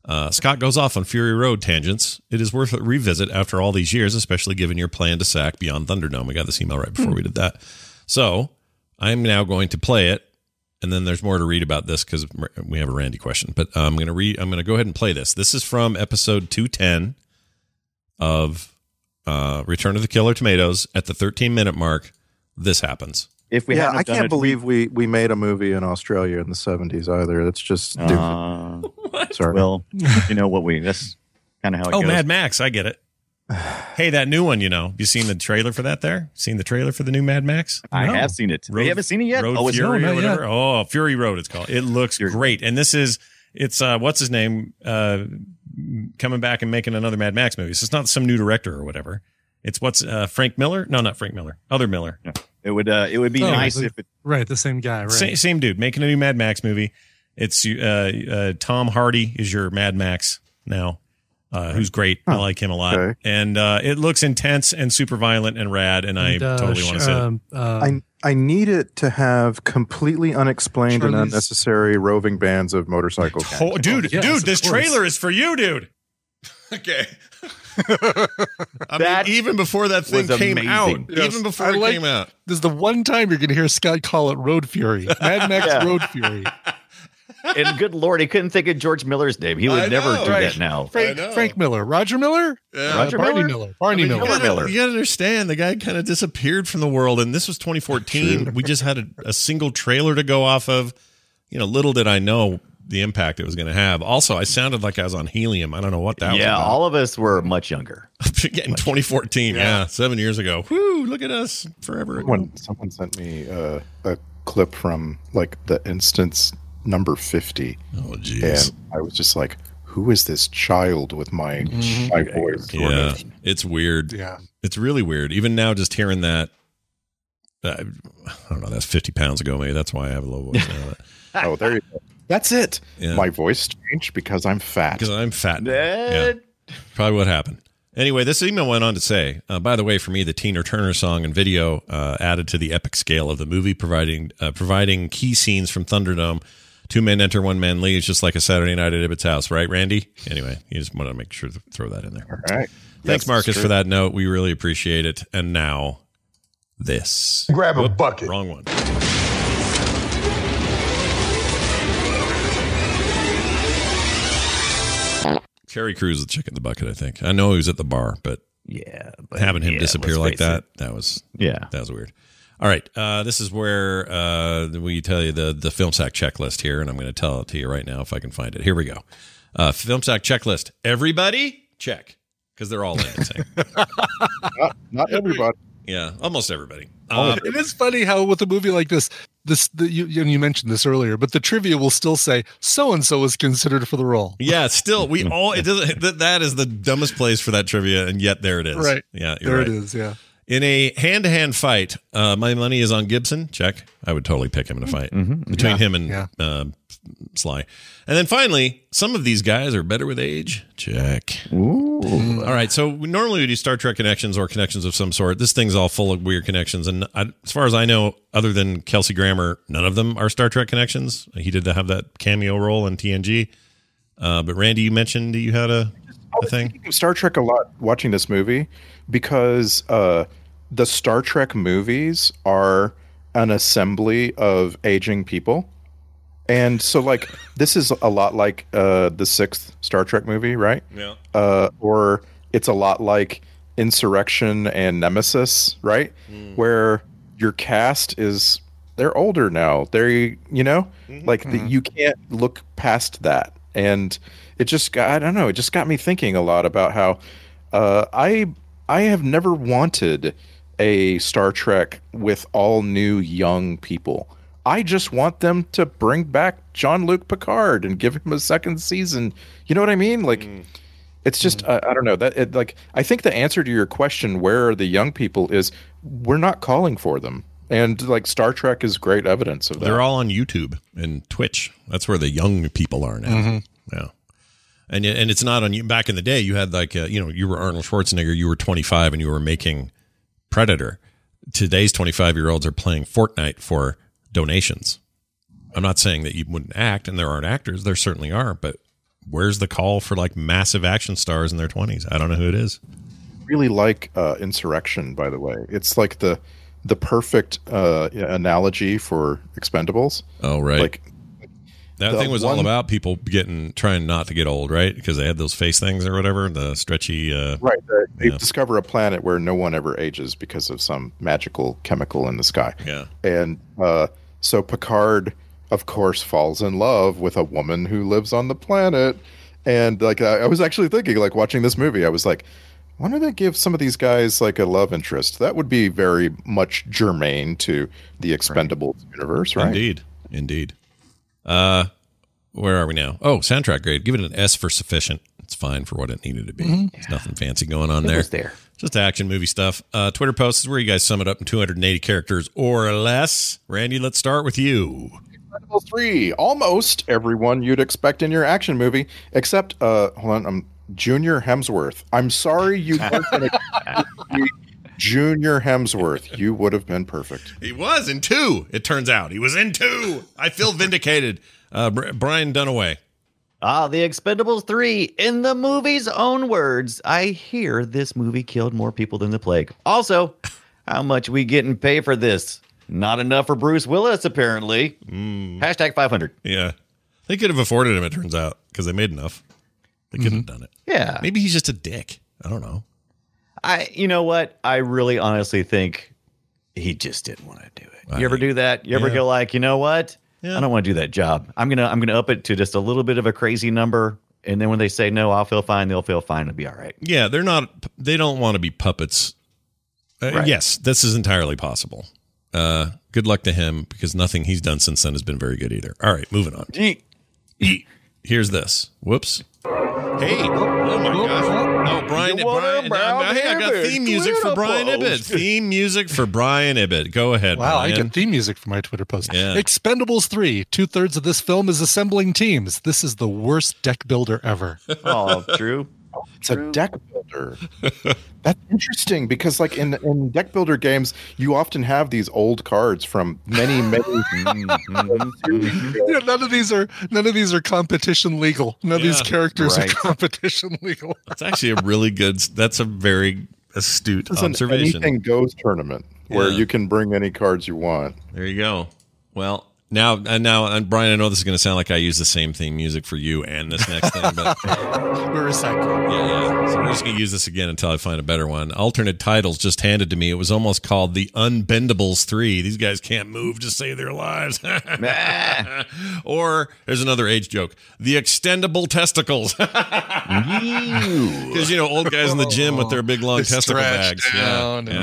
Uh, Scott goes off on Fury Road tangents. It is worth a revisit after all these years, especially given your plan to sack Beyond Thunderdome. We got this email right before we did that. So I'm now going to play it. And then there's more to read about this because we have a Randy question. But uh, I'm going to read, I'm going to go ahead and play this. This is from episode 210 of uh, Return of the Killer Tomatoes at the 13 minute mark. This happens. yeah, I can't believe we we made a movie in Australia in the seventies either. That's just stupid. Sorry. Uh-huh. uh, Well, you know what we that's kind (laughs) of how oh, Mad Max, I get (sighs) it. hey, that new one, you know, you seen the trailer for that? There, seen the trailer for the new Mad Max? I No. have seen it. We haven't seen it yet? Road Oh, it's- Fury No, or not whatever. yet. Oh, Fury Road. It's called. It looks great, and this is it's uh, what's his name uh, coming back and making another Mad Max movie. So it's not some new director or whatever. It's what's uh, Frank Miller? No, not Frank Miller. Other Miller. It would uh, it would Oh, the- right the same guy. Right. Same, same dude making a new Mad Max movie. It's uh, uh, Tom Hardy is your Mad Max now, uh, who's great. I like him a lot, Okay. and uh, it looks intense and super violent and rad. And, I And, uh, totally want to see um, it. uh, I I need it to have completely unexplained and Charlie's- unnecessary roving bands of motorcycle gangs. Oh, dude, yes, dude, of this course. trailer is for you, (laughs) dude. okay. I mean, even before that thing was came amazing. out, Yes, even before I it like- came out, This is the one time you're going to hear Scott call it Road Fury. Mad (laughs) Max Yeah. Road Fury. (laughs) and good lord, he couldn't think of George Miller's name. He would I never know, do right. that now. Frank, Frank Miller. Roger Miller? Uh, Roger Barney Miller? Miller. Barney I mean, Miller. You gotta, you gotta understand, the guy kind of disappeared from the world, and this was 2014. We just had a, a single trailer to go off of. You know, little did I know the impact it was going to have. Also, I sounded like I was on helium. I don't know what that was. yeah, about. (laughs) all of us were much younger. Yeah, in 2014. Yeah. seven years ago. Whoo, look at us forever. ago. Someone, someone sent me uh, a clip from like the instance number fifty. Oh, jeez. And I was just like, "Who is this child with my Mm-hmm. my voice?" sort Yeah, of? it's weird. Yeah. it's really weird. Even now, just hearing that. Uh, I don't know. That's 50 pounds ago. Maybe that's why I have a low voice now. Oh, there you go. That's it. Yeah. My voice changed because I'm fat. Because I'm fat. now. Yeah. Probably what happened. Anyway, this email went on to say, uh, by the way, for me, the Tina Turner song and video uh, added to the epic scale of the movie, providing uh, providing key scenes from Thunderdome. Two men enter, one man leaves, just like a Saturday night at Ibbot's house, right, Randy? Anyway, you just want to make sure to throw that in there. All right. Thanks, Yes, it's Marcus, true. for that note. We really appreciate it. And now, this. Grab a bucket. Wrong one. Terry Crews, the chick in the bucket, I think. I know he was at the bar, but yeah, having him yeah, disappear let's like face that, it. that was Yeah. that was weird. All right, uh, this is where uh, we tell you the the film sack checklist here, and I'm going to tell it to you right now if I can find it. Here we go. Uh, film sack checklist. Everybody check because they're all in the (laughs) same. not, not everybody. Yeah, almost everybody. Oh, Um, (laughs) it is funny how with a movie like this, this the, you and you mentioned this earlier, but the trivia will still say so and so is considered for the role. yeah, still we (laughs) all it doesn't. That, that is the dumbest place for that trivia, and yet there it is. Right. Yeah. You're There right. it is. Yeah. In a hand to hand fight, uh, my money is on Gibson. Check. I would totally pick him in a fight Mhm. between Yeah. him and Yeah. uh, Sly. And then finally, some of these guys are better with age. Check. Mm, All right. So we- normally we do Star Trek connections or connections of some sort. This thing's all full of weird connections. And I, as far as I know, other than Kelsey Grammer, none of them are Star Trek connections. He did have that cameo role in TNG. Uh, but Randy, you mentioned that you had a the thing? Star Trek a lot watching this movie because uh, the Star Trek movies are an assembly of aging people. And so, like, this is a lot like uh, the sixth Star Trek movie, right? Yeah. Uh, or it's a lot like Insurrection and Nemesis, right? Where your cast is they're older now. They, you know, like the, you can't look past that. And it just got, I don't know, it just got me thinking a lot about how uh, I I have never wanted a Star Trek with all new young people. I just want them to bring back John Luc Picard and give him a second season. You know what I mean? Like, it's just Mm. uh, I don't know that it, like I think the answer to your question, where are the young people, is we're not calling for them, and like Star Trek is great evidence of that. They're all on YouTube and Twitch. That's where the young people are now. Mhm. Yeah. And y- and it's not on you. Back in the day, you had like uh you know you were Arnold Schwarzenegger. You were 25 and you were making Predator. Today's 25 year olds are playing Fortnite for donations. I'm not saying that you wouldn't act, and there aren't actors. There certainly are, but where's the call for like massive action stars in their 20s? I don't know who it is. really like uh, Insurrection, by the way. It's like the the perfect uh, analogy for Expendables. Oh right. Like That The thing was all one- about people getting trying not to get old, right? Because they had those face things or whatever, the stretchy. Uh, right, they, they Yeah. discover a planet where no one ever ages because of some magical chemical in the sky. Yeah. And uh, so Picard, of course, falls in love with a woman who lives on the planet. And like I, I was actually thinking, like watching this movie, I was like, why don't they give some of these guys like a love interest? That would be very much germane to the Expendables universe, right? Indeed, indeed. Uh, where are we now? Oh, soundtrack grade. Give it an S for sufficient. It's fine for what it needed to be. Mhm. There's nothing fancy going on It there. was there. Just action movie stuff. Uh, Twitter posts is where you guys sum it up in 280 characters or less. Randy, let's start with you. Expendables 3, almost everyone you'd expect in your action movie, except, uh, hold on, I'm Junior Hemsworth. I'm sorry you weren't going to Junior Hemsworth. You would have been perfect. He was in two. It turns out he was in two. I feel vindicated. Uh, Br- Brian Dunaway. Ah, The Expendables 3, in the movie's own words, I hear this movie killed more people than the plague. Also, how much we getting paid for this? Not enough for Bruce Willis, apparently. Hashtag 500. Yeah. They could have afforded him, it turns out, because they made enough. They could have Mm-hmm. done it. Yeah. Maybe he's just a dick. I don't know. I, you know what? I really honestly think he just didn't want to do it. you ever do that? You ever yeah. go like, you know what? Yeah. I don't want to do that job. I'm gonna, I'm gonna up it to just a little bit of a crazy number, and then when they say no, I'll feel fine. They'll feel fine. It'll be all right. Yeah, they're not. They don't want to be puppets. Uh, Right. Yes, this is entirely possible. Uh, good luck to him because nothing he's done since then has been very good either. All right, moving on. Eek. Here's this. Whoops. Hey! Oh my gosh! Oh, Brian! Brian about hey, I got Ibbot? theme music for Twitter Brian (laughs) Ibbett. post. Theme music for Brian Ibbett. Go ahead. Wow, I Brian. get theme music for my Twitter post. Yeah. Expendables 3. Two thirds of this film is assembling teams. This is the worst deck builder ever. Oh, true. (laughs) It's a deck builder. That's interesting because, like in in deck builder games, you often have these old cards from many (laughs) Mm, many. Yeah, none of these are none of these are competition legal. None of these Yeah. characters Right. are (laughs) competition legal. That's actually a really good. That's a very astute It's an observation. anything goes tournament where Yeah. you can bring any cards you want. There you go. Well, now and now, and Brian, I know this is going to sound like I use the same theme music for you and this next thing, but We're (laughs) recycling. yeah, yeah. So we're just going to use this again until I find a better one. Alternate titles just handed to me. It was almost called the Unbendables Three. These guys can't move to save their lives. (laughs) or there's another age joke: the extendable testicles. (laughs) Because you know, old guys in the gym with their big long They testicle stretch bags. down yeah. and- Yeah.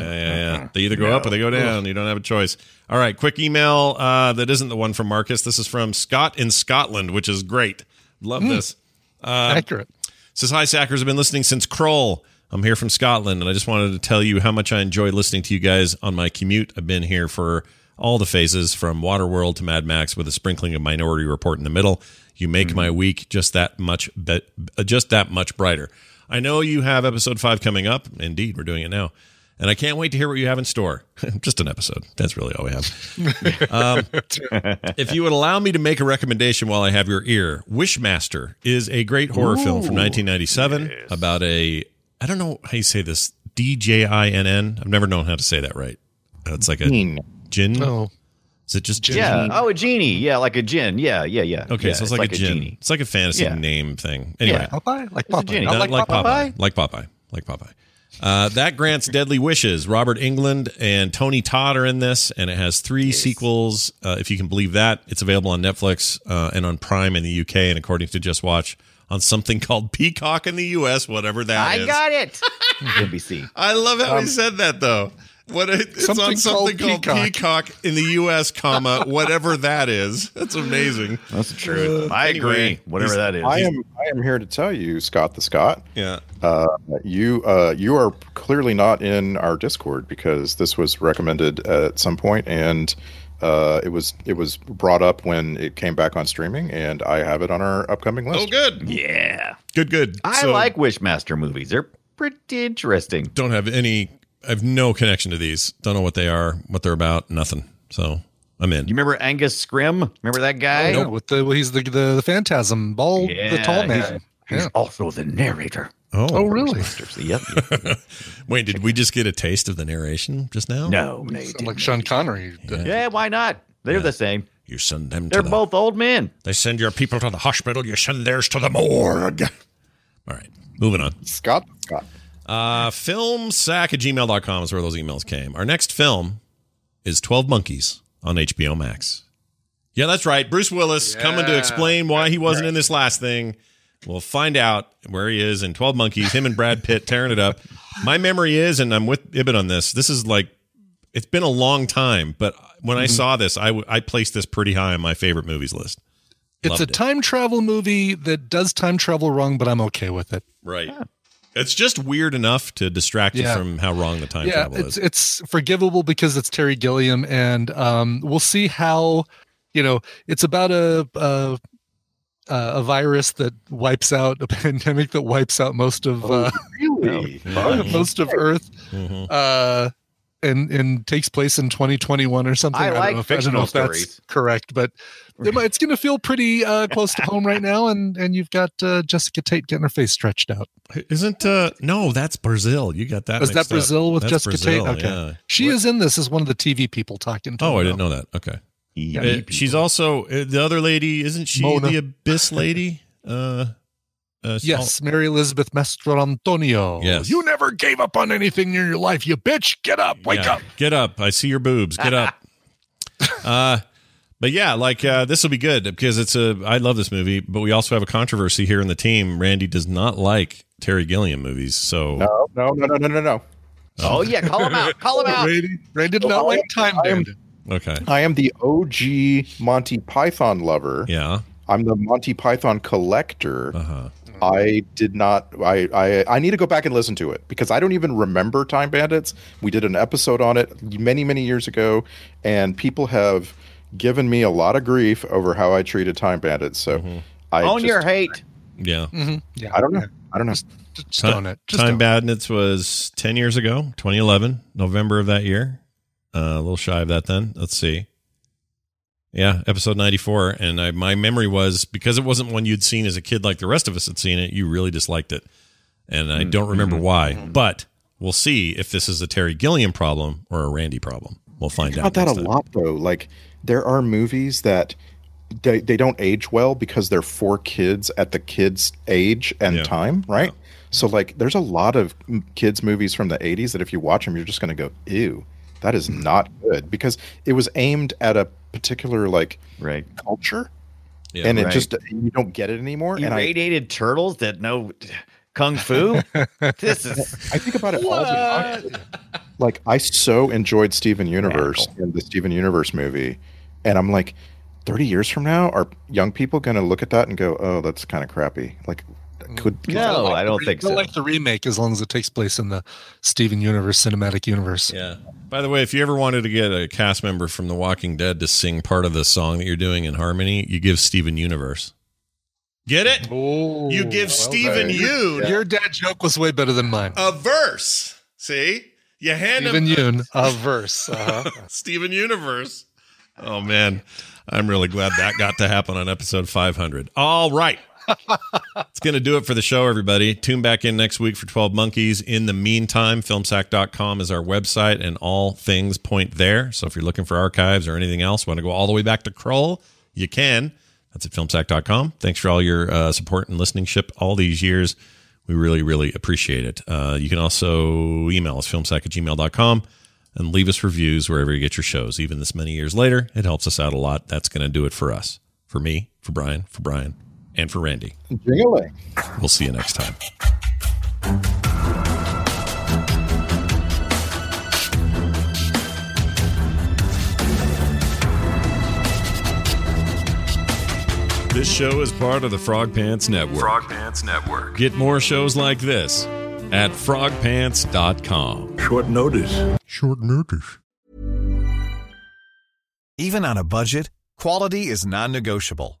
yeah, yeah, yeah. They either go up or they go down. You don't have a choice. All right, quick email uh, that isn't the one from Marcus. This is from Scott in Scotland, which is great. Hmm. Love this. Uh, Accurate. Says hi, Sackers. I've been listening since Kroll. I'm here from Scotland, and I just wanted to tell you how much I enjoy listening to you guys on my commute. I've been here for all the phases, from Waterworld to Mad Max, with a sprinkling of Minority Report in the middle. You make my week just that much, be- uh, just that much brighter. I know you have episode five coming up. Indeed, we're doing it now. And I can't wait to hear what you have in store. (laughs) Just an episode. That's really all we have. Um, if you would allow me to make a recommendation while I have your ear, Wishmaster is a great horror film from Ooh, 1997 about a, I don't know how you say this, D-J-I-N-N. I've never known how to say that right. It's like a Gene. gin. Is it just Yeah. gin? Oh, a genie. Yeah, like a gin. Yeah, yeah, yeah. Okay, Yeah, so it's like, a, gin. It's like a fantasy Yeah. name thing. Anyway, Yeah. Popeye? Like It's a Popeye. genie. Not like Not uh, like Popeye. Popeye? Like Popeye. Like Popeye. Uh, (laughs) that grants deadly wishes. Robert England and Tony Todd are in this, and it has three sequels. Uh, if you can believe that, it's available on Netflix uh, and on Prime in the UK, and according to Just Watch, on something (laughs) called Peacock in the US, whatever that is. I got (laughs) it. NBC. I love how Um, he said that though. What it, it's on something something called, called peacock. in the (laughs) U.S., comma whatever that is. That's amazing. That's true. I agree. Whatever that is. I am I am here to tell you, Scott the Scot. Yeah. Uh, you uh, you are clearly not in our Discord because this was recommended at some point and uh, it was it was brought up when it came back on streaming and I have it on our upcoming list. Oh, good. Yeah. Good, good. I So- like Wishmaster movies. They're pretty interesting. Don't have any. I have no connection to these. Don't know what they are, what they're about, nothing. So I'm in. You remember Angus Scrim? Remember that guy? Yeah, with the well, he's the the, the phantasm, bald, the tall man. He's Yeah. also the narrator. Oh, Oh, really? Yep. Wait, did we just get a taste of the narration just now? Oh, No, no, you Sound like Sean Connery. Yeah. Yeah, why not? They're the same. You send them. They're to both old men. The, they send your people to the hospital. You send theirs to the morgue. All right, moving on. Scott Scott. Uh, filmsack at gmail.com is where those emails came. Our next film is 12 Monkeys on HBO Max. Yeah, that's right. Bruce Willis coming to Yeah. explain why he wasn't in this last thing. We'll find out where he is in 12 Monkeys, him and Brad Pitt tearing it up. My memory is, and I'm with Ibit on this, this is like, it's been a long time, but when I Mm-hmm. Mhm. saw this, I, w- I placed this pretty high on my favorite movies list. It's Loved a it. time travel movie that does time travel wrong, but I'm okay with it. Right. It's just weird enough to distract Yeah. you from how wrong the time yeah, travel it's is. it's forgivable because it's Terry Gilliam, and um, we'll see how you know it's about a. a a virus that wipes out a (laughs) pandemic that wipes out most of Oh, uh, really? (laughs) most of Earth, Mm-hmm. uh, and and takes place in 2021 or something. I don't like know if- I don't know fictional if that's stories. correct, but it might- it's going to feel pretty uh, close to home right now. And and you've got uh, Jessica Tate getting her face stretched out. Isn't uh no, that's Brazil. You got that. Is that mixed up. Brazil with That's Jessica Brazil, Tate? Okay, yeah. she is in this as one of the TV people talking to. Oh, her I now. didn't know that. Okay. Yeah. Uh, she's also uh, the other lady, isn't she Mona. the abyss lady? Uh, uh Yes, Mary Elizabeth Mastrantonio. Yes. You never gave up on anything in your life, you bitch. Get up. I'll- yeah. Get up. I see your boobs. Get up. uh but yeah, like uh, this will be good because it's a. I love this movie, but we also have a controversy here in the team. Randy does not like Terry Gilliam movies, so No, no, no, no, no, no, no. Oh yeah, call him (laughs) out. Call him out. Randy, Randy did not like time bandit. okay. I am the OG Monty Python lover. Yeah. Uh-huh. I'm the Monty Python collector. I did not. I, I I need to go back and listen to it because I don't even remember Time Bandits. We did an episode on it many many years ago, and people have given me a lot of grief over how I treated Time Bandits. So I Own just- your hate. Yeah. Mm-hmm. Yeah. I don't know. I don't know. Just own it. Just Time own Badnitz was 10 years ago, 2011, November of that year. Uh, a little shy of that then. Let's see. Yeah, episode 94. And I, my memory was because it wasn't one you'd seen as a kid like the rest of us had seen it, you really disliked it. And Hmm, I don't remember why, but we'll see if this is a Terry Gilliam problem or a Randy problem. We'll find out. about that a next time. lot though. Like there are movies that they, they don't age well because they're for kids at the kids' age and Yeah. time, right? So like there's a lot of m- kids movies from the 80s that if you watch them you're just going to go ew. That is Mm. not good because it was aimed at a particular like right culture. Yeah. and it Right. just you don't get it anymore and I Irradiated turtles that know kung fu. this is. I think about it all the time. like I so enjoyed Steven Universe and the Steven Universe movie, and I'm like, 30 years from now, are young people going to look at that and go, "Oh, that's kind of crappy"? Like, could No, I don't They'll think so. like the remake as long as it takes place in the Steven Universe cinematic universe. Yeah. By the way, if you ever wanted to get a cast member from The Walking Dead to sing part of the song that you're doing in harmony, you give Steven Universe. Get it? you give Steven Oh, Your dad joke was way better than mine. a verse. See? You hand Stephen him Yoon, a (laughs) verse. Uh-huh. Steven Universe. Oh man, I'm really glad that got to happen on episode 500. All right. It's going to do it for the show, everybody. Tune back in next week for 12 Monkeys. In the meantime, filmsack.com is our website and all things point there. So if you're looking for archives or anything else, want to go all the way back to Kroll, you can. That's at filmsack.com. Thanks for all your uh, support and listening ship all these years. We really, really appreciate it. Uh, you can also email us, filmsack at gmail.com, and leave us reviews wherever you get your shows. Even this many years later, it helps us out a lot. That's going to do it for us, for me, for Brian, for Brian, and for Randy. Really? We'll see you next time. This show is part of the Frog Pants Network. Frog Pants Network. Get more shows like this at frogpants.com. Short notice. Short notice. Even on a budget, quality is non-negotiable.